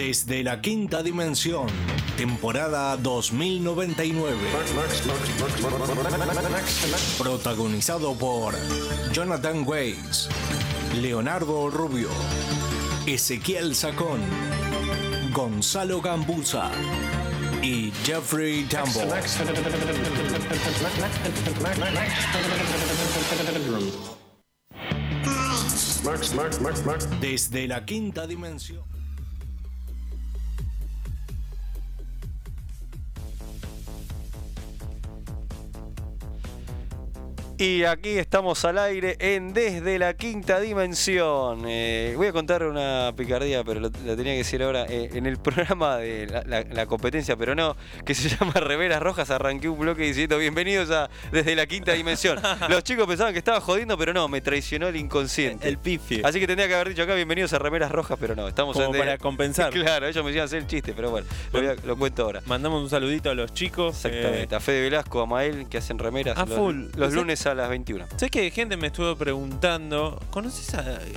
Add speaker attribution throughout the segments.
Speaker 1: Desde la quinta dimensión, temporada 2099. Protagonizado por Jonathan Weiss, Leonardo Rubio, Ezequiel Sacón, Gonzalo Gambusa y Jeffrey Tambor. Desde la quinta dimensión.
Speaker 2: Y aquí estamos al aire en Desde la Quinta Dimensión. Eh, voy a contar una picardía, pero lo- la tenía que decir ahora. eh, en el programa de la, la- la competencia, pero no, que se llama Reveras Rojas, arranqué un bloque diciendo bienvenidos a Desde la Quinta Dimensión. Los chicos pensaban que estaba jodiendo, pero no, me traicionó el inconsciente.
Speaker 3: El pifi.
Speaker 2: Así que tendría que haber dicho acá bienvenidos a Remeras Rojas, pero no, estamos
Speaker 3: Como
Speaker 2: en.
Speaker 3: para compensar.
Speaker 2: Claro, ellos me decían hacer el chiste, pero bueno, lo, voy a- lo cuento ahora.
Speaker 3: Mandamos un saludito a los chicos. eh,
Speaker 2: Exactamente, a Fede Velasco, a Mael, que hacen remeras
Speaker 3: a
Speaker 2: los,
Speaker 3: full.
Speaker 2: los
Speaker 3: Ese-
Speaker 2: lunes a las 21.
Speaker 3: ¿Sabes que gente me estuvo preguntando? ¿Conoces a.? eh,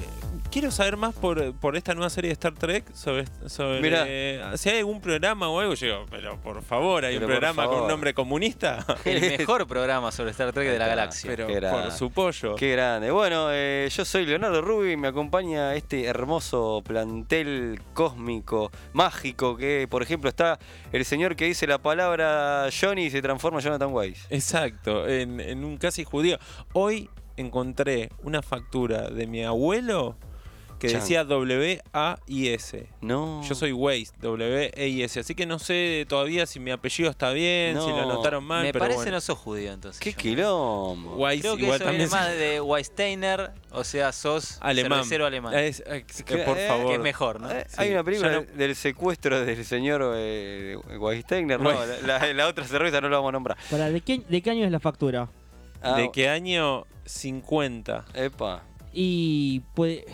Speaker 3: Quiero saber más por, por esta nueva serie de Star Trek sobre, sobre
Speaker 2: Mirá.
Speaker 3: eh, si hay algún programa o algo. Yo digo, pero por favor, hay
Speaker 2: Pero
Speaker 3: un
Speaker 2: por
Speaker 3: programa con un
Speaker 2: favor.
Speaker 3: nombre comunista.
Speaker 4: El mejor programa sobre Star Trek de la
Speaker 2: Ahí está.
Speaker 4: galaxia.
Speaker 3: pero
Speaker 2: qué
Speaker 3: por
Speaker 2: grande.
Speaker 3: su pollo.
Speaker 2: Qué grande. Bueno, eh, yo soy Leonardo Rubi y me acompaña este hermoso plantel cósmico, mágico, que por ejemplo está el señor que dice la palabra Johnny y se transforma en Jonathan Weiss.
Speaker 3: Exacto, en, en un casi judío. Hoy encontré una factura de mi abuelo que
Speaker 2: Chan.
Speaker 3: decía W-A-I-S.
Speaker 2: No.
Speaker 3: Yo soy Weiss, W-E-I-S. Así que no sé todavía si mi apellido está bien, si lo
Speaker 2: No,
Speaker 3: anotaron mal.
Speaker 4: Me
Speaker 3: pero
Speaker 4: parece
Speaker 3: bueno.
Speaker 4: no sos judío entonces.
Speaker 2: Qué
Speaker 4: yo.
Speaker 2: quilombo.
Speaker 3: Weiss
Speaker 4: Creo que
Speaker 3: igual
Speaker 4: eso viene
Speaker 3: también
Speaker 4: más de Weisteiner, o sea, sos
Speaker 3: alemán.
Speaker 4: cervecero alemán.
Speaker 3: Es- ex- que,
Speaker 2: Eh,
Speaker 3: por
Speaker 2: que
Speaker 3: favor.
Speaker 4: que es mejor, ¿no?
Speaker 2: Eh,
Speaker 3: Sí,
Speaker 2: Hay una película
Speaker 3: ya no-
Speaker 2: del- del secuestro del señor eh, Weisteiner. No,
Speaker 3: Weiss.
Speaker 2: la, la- la otra cerveza no la vamos a nombrar.
Speaker 5: Para, ¿de, qué, ¿De qué año es la factura?
Speaker 2: Ah,
Speaker 3: ¿De qué año? 50.
Speaker 2: Epa,
Speaker 5: Y puede,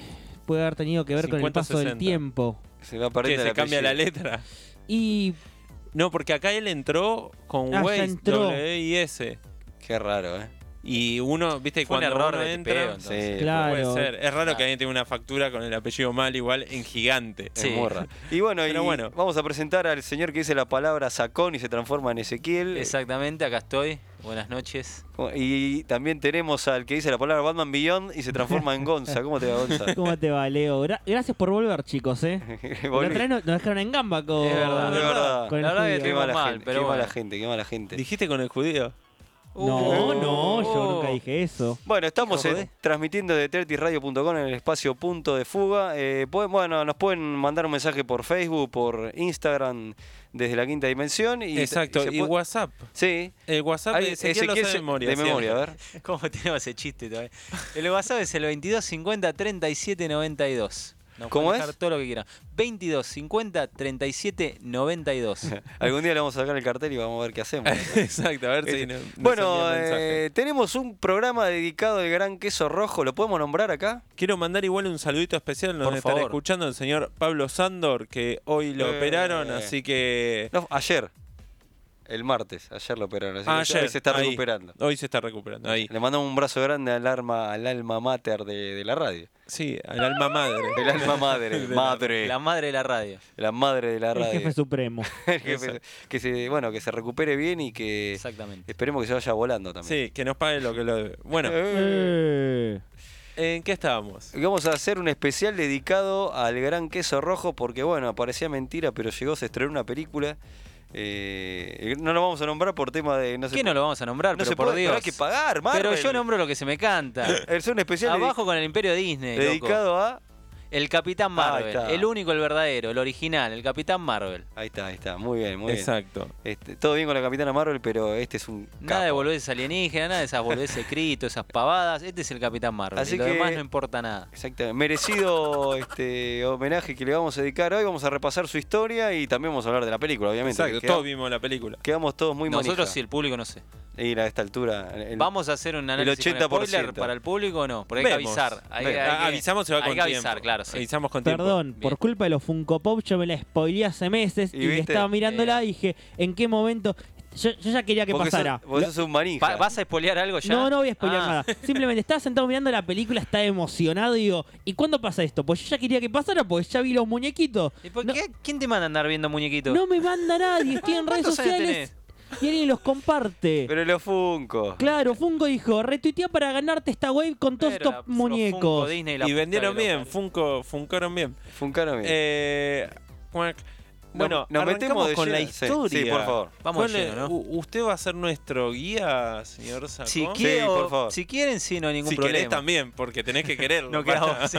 Speaker 5: puede haber tenido que ver con el
Speaker 3: 50,
Speaker 5: paso
Speaker 3: 60.
Speaker 5: del tiempo.
Speaker 2: se va a
Speaker 3: Que
Speaker 2: perder
Speaker 3: se cambia la letra.
Speaker 5: Y
Speaker 3: No, porque acá él entró con
Speaker 5: Ah, ya
Speaker 3: Weiss,
Speaker 5: entró.
Speaker 3: W-I-S.
Speaker 2: Qué raro, ¿eh?
Speaker 3: Y uno, viste,
Speaker 4: Fue un
Speaker 3: cuando
Speaker 4: error
Speaker 3: uno
Speaker 4: de
Speaker 3: entra.
Speaker 4: tipeo,
Speaker 2: Sí,
Speaker 4: Entonces,
Speaker 5: claro,
Speaker 3: Puede ser. Es raro que
Speaker 4: Ah.
Speaker 3: alguien tenga una factura con el apellido mal, igual en gigante.
Speaker 2: Es
Speaker 4: Sí.
Speaker 2: muy raro. Y bueno, y
Speaker 3: Pero bueno.
Speaker 2: vamos a presentar al señor que dice la palabra sacón y se transforma en Ezequiel.
Speaker 4: Exactamente, acá estoy. Buenas noches.
Speaker 2: Y también tenemos al que dice la palabra Batman Beyond y se transforma en Gonza. ¿Cómo te va, Gonza?
Speaker 5: ¿cómo te va, Leo? Gra- gracias por volver, chicos, ¿eh? La
Speaker 2: Volví.
Speaker 5: otra vez nos, nos dejaron en gamba con,
Speaker 4: Es verdad,
Speaker 2: es verdad.
Speaker 5: con el
Speaker 4: La verdad que
Speaker 5: judío.
Speaker 2: Qué mala
Speaker 4: mal,
Speaker 2: gente,
Speaker 4: pero
Speaker 2: qué mala
Speaker 4: bueno.
Speaker 2: gente, qué mala gente.
Speaker 3: Dijiste con el judío.
Speaker 5: No,
Speaker 2: Uh.
Speaker 5: no, yo
Speaker 4: Oh.
Speaker 5: nunca dije eso.
Speaker 2: Bueno, estamos
Speaker 4: Hijo
Speaker 2: en-
Speaker 4: de-
Speaker 2: transmitiendo de tertisradio.com en el espacio punto de fuga. Eh, pueden- bueno, nos pueden mandar un mensaje por Facebook, por Instagram, desde la quinta dimensión. Y
Speaker 3: Exacto,
Speaker 2: se
Speaker 3: y,
Speaker 2: puede-
Speaker 3: WhatsApp.
Speaker 2: Sí.
Speaker 3: El WhatsApp
Speaker 2: Ahí,
Speaker 3: de Ezequiel lo
Speaker 2: Ezequiel
Speaker 3: sabe
Speaker 2: se-
Speaker 3: de memoria.
Speaker 2: de
Speaker 3: ¿sí?
Speaker 2: memoria, a ver.
Speaker 4: ¿Cómo tenemos ese chiste todavía? El WhatsApp es el 22 50 37 92. Nos
Speaker 2: ¿Cómo
Speaker 4: pueden dejar
Speaker 2: es?
Speaker 4: todo lo que quieran. 22 50 37 92.
Speaker 2: Algún día le vamos a sacar el cartel y vamos a ver qué hacemos.
Speaker 3: Exacto, a ver si.
Speaker 2: Este-
Speaker 3: no- nos
Speaker 2: bueno,
Speaker 3: envía mensaje.
Speaker 2: eh, tenemos un programa dedicado al gran queso rojo. ¿Lo podemos nombrar acá?
Speaker 3: Quiero mandar igual un saludito especial. Nos
Speaker 4: Por
Speaker 3: estará
Speaker 4: favor.
Speaker 3: escuchando el señor Pablo Sándor, que hoy lo
Speaker 2: Eh.
Speaker 3: operaron, así que.
Speaker 2: No, ayer. El martes. Ayer lo operaron. así que hoy
Speaker 3: Ah, ayer,
Speaker 2: se está
Speaker 3: ahí.
Speaker 2: recuperando.
Speaker 3: Hoy se está recuperando, ahí.
Speaker 2: Le mandamos un brazo grande al, arma, al alma mater de, de la radio.
Speaker 3: Sí, el alma madre.
Speaker 2: El alma madre.
Speaker 3: De la-
Speaker 2: madre.
Speaker 4: La
Speaker 2: La,
Speaker 4: madre de la radio.
Speaker 2: madre de la
Speaker 5: El
Speaker 2: radio.
Speaker 5: jefe supremo.
Speaker 2: El jefe- que se, bueno, que se recupere bien y que
Speaker 4: Exactamente.
Speaker 2: esperemos que se vaya volando también.
Speaker 3: Sí, que nos pague lo que lo debe. Bueno,
Speaker 5: Eh.
Speaker 3: ¿en qué estábamos?
Speaker 2: Y Vamos a hacer un especial dedicado al gran queso rojo porque, bueno, parecía mentira, pero llegó, se estrenó una película. Eh, no lo vamos a nombrar por tema de... No sé
Speaker 4: ¿Qué no lo vamos a nombrar?
Speaker 2: No
Speaker 4: pero
Speaker 2: se
Speaker 4: por
Speaker 2: puede,
Speaker 4: Dios.
Speaker 2: pero hay que pagar, Marvel.
Speaker 4: Pero yo nombro lo que se me canta.
Speaker 2: Es un especial dedi-
Speaker 4: Abajo con el Imperio Disney. loco.
Speaker 2: dedicado a...
Speaker 4: El Capitán
Speaker 2: Ahí
Speaker 4: Marvel.
Speaker 2: está.
Speaker 4: El único, el verdadero, el original, el Capitán Marvel.
Speaker 2: Ahí está, ahí está. Muy bien, muy
Speaker 3: Exacto.
Speaker 2: bien. Este, todo bien con la Capitana Marvel, pero este es un...
Speaker 4: Nada de
Speaker 2: capo.
Speaker 4: boludeces alienígenas, nada de esas boludeces escrito, esas pavadas. Este es el Capitán Marvel.
Speaker 2: Así
Speaker 4: y lo
Speaker 2: que-
Speaker 4: demás no importa nada.
Speaker 2: Exactamente. Merecido este homenaje que le vamos a dedicar hoy. Vamos a repasar su historia y también vamos a hablar de la película, obviamente.
Speaker 3: Exacto,
Speaker 2: que
Speaker 3: todos
Speaker 2: queda-
Speaker 3: vimos la película.
Speaker 2: Quedamos todos muy
Speaker 4: Nosotros
Speaker 2: manija.
Speaker 4: sí, el público no sé.
Speaker 2: Ir a esta altura. el-
Speaker 4: ¿Vamos a hacer un análisis con
Speaker 2: 80%.
Speaker 4: spoiler para el público o no? Porque hay que
Speaker 3: Vemos.
Speaker 4: avisar. Hay,
Speaker 2: Vemos.
Speaker 4: hay
Speaker 3: Ah,
Speaker 4: que-
Speaker 3: avisamos se va
Speaker 4: hay
Speaker 3: con
Speaker 4: que avisar,
Speaker 3: tiempo.
Speaker 4: claro, sí.
Speaker 3: Avisamos con tiempo.
Speaker 5: Perdón, por
Speaker 4: Bien.
Speaker 5: culpa de los Funko Pop yo me la spoileé hace meses
Speaker 2: Y
Speaker 5: y,
Speaker 2: viste,
Speaker 5: estaba mirándola
Speaker 4: eh,
Speaker 5: y dije, ¿en qué momento? Yo, yo ya quería que
Speaker 2: Porque sos-
Speaker 5: pasara.
Speaker 2: vos sos un manija.
Speaker 4: Va- ¿Vas a espolear algo ya?
Speaker 5: No, no voy a spoilear
Speaker 4: Ah.
Speaker 5: nada. Simplemente estaba sentado mirando la película, estaba emocionado y digo, ¿y cuándo pasa esto? Pues yo ya quería que pasara, pues ya vi los muñequitos.
Speaker 4: ¿Y por
Speaker 5: No-
Speaker 4: qué? ¿Quién te manda a andar viendo muñequitos?
Speaker 5: No me manda nadie, estoy en redes
Speaker 4: ¿Cuántos años
Speaker 5: sociales y alguien los comparte.
Speaker 2: Pero los Funko.
Speaker 5: Claro, Funko dijo, retuitea para ganarte esta wave con todos
Speaker 4: Pero la-
Speaker 5: estos
Speaker 4: los Funko
Speaker 5: muñecos.
Speaker 4: Disney, la
Speaker 3: Y
Speaker 4: puta
Speaker 3: vendieron
Speaker 4: que lo
Speaker 3: bien,
Speaker 4: parió.
Speaker 3: Funko, funcaron bien.
Speaker 2: Funcaron bien.
Speaker 3: Eh, cuac.
Speaker 2: bueno,
Speaker 3: Nos-
Speaker 2: nos metemos
Speaker 3: arrancamos
Speaker 2: de
Speaker 3: con la
Speaker 2: lleno. Sí,
Speaker 3: historia.
Speaker 2: sí, por favor.
Speaker 4: Vamos
Speaker 3: ¿Cuál
Speaker 4: de
Speaker 3: es-
Speaker 4: lleno, ¿no?
Speaker 3: u- ¿Usted va a ser nuestro guía, señor Sacón?
Speaker 4: Si,
Speaker 2: Sí,
Speaker 4: quiero-
Speaker 2: por favor.
Speaker 4: si quieren, sí, no hay ningún
Speaker 3: Si
Speaker 4: problema.
Speaker 3: querés también, porque tenés que quererlo.
Speaker 4: No quedamos, sí.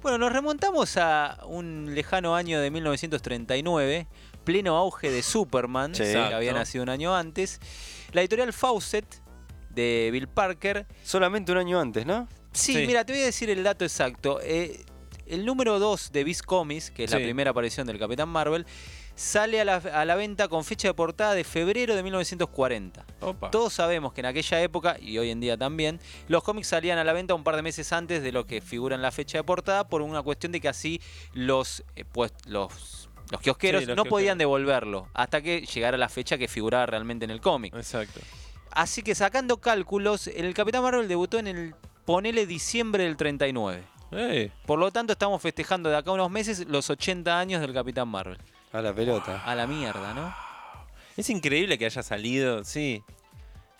Speaker 4: Bueno, nos remontamos a un lejano año de 1939, pleno auge de Superman,
Speaker 2: Sí.
Speaker 4: que había
Speaker 3: Exacto.
Speaker 4: nacido un año antes. La editorial Fawcett de Bill Parker.
Speaker 2: Solamente un año antes, ¿no?
Speaker 4: Sí,
Speaker 3: Sí.
Speaker 4: mira, te voy a decir el dato exacto. Eh, el número 2 de Beast Comics, que es la
Speaker 3: Sí.
Speaker 4: primera aparición del Capitán Marvel, sale a la, a la venta con fecha de portada de febrero de 1940.
Speaker 3: Opa.
Speaker 4: Todos sabemos que en aquella época, y hoy en día también, los cómics salían a la venta un par de meses antes de lo que figura en la fecha de portada por una cuestión de que así los, eh, pues, los, los kiosqueros
Speaker 3: Sí, los
Speaker 4: no
Speaker 3: kiosqueros.
Speaker 4: podían devolverlo hasta que llegara la fecha que figuraba realmente en el cómic.
Speaker 3: Exacto.
Speaker 4: Así que sacando cálculos, el Capitán Marvel debutó en el, ponele, diciembre del 39.
Speaker 3: Ey,
Speaker 4: Por lo tanto, estamos festejando de acá a unos meses los 80 años del Capitán Marvel.
Speaker 2: A la pelota.
Speaker 4: A la mierda, ¿no?
Speaker 3: es increíble que haya salido, sí.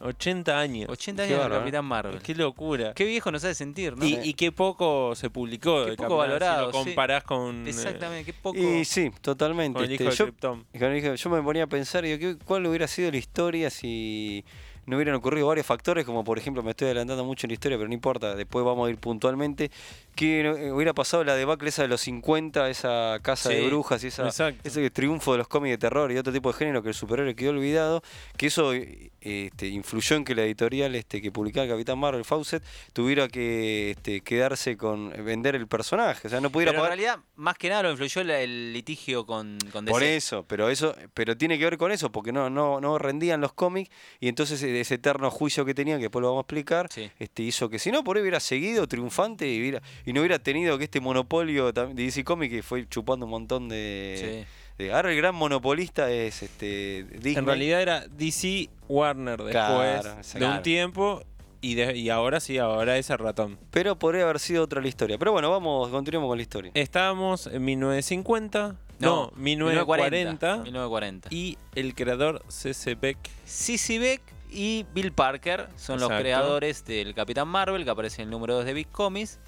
Speaker 3: 80 años.
Speaker 4: 80
Speaker 2: Qué
Speaker 4: años del
Speaker 2: bárbaro, ¿eh?
Speaker 4: Capitán Marvel.
Speaker 3: Qué locura.
Speaker 4: Qué viejo nos hace sentir, ¿no?
Speaker 3: y, y qué poco se publicó.
Speaker 4: Qué
Speaker 3: de Capitán,
Speaker 4: poco valorado,
Speaker 3: Si lo
Speaker 4: sí.
Speaker 3: comparás con, eh,
Speaker 4: Exactamente, qué poco...
Speaker 2: Y sí, totalmente.
Speaker 3: con el
Speaker 2: este,
Speaker 3: hijo de
Speaker 2: yo,
Speaker 3: Krypton.
Speaker 2: con el hijo- yo me ponía a pensar, digo, ¿qué- ¿cuál hubiera sido la historia si no hubieran ocurrido varios factores? Como por ejemplo, me estoy adelantando mucho en la historia, pero no importa, después vamos a ir puntualmente. ¿Qué no- eh, hubiera pasado la debacle esa de los 50, esa casa de
Speaker 3: Sí,
Speaker 2: brujas y esa,
Speaker 3: exacto.
Speaker 2: ese triunfo de los cómics de terror y otro tipo de género que el superhéroe quedó olvidado? Que eso eh, este, influyó en que la editorial este, que publicaba el Capitán Marvel, Fawcett, tuviera que este, quedarse con vender el personaje. O sea, no pudiera
Speaker 4: Pero
Speaker 2: pagar.
Speaker 4: en realidad, más que nada lo influyó la- el litigio con, con DC.
Speaker 2: Por eso, pero eso, pero tiene que ver con eso, porque no, no, no rendían los cómics, y entonces e- ese eterno juicio que tenían, que después lo vamos a explicar,
Speaker 4: Sí.
Speaker 2: este, hizo que si no, por ahí hubiera seguido triunfante y, hubiera- y no hubiera tenido que este monopolio tam- de DC Comics que fue chupando un montón
Speaker 4: eh,
Speaker 2: de, de- Ahora el gran monopolista es este Disney.
Speaker 3: En realidad era DC Warner después
Speaker 2: Claro,
Speaker 3: de
Speaker 2: exacto.
Speaker 3: un tiempo. Y, de- y ahora sí, ahora es el ratón.
Speaker 2: Pero podría haber sido otra la historia. Pero bueno, vamos, continuemos con la historia.
Speaker 4: Eh,
Speaker 3: Estábamos en 1950. No, 1940.
Speaker 4: 1940. Y
Speaker 3: Y el creador C.C. Beck.
Speaker 4: Sissy Beck y Bill Parker son los
Speaker 3: Exacto.
Speaker 4: creadores del Capitán Marvel, que aparece en el número 2 de Big Comics.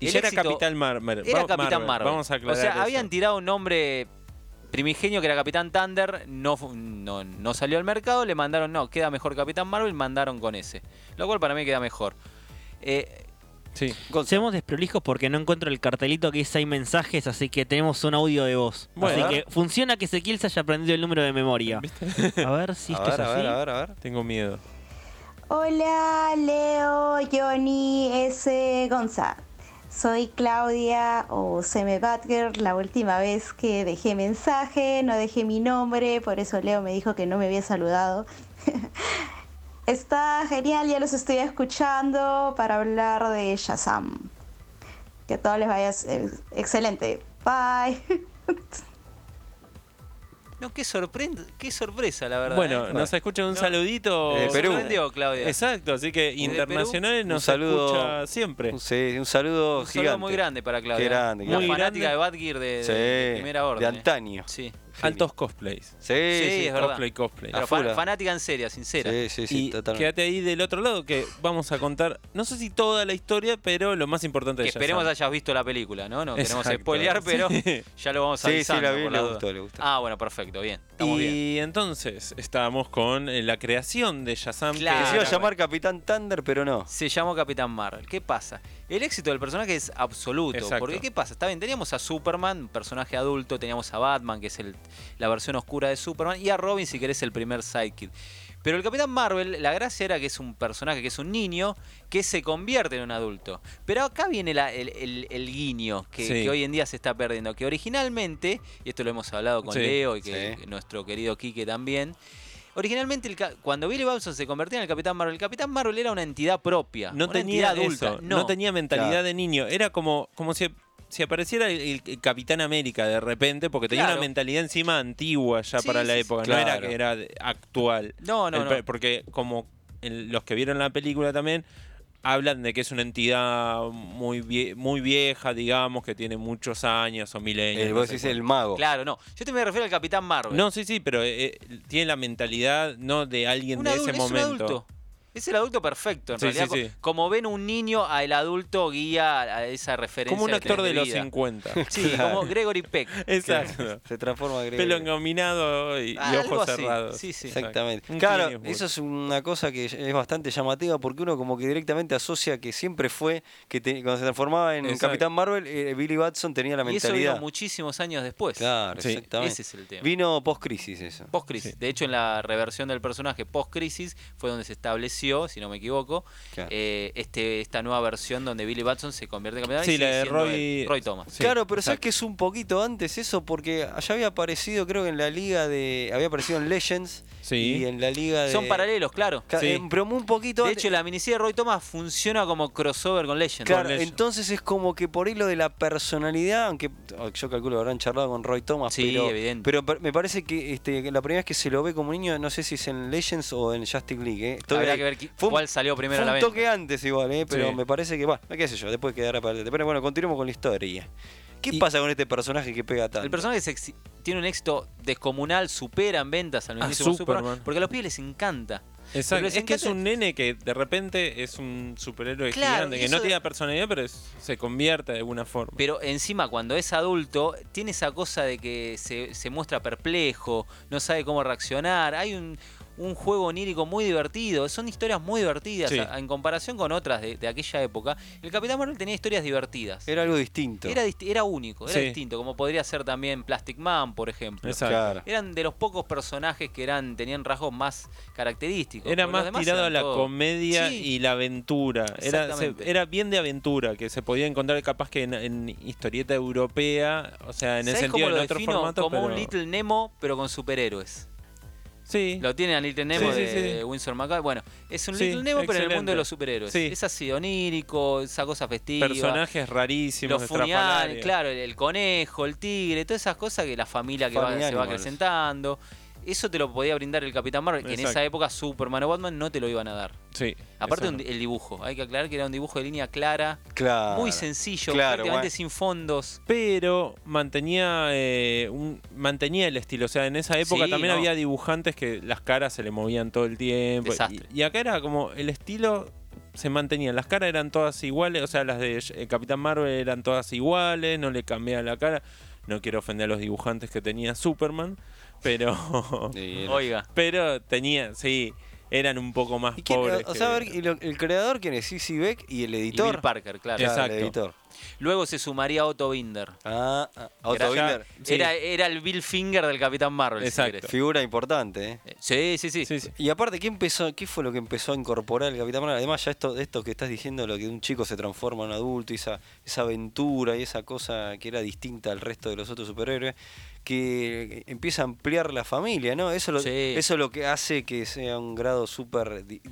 Speaker 3: Y
Speaker 4: El
Speaker 3: ya era
Speaker 4: éxito-
Speaker 3: Capital Mar Mar-
Speaker 4: Era
Speaker 3: va-
Speaker 4: Capitán Marvel.
Speaker 3: Vamos a aclarar.
Speaker 4: O sea,
Speaker 3: eso.
Speaker 4: habían tirado un nombre primigenio que era Capitán Thunder, no, fu- no, no salió al mercado, le mandaron, no, queda mejor Capitán Marvel, mandaron con ese. Lo cual para mí queda mejor. Eh,
Speaker 3: Sí.
Speaker 5: Seamos desprolijos porque no encuentro el cartelito que dice hay mensajes, así que tenemos un audio de voz.
Speaker 3: Bueno.
Speaker 5: Así que funciona que Ezequiel se haya aprendido el número de memoria. A ver si
Speaker 2: a
Speaker 5: esto es
Speaker 2: ver, a
Speaker 5: así.
Speaker 2: ver, a ver, a ver.
Speaker 3: Tengo miedo.
Speaker 6: Hola, Leo, Johnny, S. Gonza. Soy Claudia o Seme Batger. La última vez que dejé mensaje, no dejé mi nombre, por eso Leo me dijo que no me había saludado. Está genial, ya los estoy escuchando para hablar de Shazam. Que a todos les vaya eh, excelente. Bye.
Speaker 4: no, qué, sorprend- qué sorpresa, la verdad.
Speaker 3: Bueno,
Speaker 4: ¿eh?
Speaker 3: nos escucha un
Speaker 4: No.
Speaker 3: saludito.
Speaker 2: De
Speaker 4: Nos
Speaker 2: Perú.
Speaker 4: sorprendió, Claudia.
Speaker 3: Exacto, así que
Speaker 4: Perú?
Speaker 3: internacionales
Speaker 2: Un
Speaker 3: nos
Speaker 2: saludo-
Speaker 3: escucha siempre.
Speaker 2: Un, sí, un saludo
Speaker 4: Un saludo
Speaker 2: gigante.
Speaker 4: muy grande para Claudia.
Speaker 2: Qué grande,
Speaker 4: Una
Speaker 3: qué grande.
Speaker 4: fanática de Badgear de, de-
Speaker 2: Sí,
Speaker 4: de primera orden.
Speaker 2: de
Speaker 4: eh.
Speaker 2: antaño.
Speaker 4: Sí.
Speaker 3: Altos cosplays.
Speaker 2: Sí,
Speaker 4: Sí,
Speaker 2: sí,
Speaker 4: es verdad.
Speaker 3: Cosplay, cosplay.
Speaker 4: Pero
Speaker 2: A full,
Speaker 4: fan-
Speaker 2: ah.
Speaker 4: fanática en serio, sincera.
Speaker 2: Sí, sí, sí,
Speaker 3: y
Speaker 2: totalmente.
Speaker 3: quédate ahí del otro lado que vamos a contar, no sé si toda la historia, pero lo más importante
Speaker 4: Que
Speaker 3: de
Speaker 4: esperemos
Speaker 3: Shazam.
Speaker 4: hayas visto la película, ¿no? No queremos
Speaker 3: Exacto.
Speaker 4: spoilear, pero
Speaker 3: Sí.
Speaker 4: ya lo vamos
Speaker 2: Sí, sí,
Speaker 4: avisando.
Speaker 2: la vi,
Speaker 4: por
Speaker 2: le
Speaker 4: duda.
Speaker 2: gustó, le gustó.
Speaker 4: Ah, bueno, perfecto, bien. Estamos
Speaker 3: y
Speaker 4: bien.
Speaker 3: entonces estábamos con eh, la creación de Shazam. que-
Speaker 4: Claro.
Speaker 2: Se iba a llamar Capitán Thunder, pero no.
Speaker 4: Se llamó Capitán Marvel. ¿Qué pasa? El éxito del personaje es absoluto.
Speaker 3: Exacto.
Speaker 4: Porque, ¿qué pasa? Está bien, teníamos a Superman, un personaje adulto, teníamos a Batman, que es el- la versión oscura de Superman, y a Robin, si querés, el primer sidekick. Pero el Capitán Marvel, la gracia era que es un personaje que es un niño que se convierte en un adulto. Pero acá viene la- el, el- el guiño que,
Speaker 3: Sí.
Speaker 4: que hoy en día se está perdiendo. Que originalmente, y esto lo hemos hablado con
Speaker 3: Sí,
Speaker 4: Leo y que
Speaker 2: sí.
Speaker 4: nuestro querido Quique también, Originalmente, el ca- cuando Billy Batson se convertía en el Capitán Marvel, el Capitán Marvel era una entidad propia.
Speaker 3: no
Speaker 4: una
Speaker 3: tenía
Speaker 4: entidad adulta.
Speaker 3: eso, no. tenía mentalidad
Speaker 2: Claro.
Speaker 3: de niño. Era como, como si si apareciera el, el Capitán América de repente, porque tenía
Speaker 4: Claro.
Speaker 3: una mentalidad encima antigua ya
Speaker 4: Sí,
Speaker 3: para la
Speaker 4: sí, sí.
Speaker 3: época, no
Speaker 2: Claro.
Speaker 3: era que era de- actual.
Speaker 4: No, no,
Speaker 3: El pe-
Speaker 4: no.
Speaker 3: Porque como el- los que vieron la película también hablan de que es una entidad muy vie- muy vieja, digamos, que tiene muchos años o milenios.
Speaker 2: Eh,
Speaker 3: no
Speaker 2: vos
Speaker 3: sé
Speaker 2: decís
Speaker 3: cuánto.
Speaker 2: el mago.
Speaker 4: Claro, no. Yo te me refiero al Capitán Marvel.
Speaker 3: No, sí, sí, pero eh, eh, tiene la mentalidad no de alguien
Speaker 4: Un
Speaker 3: de
Speaker 4: adul-
Speaker 3: ese
Speaker 4: es un
Speaker 3: momento.
Speaker 4: adulto. Es el adulto perfecto, en
Speaker 3: Sí,
Speaker 4: realidad.
Speaker 3: sí, sí.
Speaker 4: Co- Como ven un niño, al adulto guía a esa referencia.
Speaker 3: Como un
Speaker 4: que
Speaker 3: actor
Speaker 4: tenés
Speaker 3: de los
Speaker 4: vida.
Speaker 3: 50.
Speaker 4: Sí, como Gregory Peck.
Speaker 3: Exacto.
Speaker 2: Se transforma Gregory.
Speaker 3: Pelo engominado y, y
Speaker 4: Algo
Speaker 3: ojos
Speaker 4: así,
Speaker 3: cerrados.
Speaker 4: sí, sí.
Speaker 2: Exactamente.
Speaker 3: Un
Speaker 2: Claro,
Speaker 3: Clint Eastwood.
Speaker 4: pues.
Speaker 2: eso es una cosa que es bastante llamativa porque uno como que directamente asocia que siempre fue, que te- cuando se transformaba en
Speaker 3: Exacto.
Speaker 2: Capitán Marvel, eh, Billy Batson tenía la
Speaker 4: Y eso
Speaker 2: mentalidad.
Speaker 4: vino muchísimos años después.
Speaker 2: Claro,
Speaker 3: Sí.
Speaker 2: exactamente.
Speaker 4: Ese es el tema.
Speaker 2: Vino post-crisis eso.
Speaker 4: Post-crisis.
Speaker 3: Sí.
Speaker 4: De hecho, en la reversión del personaje post-crisis fue donde se estableció, si no me equivoco,
Speaker 2: Claro.
Speaker 4: eh, este, esta nueva versión donde Billy Batson se convierte en capitán. y
Speaker 3: Sí, la
Speaker 4: sigue
Speaker 3: de
Speaker 4: siendo
Speaker 3: Roy-
Speaker 4: él, Roy Thomas.
Speaker 3: Sí,
Speaker 2: claro, pero sabes
Speaker 3: exacto.
Speaker 2: que es un poquito antes eso porque allá había aparecido, creo que en la liga de... Había aparecido en Legends
Speaker 3: Sí.
Speaker 2: y en la liga de...
Speaker 4: Son paralelos, claro.
Speaker 2: Ca-
Speaker 3: Sí.
Speaker 2: eh, Pero un poquito
Speaker 4: De
Speaker 2: antes-
Speaker 4: hecho, la miniserie de Roy Thomas funciona como crossover con Legend.
Speaker 2: Claro,
Speaker 3: Con ello.
Speaker 2: entonces es como que por ahí lo de la personalidad, aunque oh, yo calculo que habrán charlado con Roy Thomas,
Speaker 4: Sí,
Speaker 2: pero,
Speaker 4: evidente.
Speaker 2: pero per- me parece que este, que la primera vez que se lo ve como niño, no sé si es en Legends o en Justice League. ¿eh?
Speaker 4: Habrá
Speaker 2: Todavía-
Speaker 4: que ver qui-
Speaker 2: fue un-
Speaker 4: cuál salió
Speaker 2: fue
Speaker 4: primero a la
Speaker 2: un
Speaker 4: venta.
Speaker 2: toque antes igual, ¿eh? pero
Speaker 3: Sí.
Speaker 2: me parece que, bueno, qué sé yo, después quedará para adelante. Pero bueno, continuemos con la historia. ¿Qué
Speaker 4: Y-
Speaker 2: pasa con este personaje que pega tanto?
Speaker 4: El personaje se exi- tiene un éxito descomunal, supera en ventas al
Speaker 3: A
Speaker 4: mismísimo Superman,
Speaker 3: Superman.
Speaker 4: Porque a los pibes les encanta.
Speaker 3: Ah, Exacto.
Speaker 4: les
Speaker 3: Es que es
Speaker 4: encanta-
Speaker 3: un nene que de repente es un superhéroe
Speaker 4: Claro,
Speaker 3: gigante,
Speaker 4: y
Speaker 3: que
Speaker 4: eso
Speaker 3: no
Speaker 4: de-
Speaker 3: tiene personalidad, pero es- se convierte de alguna forma.
Speaker 4: Pero encima, cuando es adulto, tiene esa cosa de que se, se muestra perplejo, no sabe cómo reaccionar. Hay un, un juego onírico muy divertido. Son historias muy divertidas
Speaker 3: Sí.
Speaker 4: a- en comparación con otras de, de aquella época. El Capitán Marvel tenía historias divertidas.
Speaker 2: Era algo distinto.
Speaker 4: Era, dist- era único, era
Speaker 3: Sí.
Speaker 4: distinto, como podría ser también Plastic Man, por ejemplo.
Speaker 3: Exacto.
Speaker 2: Claro.
Speaker 4: Eran de los pocos personajes que eran tenían rasgos más característicos.
Speaker 3: Era
Speaker 4: porque los
Speaker 3: más
Speaker 4: demás
Speaker 3: tirado
Speaker 4: eran
Speaker 3: a la
Speaker 4: todo-
Speaker 3: comedia
Speaker 4: Sí.
Speaker 3: y la aventura. Era, se-
Speaker 4: Exactamente.
Speaker 3: era bien de aventura, que se podía encontrar capaz que en, en historieta europea, o sea, en el
Speaker 4: ¿Sabés
Speaker 3: sentido
Speaker 4: cómo
Speaker 3: en
Speaker 4: lo
Speaker 3: otro
Speaker 4: defino?
Speaker 3: formato.
Speaker 4: Como un
Speaker 3: pero-
Speaker 4: Little Nemo, pero con superhéroes.
Speaker 3: Sí.
Speaker 4: Lo tienen a Little Nemo
Speaker 3: Sí,
Speaker 4: de
Speaker 3: sí, sí.
Speaker 4: Winsor McCoy. Bueno, es un
Speaker 3: Sí,
Speaker 4: Little Nemo, pero en el mundo
Speaker 3: excelente.
Speaker 4: de los superhéroes.
Speaker 3: Sí.
Speaker 4: Es así, onírico, esa cosa festiva.
Speaker 3: Personajes rarísimos,
Speaker 4: los funerales,
Speaker 3: estrafalarios.
Speaker 4: claro, el, el conejo, el tigre, todas esas cosas que la familia que va- se va
Speaker 2: Family
Speaker 4: acrecentando. Eso te lo podía brindar el Capitán Marvel, que en
Speaker 3: Exacto.
Speaker 4: esa época Superman o Batman no te lo iban a dar.
Speaker 3: Sí.
Speaker 4: Aparte
Speaker 3: eso
Speaker 4: un-
Speaker 3: no.
Speaker 4: el dibujo, hay que aclarar que era un dibujo de línea clara,
Speaker 2: Claro.
Speaker 4: muy sencillo,
Speaker 2: Claro,
Speaker 4: prácticamente
Speaker 2: bueno.
Speaker 4: sin fondos.
Speaker 3: pero mantenía eh, un, mantenía el estilo. O sea, en esa época
Speaker 4: Sí,
Speaker 3: también
Speaker 4: no.
Speaker 3: había dibujantes que las caras se le movían todo el tiempo.
Speaker 4: Desastre.
Speaker 3: Y, y acá era como el estilo se mantenía. Las caras eran todas iguales. O sea, las de eh, Capitán Marvel eran todas iguales. No le cambiaba la cara. No quiero ofender a los dibujantes que tenía Superman, pero.
Speaker 2: Sí, era-
Speaker 4: Oiga,
Speaker 3: pero tenía, sí, eran un poco más
Speaker 2: ¿Y quién-
Speaker 3: pobres.
Speaker 2: o sea, a
Speaker 3: que-
Speaker 2: ver, y lo- el creador quién es? C.C. Beck y el
Speaker 4: y Bill
Speaker 2: editor.
Speaker 4: Parker,
Speaker 2: Claro,
Speaker 4: claro.
Speaker 2: el
Speaker 3: Exacto.
Speaker 2: editor.
Speaker 4: Luego se sumaría Otto Binder.
Speaker 2: Ah, ah,
Speaker 4: Era,
Speaker 2: Otto Binder.
Speaker 3: sí.
Speaker 4: era, era el Bill Finger del Capitán Marvel. si
Speaker 3: Exacto.
Speaker 4: querés.
Speaker 2: Figura importante, ¿eh?
Speaker 4: Eh, Sí, sí, sí.
Speaker 3: Sí, sí.
Speaker 2: Y aparte, ¿qué empezó, qué fue lo que empezó a incorporar el Capitán Marvel? Además, ya esto, de esto que estás diciendo, lo que un chico se transforma en un adulto, y esa, esa aventura y esa cosa que era distinta al resto de los otros superhéroes, que empieza a ampliar la familia, ¿no? Eso, lo,
Speaker 4: Sí.
Speaker 2: eso es lo que hace que sea un grado súper di-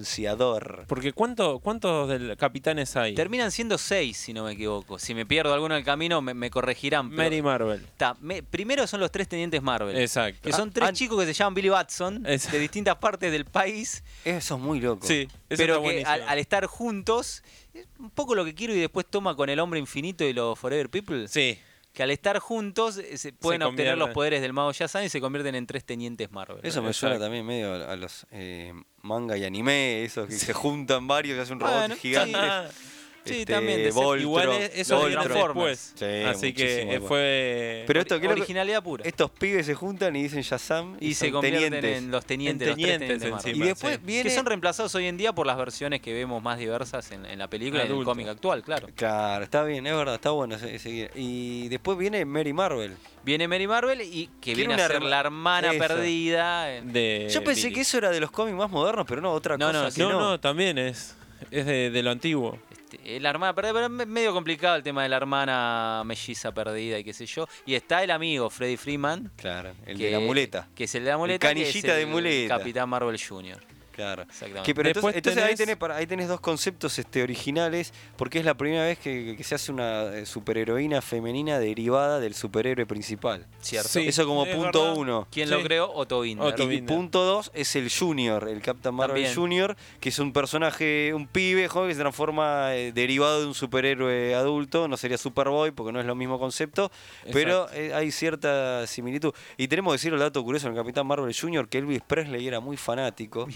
Speaker 2: diferenciador.
Speaker 3: Porque ¿cuánto, ¿cuántos del capitanes hay?
Speaker 4: Terminan siendo seis, si no me equivoco. Si me pierdo alguno en el camino, me, me corregirán. pero-
Speaker 3: Mary Marvel.
Speaker 4: Ta, me- primero son los tres tenientes Marvel.
Speaker 3: Exacto.
Speaker 4: Que son
Speaker 2: Ah,
Speaker 4: tres
Speaker 2: an-
Speaker 4: chicos que se llaman Billy Batson,
Speaker 3: Exacto.
Speaker 4: de distintas partes del país,
Speaker 2: Eso es muy loco.
Speaker 3: Sí, eso está
Speaker 4: pero que
Speaker 3: buenísimo.
Speaker 4: al, al estar juntos, es un poco lo que quiero y después toma con el hombre infinito y los Forever People.
Speaker 3: Sí,
Speaker 4: Que al estar juntos eh, se pueden obtener
Speaker 3: convierten.
Speaker 4: los poderes del mago Shazam y se convierten en tres tenientes Marvel.
Speaker 2: Eso me
Speaker 3: Exacto.
Speaker 2: suena también medio a, a los eh, manga y anime, esos que se juntan varios y hacen un robot
Speaker 4: Bueno,
Speaker 2: gigante.
Speaker 4: Sí,
Speaker 2: Este,
Speaker 4: también. de ser-
Speaker 2: Voltron,
Speaker 3: Igual es- eso
Speaker 2: Voltron.
Speaker 3: viene después.
Speaker 2: Sí,
Speaker 3: Así
Speaker 2: muchísimo
Speaker 3: que eh,
Speaker 2: después.
Speaker 3: fue.
Speaker 2: Pero esto,
Speaker 4: Ori-
Speaker 2: ¿qué es lo que-
Speaker 4: originalidad pura.
Speaker 2: Estos pibes se juntan y dicen Shazam
Speaker 4: y se
Speaker 2: son
Speaker 4: convierten
Speaker 2: tenientes.
Speaker 4: en los tenientes,
Speaker 3: En
Speaker 4: los tres
Speaker 3: tenientes
Speaker 4: tenientes
Speaker 2: Y
Speaker 4: Marvel.
Speaker 3: encima,
Speaker 2: después
Speaker 3: sí.
Speaker 2: viene.
Speaker 4: Que son reemplazados hoy en día por las versiones que vemos más diversas en, en la película y en el
Speaker 3: Adulto.
Speaker 4: cómic actual, claro.
Speaker 2: Claro, está bien, es verdad, está bueno se- seguir. Y después viene Mary Marvel.
Speaker 4: Viene Mary Marvel y que
Speaker 2: Tiene
Speaker 4: viene a
Speaker 2: una
Speaker 4: ser
Speaker 2: rema-
Speaker 4: la hermana
Speaker 2: Esa.
Speaker 4: perdida. en-
Speaker 3: de
Speaker 2: Yo pensé
Speaker 3: Billy.
Speaker 2: que eso era de los cómics más modernos, pero no, otra
Speaker 4: No,
Speaker 2: cosa.
Speaker 4: no,
Speaker 2: que
Speaker 3: No, no, también es. Es de, de lo antiguo.
Speaker 4: este, la hermana perdida, pero es me- medio complicado el tema de la hermana melliza perdida y qué sé yo. Y está el amigo Freddy Freeman.
Speaker 2: Claro, el
Speaker 4: que-
Speaker 2: de la muleta.
Speaker 4: Que es el de la muleta. que es
Speaker 2: canillita de
Speaker 4: el
Speaker 2: muleta.
Speaker 4: Capitán Marvel Jr.
Speaker 2: Claro.
Speaker 4: Exactamente.
Speaker 2: Que, pero
Speaker 3: Después
Speaker 2: entonces, entonces ahí,
Speaker 3: tenés-
Speaker 2: tenés, para- ahí tenés dos conceptos este, originales, porque es la primera vez que, que se hace una eh, superheroína femenina derivada del superhéroe principal.
Speaker 4: Cierto.
Speaker 3: Sí,
Speaker 2: Eso como
Speaker 3: es
Speaker 2: punto
Speaker 3: verdad.
Speaker 2: uno.
Speaker 4: ¿Quién
Speaker 3: Sí.
Speaker 4: lo creó? Otto Binder.
Speaker 3: Otto
Speaker 2: Y
Speaker 3: Binder.
Speaker 2: punto dos es el Junior, el Captain Marvel
Speaker 4: También.
Speaker 2: Junior, que es un personaje, un pibe joven que se transforma eh, derivado de un superhéroe adulto, no sería Superboy porque no es lo mismo concepto, pero eh, hay cierta similitud. Y tenemos que decir el dato curioso en el Capitán Marvel Junior que Elvis Presley era muy fanático.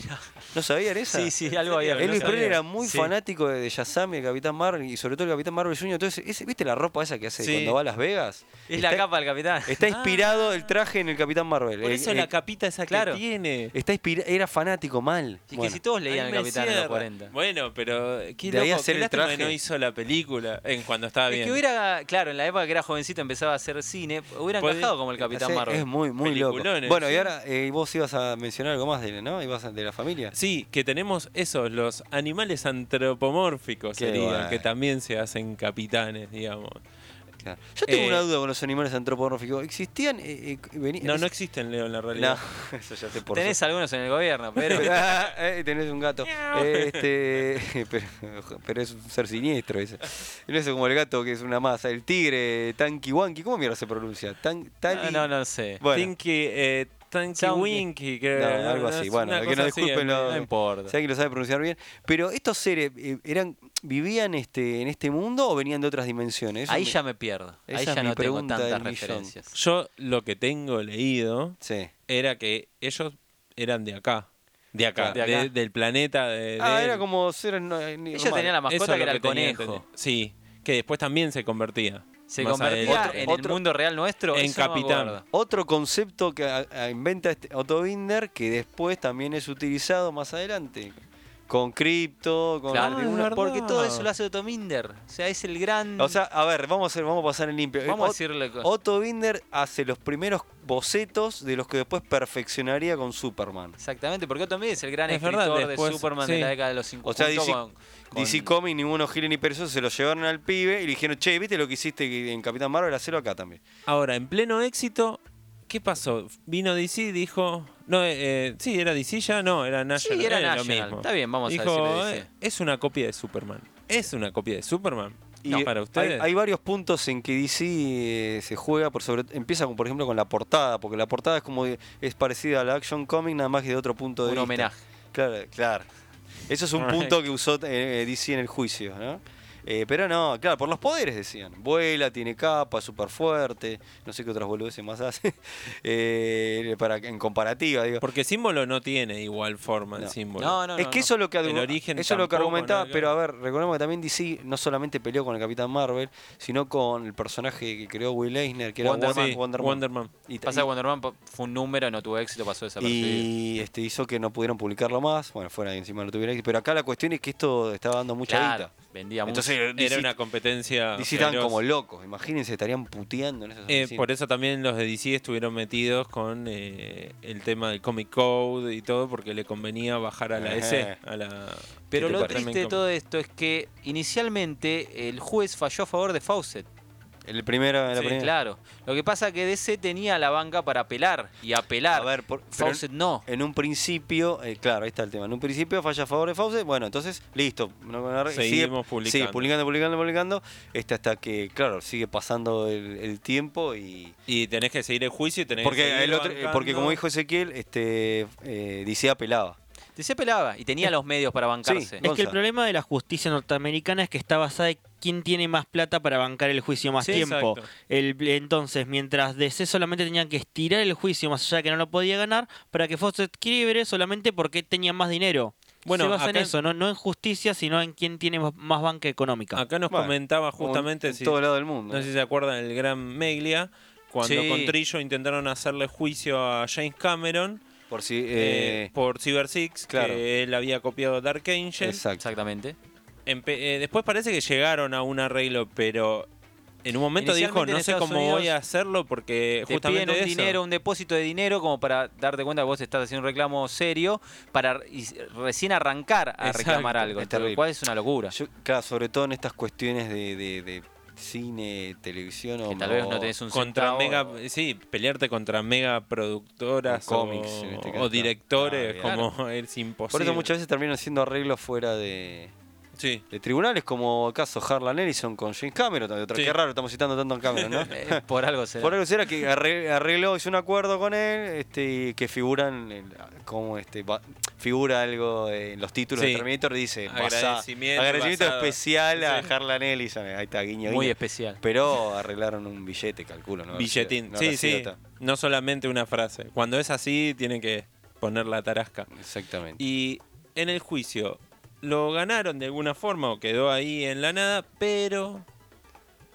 Speaker 2: ¿No sabían esa?
Speaker 4: Sí, sí, algo había.
Speaker 2: Elvis
Speaker 4: pero no
Speaker 2: Presley
Speaker 4: sabía.
Speaker 2: era muy
Speaker 4: Sí.
Speaker 2: fanático de de Shazam y el Capitán Marvel, y sobre todo el Capitán Marvel Jr. Entonces, ese- ¿viste la ropa esa que hace
Speaker 4: Sí.
Speaker 2: cuando va a Las Vegas?
Speaker 4: Es la
Speaker 2: Está-
Speaker 4: capa del capitán.
Speaker 2: Está
Speaker 4: Ah,
Speaker 2: inspirado el traje en el Capitán Marvel.
Speaker 3: Por
Speaker 2: El-
Speaker 3: eso
Speaker 2: el-
Speaker 3: la capita esa
Speaker 4: claro.
Speaker 3: que tiene.
Speaker 2: Está inspira- era fanático mal.
Speaker 4: y que
Speaker 2: Bueno,
Speaker 4: si todos leían
Speaker 3: Ahí
Speaker 4: el
Speaker 3: me
Speaker 4: capitán en los
Speaker 3: cierra.
Speaker 4: 40.
Speaker 3: Bueno, pero eh, qué
Speaker 2: De ahí
Speaker 3: loco,
Speaker 2: hacer
Speaker 3: qué
Speaker 2: el
Speaker 3: lástima que
Speaker 2: traje.
Speaker 3: no hizo la película en cuando estaba
Speaker 4: Es
Speaker 3: bien.
Speaker 4: que hubiera, claro, en la época que era jovencito empezaba a hacer cine, hubiera
Speaker 3: Podría-
Speaker 4: encajado como el Capitán
Speaker 2: sí,
Speaker 4: Marvel.
Speaker 2: Es muy, muy loco.
Speaker 3: Peliculones,
Speaker 2: Bueno, y
Speaker 3: sí.
Speaker 2: ahora eh, vos ibas a mencionar algo más de, ¿no? Ibas a- de la familia.
Speaker 3: Sí, que tenemos esos, los animales antropomórficos
Speaker 2: Qué
Speaker 3: sería,
Speaker 2: guay.
Speaker 3: que también se hacen capitanes, digamos.
Speaker 2: Claro. Yo tengo
Speaker 3: Eh,
Speaker 2: una duda con los animales antropomórficos. ¿Existían? Eh, eh, veni-
Speaker 3: No, no existen, Leo, en la realidad.
Speaker 2: No, eso ya sé por
Speaker 4: Tenés algunos en el gobierno, pero.
Speaker 2: Pero, ah, eh, tenés un gato. Eh, este, pero, pero es un ser siniestro ese. No es como el gato que es una masa. El tigre, tanqui wanqui, ¿cómo mierda se pronuncia? Tan, tali-
Speaker 4: no, no, no sé.
Speaker 2: Bueno,
Speaker 3: Tinky, eh, Tanky
Speaker 4: Soundy.
Speaker 3: Winky, creo.
Speaker 2: No, algo así.
Speaker 3: es
Speaker 2: Bueno,
Speaker 3: una
Speaker 2: que
Speaker 3: cosa
Speaker 2: nos
Speaker 3: así,
Speaker 2: disculpen
Speaker 3: eh,
Speaker 2: los-
Speaker 4: No importa.
Speaker 2: si alguien lo sabe pronunciar bien. Pero estos seres eh, eran, vivían este, en este mundo o venían de otras dimensiones. Eso
Speaker 4: Ahí
Speaker 2: me-
Speaker 4: ya me pierdo.
Speaker 2: esa
Speaker 4: Ahí
Speaker 2: es
Speaker 4: ya
Speaker 2: mi
Speaker 4: no tengo
Speaker 2: pregunta
Speaker 4: tantas
Speaker 2: del millón.
Speaker 4: referencias.
Speaker 3: Yo lo que tengo leído
Speaker 2: Sí.
Speaker 3: era que ellos eran de acá. De acá,
Speaker 4: De acá.
Speaker 3: de- del planeta. De,
Speaker 2: Ah,
Speaker 3: de-
Speaker 2: era como seres. No,
Speaker 4: Ella tenía la
Speaker 3: Eso es
Speaker 4: mascota
Speaker 3: lo
Speaker 4: que era el
Speaker 3: tenía
Speaker 4: conejo.
Speaker 3: entendido. Sí, que después también se convertía.
Speaker 4: Se
Speaker 3: Más
Speaker 4: convertía
Speaker 3: adelante.
Speaker 4: en el mundo real nuestro.
Speaker 3: en
Speaker 4: eso no me
Speaker 3: capitán.
Speaker 4: acuerdo.
Speaker 2: Otro concepto que a- a- inventa este Otto Binder que después también es utilizado más adelante. Con cripto, con
Speaker 4: Claro,
Speaker 2: alguna-
Speaker 3: verdad.
Speaker 4: Ah, porque todo eso lo hace Otto Minder. O sea, es el gran.
Speaker 2: Ah, O sea, a ver, vamos a, hacer- vamos a pasar en limpio.
Speaker 4: vamos a
Speaker 2: Ot-
Speaker 4: decirle. co-
Speaker 2: Otto Binder hace los primeros bocetos de los que después perfeccionaría con Superman.
Speaker 4: Exactamente, porque Otto Minder es el gran
Speaker 3: Es
Speaker 4: escritor
Speaker 3: verdad,
Speaker 4: de
Speaker 3: después-
Speaker 4: Superman
Speaker 3: sí.
Speaker 4: de la década de los 50.
Speaker 2: O sea,
Speaker 4: junto
Speaker 2: DC,
Speaker 4: con- con-
Speaker 2: DC Comics, ninguno Gil ni perezoso, se lo llevaron al pibe y le dijeron, che, ¿viste lo que hiciste en Capitán Marvel? Hacelo acá también.
Speaker 3: Ahora, en pleno éxito, ¿qué pasó? Vino DC y dijo. No, eh, eh, sí, era DC ya, no, era National.
Speaker 4: era
Speaker 3: lo
Speaker 4: National.
Speaker 3: mismo.
Speaker 4: Está bien, vamos a
Speaker 3: dijo,
Speaker 4: decirle DC.
Speaker 3: "Eh, es una copia de Superman. Es una copia de Superman.
Speaker 2: Y
Speaker 3: No,
Speaker 2: eh,
Speaker 3: para
Speaker 2: hay-
Speaker 3: ustedes.
Speaker 2: Hay, varios puntos en que DC eh, se juega, por sobre, empieza con, por ejemplo con la portada, porque la portada es como de- es parecida a la Action Comic, nada más que de otro punto de
Speaker 4: Un
Speaker 2: vista.
Speaker 4: homenaje.
Speaker 2: Claro, claro. Eso es un
Speaker 3: Right.
Speaker 2: punto que usó eh, DC en el juicio, ¿no? Eh, pero no, claro, por los poderes decían. Vuela, tiene capa, súper fuerte, no sé qué otras boludeces más hace. Eh, para, en comparativa, digo.
Speaker 3: Porque símbolo no tiene igual forma
Speaker 2: No.
Speaker 3: el símbolo.
Speaker 4: No, no, no.
Speaker 2: es que
Speaker 4: no.
Speaker 2: eso es lo que,
Speaker 3: El
Speaker 2: argu-
Speaker 3: origen
Speaker 2: eso es lo que
Speaker 3: tampoco,
Speaker 2: argumentaba,
Speaker 3: nada que
Speaker 2: pero a ver, recordemos que también DC no solamente peleó con el Capitán Marvel, sino con el personaje que creó Will Eisner, que era
Speaker 4: Wonder
Speaker 2: Wonder,
Speaker 3: Sí,
Speaker 2: Man, Wonder Man.
Speaker 3: Wonderman.
Speaker 2: Y,
Speaker 4: Pasa que Wonder Man po- fue un número, no tuvo éxito, pasó desapercibido.
Speaker 2: y, este, hizo que no pudieron publicarlo más, bueno, fuera y encima no tuvieron éxito, pero acá la cuestión es que esto estaba dando mucha
Speaker 4: Claro,
Speaker 2: guita.
Speaker 4: vendía mucho.
Speaker 2: Entonces
Speaker 3: Era
Speaker 2: DC
Speaker 3: una competencia.
Speaker 2: DC estaban
Speaker 3: feroz.
Speaker 2: como locos, imagínense, estarían puteando en esas
Speaker 3: Eh,
Speaker 2: oficinas.
Speaker 3: por eso también los de DC estuvieron metidos con eh, el tema del Comic Code y todo, porque le convenía bajar a la
Speaker 2: Ajá.
Speaker 3: DC. A la,
Speaker 4: Pero
Speaker 3: ¿Qué te
Speaker 4: lo
Speaker 3: parece?
Speaker 4: triste de todo esto es que inicialmente el juez falló a favor de Fawcett.
Speaker 2: El primero, Ah, la
Speaker 3: Sí,
Speaker 2: primera.
Speaker 4: Claro. Lo que pasa que DC tenía la banca para apelar y
Speaker 2: A
Speaker 4: apelar.
Speaker 2: ver, por- pero
Speaker 4: Fawcett no.
Speaker 2: en un principio, eh, claro, ahí está el tema. En un principio falla a favor de Fawcett, bueno, entonces listo. no- no- no-
Speaker 3: Seguimos
Speaker 2: Sigue
Speaker 3: publicando.
Speaker 2: publicando, publicando, publicando. Este, hasta que, claro, sigue pasando el, el tiempo y.
Speaker 3: Y tenés que seguir el juicio y tenés que
Speaker 2: Porque,
Speaker 3: seguir
Speaker 2: el otro- eh,
Speaker 3: bancando.
Speaker 2: porque como dijo Ezequiel, este, eh, DC apelaba.
Speaker 4: DC apelaba y tenía los medios para bancarse.
Speaker 2: Sí.
Speaker 5: Es que el
Speaker 2: Gonza.
Speaker 5: problema de la justicia norteamericana es que está basada en quién tiene más plata para bancar el juicio más
Speaker 3: Sí,
Speaker 5: tiempo.
Speaker 3: exacto.
Speaker 5: El, entonces, mientras DC solamente tenían que estirar el juicio más allá de que no lo podía ganar, para que Fawcett quiebre solamente porque tenía más dinero.
Speaker 3: Bueno,
Speaker 5: Bueno, Se basa en
Speaker 3: acá-
Speaker 5: eso, ¿no? no en justicia, sino en quién tiene más- más banca económica.
Speaker 3: Acá nos
Speaker 2: Bueno,
Speaker 3: comentaba
Speaker 2: como
Speaker 3: justamente,
Speaker 2: en
Speaker 3: si,
Speaker 2: todo lado del
Speaker 3: no
Speaker 2: mundo. eh,
Speaker 3: sé si se acuerdan, el gran Meglia, cuando
Speaker 4: Sí.
Speaker 3: con Trillo intentaron hacerle juicio a James Cameron
Speaker 2: Por si.
Speaker 3: eh,
Speaker 2: eh,
Speaker 3: por Cyber Six,
Speaker 2: claro.
Speaker 3: que él había copiado Dark Angel.
Speaker 2: exacto.
Speaker 4: Exactamente.
Speaker 3: Empe- eh, después parece que llegaron a un arreglo, pero en un momento dijo,
Speaker 4: Inicialmente en
Speaker 3: no sé
Speaker 4: Estados
Speaker 3: cómo
Speaker 4: Unidos
Speaker 3: voy a hacerlo porque
Speaker 4: Te piden
Speaker 3: justamente
Speaker 4: un
Speaker 3: eso.
Speaker 4: dinero, un depósito de dinero como para darte cuenta que vos estás haciendo un reclamo serio para y recién arrancar a
Speaker 3: Exacto.
Speaker 4: reclamar algo.
Speaker 2: Es terrible.
Speaker 4: Lo cual es una locura.
Speaker 2: Yo- claro, sobre todo en estas cuestiones de, de- de cine, televisión o
Speaker 4: Que tal vez no tenés un
Speaker 3: contra
Speaker 4: centavo.
Speaker 3: mega sí pelearte contra mega productoras
Speaker 2: O cómics, en este caso.
Speaker 3: o directores
Speaker 2: Ah, bien.
Speaker 3: como es imposible
Speaker 2: Por eso muchas veces terminan siendo arreglos fuera de,
Speaker 3: sí
Speaker 2: de tribunales, como el caso Harlan Ellison con James Cameron. de otra-
Speaker 3: Sí.
Speaker 2: Qué raro, estamos citando tanto a Cameron, ¿no?
Speaker 4: Eh, por algo será.
Speaker 2: Por algo será que arre- arregló, hizo un acuerdo con él, este, y que figuran el- como este va- figura algo en los títulos
Speaker 3: Sí.
Speaker 2: de Terminator dice basa-
Speaker 3: Agradecimiento
Speaker 2: agradecimiento
Speaker 3: basado.
Speaker 2: especial a
Speaker 3: Sí.
Speaker 2: Harlan Ellison, ahí está guiño,
Speaker 4: Muy
Speaker 2: guiño.
Speaker 4: especial.
Speaker 2: Pero arreglaron un billete, calculo,
Speaker 4: Ah,
Speaker 2: ¿no?
Speaker 3: billetín
Speaker 2: No habrá
Speaker 3: sí
Speaker 2: sido
Speaker 3: sí
Speaker 2: ta-
Speaker 3: no solamente una frase cuando es así tiene que poner la tarasca
Speaker 2: Exactamente.
Speaker 3: y en el juicio lo ganaron de alguna forma o quedó ahí en la nada pero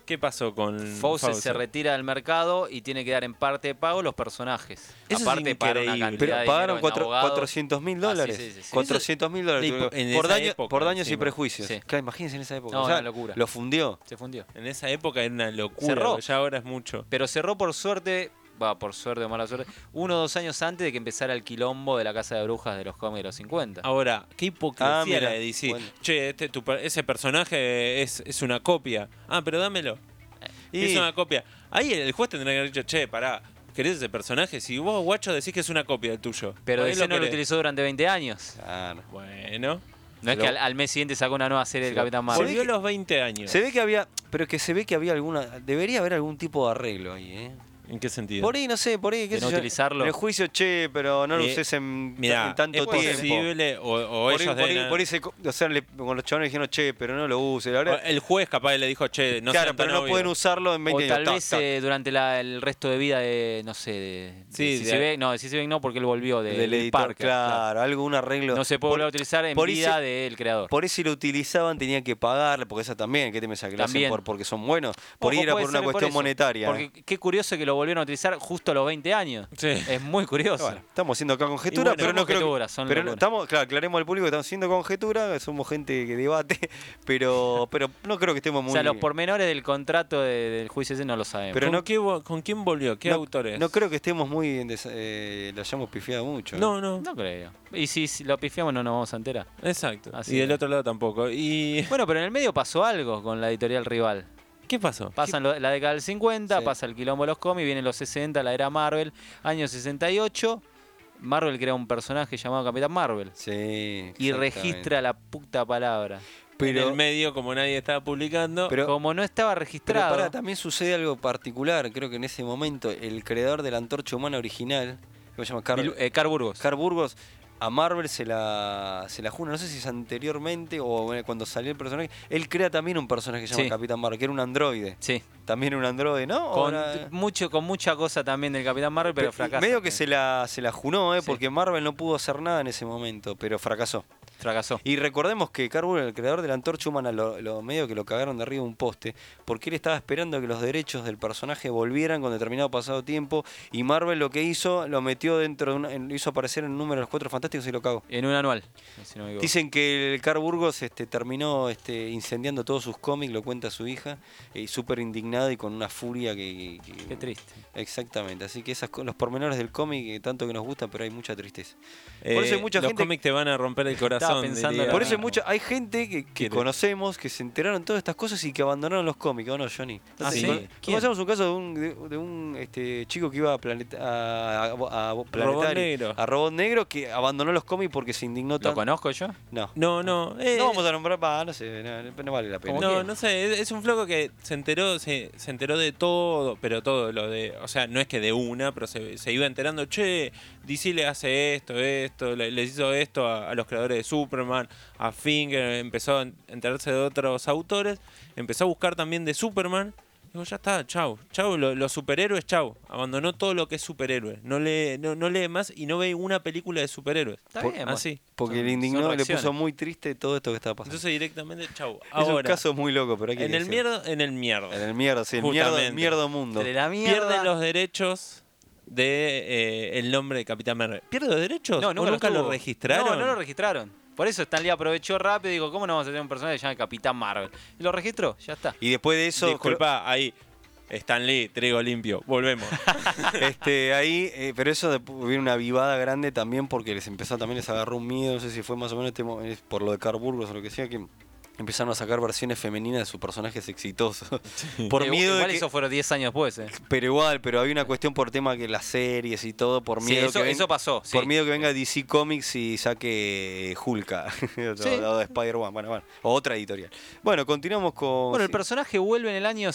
Speaker 3: qué pasó con
Speaker 4: Fawcett se
Speaker 3: Fawcett?
Speaker 4: retira del mercado y tiene que dar en parte de pago los personajes.
Speaker 3: Eso es
Speaker 4: Aparte, pagaron una
Speaker 3: increíble.
Speaker 4: cantidad
Speaker 2: Pero
Speaker 4: de
Speaker 2: pagaron
Speaker 4: dinero en
Speaker 2: cuatro-
Speaker 4: abogados.
Speaker 2: 400 mil dólares.
Speaker 4: Ah, sí, sí, sí, sí.
Speaker 2: 400 mil dólares.
Speaker 3: Sí,
Speaker 2: tuvieron-
Speaker 3: en
Speaker 2: por
Speaker 3: esa
Speaker 2: daño-
Speaker 3: época,
Speaker 2: por daños y
Speaker 3: encima.
Speaker 2: prejuicios.
Speaker 4: Sí.
Speaker 2: Claro, imagínense en esa época.
Speaker 4: No,
Speaker 2: o sea,
Speaker 4: una locura.
Speaker 2: Lo fundió.
Speaker 4: Se fundió.
Speaker 3: en esa época era una locura
Speaker 4: Cerró.
Speaker 3: ya ahora es mucho
Speaker 4: Pero cerró por suerte, va, por suerte o mala suerte, uno o dos años antes de que empezara el quilombo de la casa de brujas de los cómics de los 50.
Speaker 3: Ahora, qué hipocresía
Speaker 2: Ah, mira,
Speaker 3: la de DC.
Speaker 2: bueno.
Speaker 3: Che, este, tu per- ese personaje es, es una copia. Ah, pero dámelo.
Speaker 2: Y-
Speaker 3: Es una copia. Ahí el, el juez tendría que haber dicho, che, pará, ¿querés ese personaje? Si vos, guacho, decís que es una copia del tuyo.
Speaker 4: Pero
Speaker 3: ¿por qué
Speaker 4: DC no lo
Speaker 3: querés?
Speaker 4: utilizó durante 20 años.
Speaker 2: Claro.
Speaker 3: Bueno.
Speaker 4: No es que al, al mes siguiente sacó una nueva serie del Capitán Marvel.
Speaker 3: Volvió a los 20 años.
Speaker 2: Se ve que había, pero que se ve que había alguna, debería haber algún tipo de arreglo ahí, ¿eh?
Speaker 3: ¿En qué sentido?
Speaker 2: Por ahí, no sé, por ahí, qué
Speaker 4: De
Speaker 2: sé
Speaker 4: no
Speaker 2: yo.
Speaker 4: utilizarlo.
Speaker 2: En el juicio, che, pero no lo
Speaker 3: Eh,
Speaker 2: uses en,
Speaker 3: Mirá,
Speaker 2: en tanto
Speaker 3: es
Speaker 2: tiempo.
Speaker 3: posible, o, o
Speaker 2: Por ahí,
Speaker 3: ellos
Speaker 2: por ahí-
Speaker 3: deben-
Speaker 2: por ahí se co- o sea, le- con los chavales dijeron, che, pero no lo uses. La verdad,
Speaker 4: eh,
Speaker 3: el juez capaz le dijo, che, no
Speaker 2: claro,
Speaker 3: sean tan
Speaker 2: pero no
Speaker 3: obvios.
Speaker 2: pueden usarlo en
Speaker 4: O
Speaker 2: 20 años.
Speaker 4: tal
Speaker 2: Tac,
Speaker 4: vez
Speaker 2: tac.
Speaker 4: eh, durante la- el resto de vida de, no sé, de, de
Speaker 3: Sí,
Speaker 4: CC
Speaker 3: de-
Speaker 4: Beck. No, de CC Beck no, porque él volvió de,
Speaker 2: del
Speaker 4: Bill
Speaker 2: editor,
Speaker 4: Parker,
Speaker 2: claro, algún arreglo.
Speaker 4: No se puede
Speaker 2: Por-
Speaker 4: volver a utilizar en
Speaker 2: por ahí
Speaker 4: vida
Speaker 2: se-
Speaker 4: del creador.
Speaker 2: Por eso si lo utilizaban tenían que pagarle, porque esa también, ¿qué te me que lo hacen
Speaker 4: También.
Speaker 2: por, porque son buenos? Por
Speaker 4: O-
Speaker 2: ahí
Speaker 4: o
Speaker 2: era
Speaker 4: puede
Speaker 2: por una
Speaker 4: ser
Speaker 2: cuestión
Speaker 4: eso,
Speaker 2: monetaria. ¿eh?
Speaker 4: Porque qué curioso que lo volvieron a utilizar justo a los 20 años.
Speaker 3: Sí.
Speaker 4: Es muy curioso.
Speaker 2: Bueno, estamos haciendo acá conjetura,
Speaker 4: Y bueno,
Speaker 2: pero
Speaker 4: son
Speaker 2: no creo. que-
Speaker 4: conjeturas, son
Speaker 2: pero no-
Speaker 4: locuras.
Speaker 2: estamos, claro, aclaremos al público que estamos haciendo conjetura, somos gente que debate, pero, pero no creo que estemos muy.
Speaker 4: o sea, los pormenores del contrato de- del juicio ese no lo sabemos.
Speaker 2: Pero
Speaker 3: ¿Con,
Speaker 2: no-
Speaker 3: qué vo- ¿Con quién volvió? ¿Qué
Speaker 2: no,
Speaker 3: autores?
Speaker 2: No creo que estemos muy. en desa- eh, lo hayamos pifiado mucho. ¿eh?
Speaker 3: no, no.
Speaker 4: no creo. Y si, si lo pifiamos no nos vamos a enterar.
Speaker 3: Exacto.
Speaker 4: Así
Speaker 3: y del
Speaker 4: es.
Speaker 3: otro lado tampoco. ¿Y
Speaker 4: Bueno, pero en el medio pasó algo con la editorial rival.
Speaker 3: qué pasó?
Speaker 4: Pasan lo- la década del 50,
Speaker 2: Sí.
Speaker 4: pasa el quilombo de los cómics, vienen los 60, la era Marvel, año 68. Marvel crea un personaje llamado Capitán Marvel.
Speaker 2: Sí.
Speaker 4: Y
Speaker 2: exactamente.
Speaker 4: registra la puta palabra.
Speaker 3: en
Speaker 2: Pero,
Speaker 3: el medio, como nadie estaba publicando.
Speaker 2: Pero-
Speaker 4: Como no estaba
Speaker 2: pero
Speaker 4: registrado.
Speaker 2: pará, también sucede algo particular. Creo que en ese momento el creador de la antorcha humana original, ¿cómo se llama? Carl-
Speaker 4: Bill- eh, Carl Burgos.
Speaker 2: Oscar Burgos a Marvel se la, se la juna, no sé si es anteriormente o bueno, cuando salió el personaje. Él crea también un personaje que se llama
Speaker 4: Sí.
Speaker 2: Capitán Marvel, que era un androide.
Speaker 4: sí.
Speaker 2: También un androide, ¿no? ¿O
Speaker 4: Con,
Speaker 2: era-
Speaker 4: mucho, con mucha cosa también del Capitán Marvel, pero
Speaker 2: eh. Pe-
Speaker 4: fracasa.
Speaker 2: Medio que se la, se la junó, ¿eh?
Speaker 4: Sí.
Speaker 2: porque Marvel no pudo hacer nada en ese momento, pero fracasó.
Speaker 4: Fracasó.
Speaker 2: Y recordemos que Carl el creador de la antorcha humana, lo, lo- medio que lo cagaron de arriba de un poste, porque él estaba esperando que los derechos del personaje volvieran con determinado pasado tiempo, y Marvel lo que hizo, lo metió dentro de una- en- lo hizo aparecer en un número de los cuatro fantásticos y lo cagó.
Speaker 4: En un anual. si no me equivoco.
Speaker 2: Dicen que el Car Burgos este, terminó este, incendiando todos sus cómics, lo cuenta su hija, eh, súper indignada y con una furia que, que-
Speaker 4: Qué triste.
Speaker 2: Exactamente, así que esas, co- los pormenores del cómic, eh, tanto que nos gustan, pero hay mucha tristeza. Por eso hay mucha
Speaker 3: Eh, los
Speaker 2: gente-
Speaker 3: cómics te van a romper el corazón.
Speaker 4: pensando
Speaker 3: diría.
Speaker 4: en la-
Speaker 2: Por eso hay,
Speaker 4: no.
Speaker 2: mucha, hay gente que, que
Speaker 3: Quiere-
Speaker 2: conocemos, que se enteraron de todas estas cosas y que abandonaron los cómics, ¿o no, Johnny?
Speaker 3: Ah,
Speaker 2: Entonces,
Speaker 3: ¿sí?
Speaker 2: con-
Speaker 3: ¿Quién?
Speaker 2: Conocemos un caso de un, de, de un este, chico que iba a, Planeta- a, a- a- Planetario,
Speaker 3: Negro.
Speaker 2: a Robot Negro, que abandonó los cómics porque se indignó
Speaker 4: ¿Lo
Speaker 2: tanto.
Speaker 4: conozco yo?
Speaker 2: No.
Speaker 3: No, no. eh,
Speaker 2: No vamos a nombrar, va, no sé, no, no- no vale la pena.
Speaker 4: ¿Cómo
Speaker 3: no,
Speaker 4: quieras.
Speaker 3: no sé, es, es un floco que se enteró, se, se enteró de todo, pero todo lo de, o sea, no es que de una, pero se, se iba enterando, che, DC le hace esto, esto, le- les hizo esto a, a los creadores de Superman, a Finger, empezó a en- enterarse de otros autores, empezó a buscar también de Superman, digo, ya está, chau, chau, lo- los superhéroes, chau, abandonó todo lo que es superhéroes, no lee, no, no lee más y no ve una película de superhéroes.
Speaker 4: Está bien, bueno.
Speaker 3: así.
Speaker 2: Porque
Speaker 4: Son-
Speaker 2: le indignó,
Speaker 4: son
Speaker 2: le puso
Speaker 4: reacciones.
Speaker 2: muy triste todo esto que estaba pasando.
Speaker 3: Entonces directamente, chau.
Speaker 2: es
Speaker 3: Ahora,
Speaker 2: un caso muy loco, pero hay que
Speaker 3: Ah, en el
Speaker 2: decirlo.
Speaker 3: mierdo, en el mierdo.
Speaker 2: En el mierda, sí, el mierdo, el
Speaker 3: Justamente.
Speaker 2: mierdo mundo.
Speaker 4: De la mierda.
Speaker 3: pierde los derechos de eh, el nombre de Capitán Marvel. ¿Pierde los derechos?
Speaker 4: No,
Speaker 3: ¿O
Speaker 4: nunca,
Speaker 3: nunca lo
Speaker 4: tuvo.
Speaker 3: registraron?
Speaker 4: No, no lo registraron. Por eso Stan Lee aprovechó rápido y dijo, ¿cómo no vamos a tener un personaje que se llama Capitán Marvel? Y lo registró, ya está.
Speaker 2: Y después de eso,
Speaker 3: Disculpa, ahí. Stan Lee, trigo limpio. Volvemos.
Speaker 2: este, ahí, eh, pero eso de- hubo una vivada grande también porque les empezó, también les agarró un miedo, no sé si fue más o menos este mo- es por lo de Carl Burgos o lo que sea, que empezaron a sacar versiones femeninas de sus personajes exitosos. Por
Speaker 4: Igual-
Speaker 2: miedo de
Speaker 4: Igual
Speaker 2: que-
Speaker 4: eso fueron 10 años después, ¿eh?
Speaker 2: pero igual, pero había una cuestión por tema que las series y todo, por
Speaker 4: Sí,
Speaker 2: miedo
Speaker 4: eso-
Speaker 2: que ven-
Speaker 4: eso pasó, sí.
Speaker 2: Por miedo que venga DC Comics y saque Hulka o, o de Spider-Man, bueno, bueno, o otra editorial. Bueno, continuamos con
Speaker 4: Bueno, el
Speaker 2: Oh, sí.
Speaker 4: personaje vuelve en el año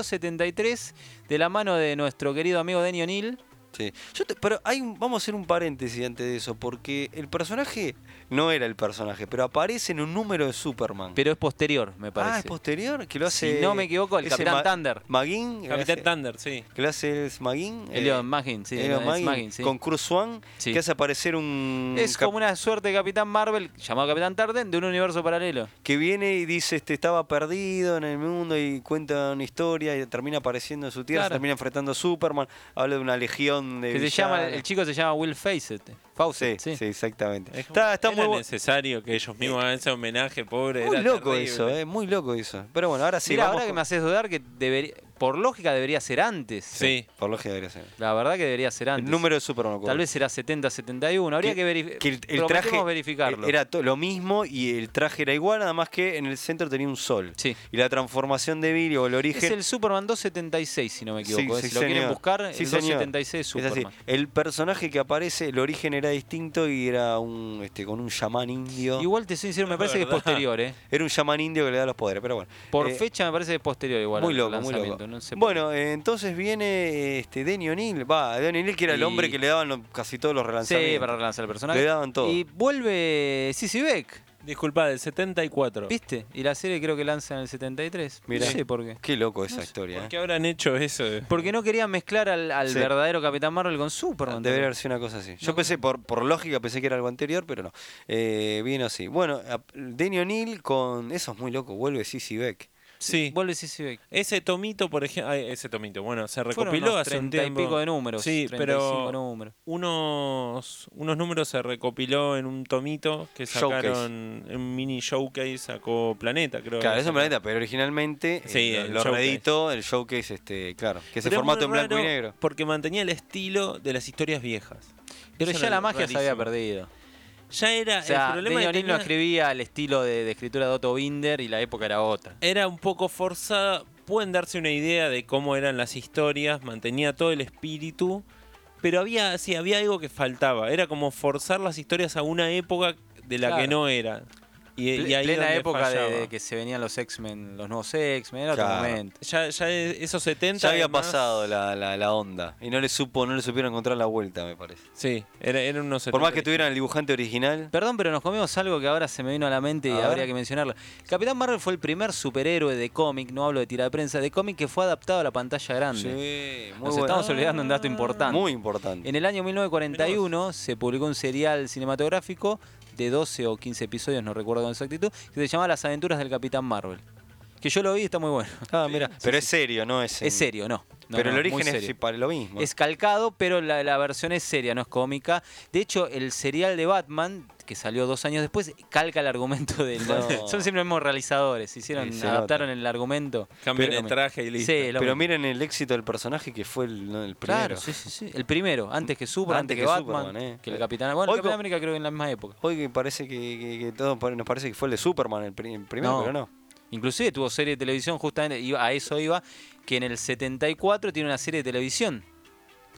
Speaker 4: 72-73 de la mano de nuestro querido amigo Denny O'Neill.
Speaker 2: Sí. Yo te- pero hay un- vamos a hacer un paréntesis antes de eso, porque el personaje no era el personaje, pero aparece en un número de Superman.
Speaker 4: Pero es posterior, me parece.
Speaker 2: ah, es posterior, que lo hace.
Speaker 4: Si no me equivoco, el
Speaker 2: ese
Speaker 4: Capitán Thunder.
Speaker 2: Magin. que lo
Speaker 3: Capitán
Speaker 2: hace-
Speaker 3: Thunder, sí.
Speaker 2: eh, Que lo hace es Magin. eh,
Speaker 4: Elliot Magin, sí,
Speaker 2: Elliot
Speaker 4: es
Speaker 2: Magin,
Speaker 4: Magin, sí.
Speaker 2: Con Cruz Swan,
Speaker 4: Sí.
Speaker 2: que hace aparecer un.
Speaker 4: Es
Speaker 2: Mm, cap-
Speaker 4: como una suerte de Capitán Marvel, llamado Capitán Tarden, de un universo paralelo.
Speaker 2: Que viene y dice, este, estaba perdido en el mundo y cuenta una historia y termina apareciendo en su tierra,
Speaker 4: Claro.
Speaker 2: termina enfrentando a Superman, habla de una legión de...
Speaker 4: Que se llama, el
Speaker 2: villanos.
Speaker 4: chico se llama Will Facet. Fawcett,
Speaker 2: sí,
Speaker 4: sí.
Speaker 2: sí, exactamente. Está, está
Speaker 3: era
Speaker 2: muy, bu-
Speaker 3: necesario que ellos mismos hagan ese homenaje, pobre.
Speaker 2: muy
Speaker 3: era
Speaker 2: loco
Speaker 3: terrible.
Speaker 2: eso, eh, muy loco eso. Pero bueno, ahora sí,
Speaker 4: Mirá,
Speaker 2: vamos
Speaker 4: ahora que
Speaker 2: con-
Speaker 4: me haces dudar que debería, por lógica debería ser antes.
Speaker 3: Sí.
Speaker 2: Por lógica debería ser.
Speaker 4: La verdad que debería ser antes.
Speaker 2: El número de Superman.
Speaker 4: Tal vez será 70-71. Habría que, verificar.
Speaker 2: el, el traje e-,
Speaker 4: verificarlo.
Speaker 2: Era to- lo mismo y el traje era igual, nada más que en el centro tenía un sol.
Speaker 4: Sí.
Speaker 2: Y la transformación de Billy o el
Speaker 4: es
Speaker 2: origen...
Speaker 4: el Superman 276, si no me
Speaker 2: Sí,
Speaker 4: equivoco. eh.
Speaker 2: sí,
Speaker 4: si lo quieren
Speaker 2: señor.
Speaker 4: buscar,
Speaker 2: Sí,
Speaker 4: el
Speaker 2: señor.
Speaker 4: 276
Speaker 2: Es así.
Speaker 4: Superman.
Speaker 2: El personaje que aparece, el origen era distinto y era un este con un chamán indio.
Speaker 4: Igual te soy sincero, me
Speaker 3: Es
Speaker 4: parece que es
Speaker 3: verdad.
Speaker 4: posterior, ¿eh?
Speaker 2: Era un chamán indio que le da los poderes, pero bueno.
Speaker 4: Por
Speaker 2: Eh,
Speaker 4: fecha me parece que es posterior igual.
Speaker 2: muy
Speaker 4: al
Speaker 2: loco, muy
Speaker 4: lanzamiento,
Speaker 2: loco.
Speaker 4: no sé por qué.
Speaker 2: bueno, eh, entonces viene este Denny O'Neill, va, Denny O'Neill que era el
Speaker 4: Y-
Speaker 2: hombre que le daban lo- casi todos los relanzamientos.
Speaker 4: Sí, para relanzar el personaje.
Speaker 2: Le daban todo.
Speaker 4: Y vuelve Sissy Beck,
Speaker 3: Disculpa, del 74.
Speaker 4: ¿viste? Y la serie creo que lanza en el 73.
Speaker 2: Mirá.
Speaker 4: No sé por qué.
Speaker 2: Qué loco esa historia.
Speaker 3: ¿Por
Speaker 2: eh.
Speaker 3: qué habrán hecho eso?
Speaker 4: Porque no querían mezclar al, al
Speaker 2: Sí.
Speaker 4: verdadero Capitán Marvel con Superman.
Speaker 2: Debería haber sido una cosa así. Yo pensé, por, por lógica, pensé que era algo anterior, pero no. Eh, vino así. Bueno, a- Denny O'Neill con. Eso es muy loco, vuelve Sissy Beck.
Speaker 3: Sí.
Speaker 4: Vuelve Sissy Beck.
Speaker 3: Ese tomito, por ejemplo, ese tomito, bueno, se
Speaker 4: Fueron
Speaker 3: recopiló
Speaker 4: unos
Speaker 3: hace un
Speaker 4: 30 y
Speaker 3: tiempo.
Speaker 4: pico de números,
Speaker 3: Sí,
Speaker 4: 35
Speaker 3: pero
Speaker 4: números.
Speaker 3: unos unos números se recopiló en un tomito que
Speaker 2: Showcase.
Speaker 3: sacaron en un mini showcase sacó Planeta, creo.
Speaker 2: Claro, eso
Speaker 3: que
Speaker 2: es
Speaker 3: se
Speaker 2: planeta, pero originalmente
Speaker 3: Sí,
Speaker 2: eh,
Speaker 3: el
Speaker 2: lo
Speaker 3: showcase.
Speaker 2: reeditó el showcase, este, claro, que ese
Speaker 3: Pero es
Speaker 2: formato en
Speaker 3: muy
Speaker 2: blanco y
Speaker 3: raro
Speaker 2: negro.
Speaker 3: Porque mantenía el estilo de las historias viejas.
Speaker 4: Pero
Speaker 3: Eso
Speaker 4: ya
Speaker 3: era
Speaker 4: la magia se había
Speaker 3: rarísimo.
Speaker 4: perdido.
Speaker 3: Ya era.
Speaker 4: O sea,
Speaker 3: Ah, el problema
Speaker 4: Daniel
Speaker 3: que
Speaker 4: O'Neill no
Speaker 3: tenía
Speaker 4: escribía al estilo de, de escritura de Otto Binder y la época era otra.
Speaker 3: era un poco forzada. Pueden darse una idea de cómo eran las historias, mantenía todo el espíritu, pero había, sí, había algo que faltaba. Era como forzar las historias a una época de la que
Speaker 4: Claro.
Speaker 3: no era. Y,
Speaker 4: Ple-
Speaker 3: y ahí
Speaker 4: plena
Speaker 3: donde
Speaker 4: época de,
Speaker 3: fallaba.
Speaker 4: de que se venían los X-Men, los nuevos X-Men, era otro
Speaker 2: Claro.
Speaker 4: momento.
Speaker 3: Ya, ya e- esos 70.
Speaker 2: Ya había
Speaker 3: además-
Speaker 2: pasado la, la- la onda y no le supo, no le supieron encontrar la vuelta, me parece.
Speaker 3: Sí, era, eran unos 70.
Speaker 2: Por más que tuvieran el dibujante original,
Speaker 4: Perdón, pero nos comimos algo que ahora se me vino a la mente y
Speaker 2: A ver.
Speaker 4: habría que mencionarlo. Capitán Marvel fue el primer superhéroe de cómic, no hablo de tira de prensa, de cómic que fue adaptado a la pantalla grande.
Speaker 2: sí, muy
Speaker 4: Nos
Speaker 2: bueno.
Speaker 4: estamos olvidando un dato importante.
Speaker 2: Muy importante.
Speaker 4: En el año 1941 se publicó un serial cinematográfico de 12 o 15 episodios, no recuerdo con exactitud, que se llamaba Las aventuras del Capitán Marvel. Que yo lo vi y está muy bueno.
Speaker 2: Ah, mira, pero es serio, no es. en-
Speaker 4: Es serio, no. No,
Speaker 2: pero
Speaker 4: no,
Speaker 2: el
Speaker 4: muy
Speaker 2: origen es
Speaker 4: serio.
Speaker 2: para lo mismo.
Speaker 4: Es calcado, pero la, la versión es seria, no es cómica. De hecho, el serial de Batman, que salió dos años después, calca el argumento del.
Speaker 2: No.
Speaker 4: Son siempre los mismos realizadores. Hicieron,
Speaker 2: Sí, se
Speaker 4: adaptaron el argumento.
Speaker 3: Cambian
Speaker 4: Pero-
Speaker 3: el traje y listo.
Speaker 4: Sí, lo
Speaker 2: pero
Speaker 4: mismo.
Speaker 2: miren el éxito del personaje que fue el, no, el primero.
Speaker 4: Claro, sí, sí, sí. El primero, antes que Superman,
Speaker 2: Antes
Speaker 4: antes,
Speaker 2: que
Speaker 4: que, Batman,
Speaker 2: Superman, eh.
Speaker 4: que el Capitán. Bueno,
Speaker 2: Hoy
Speaker 4: el Capitán
Speaker 2: co-
Speaker 4: América creo que en la misma época.
Speaker 2: Hoy que parece que, que- que todo pare- nos parece que fue el de Superman el, pri- el primero,
Speaker 4: No.
Speaker 2: pero no.
Speaker 4: Inclusive tuvo serie de televisión, justamente iba, a eso iba, que en el 74 tiene una serie de televisión.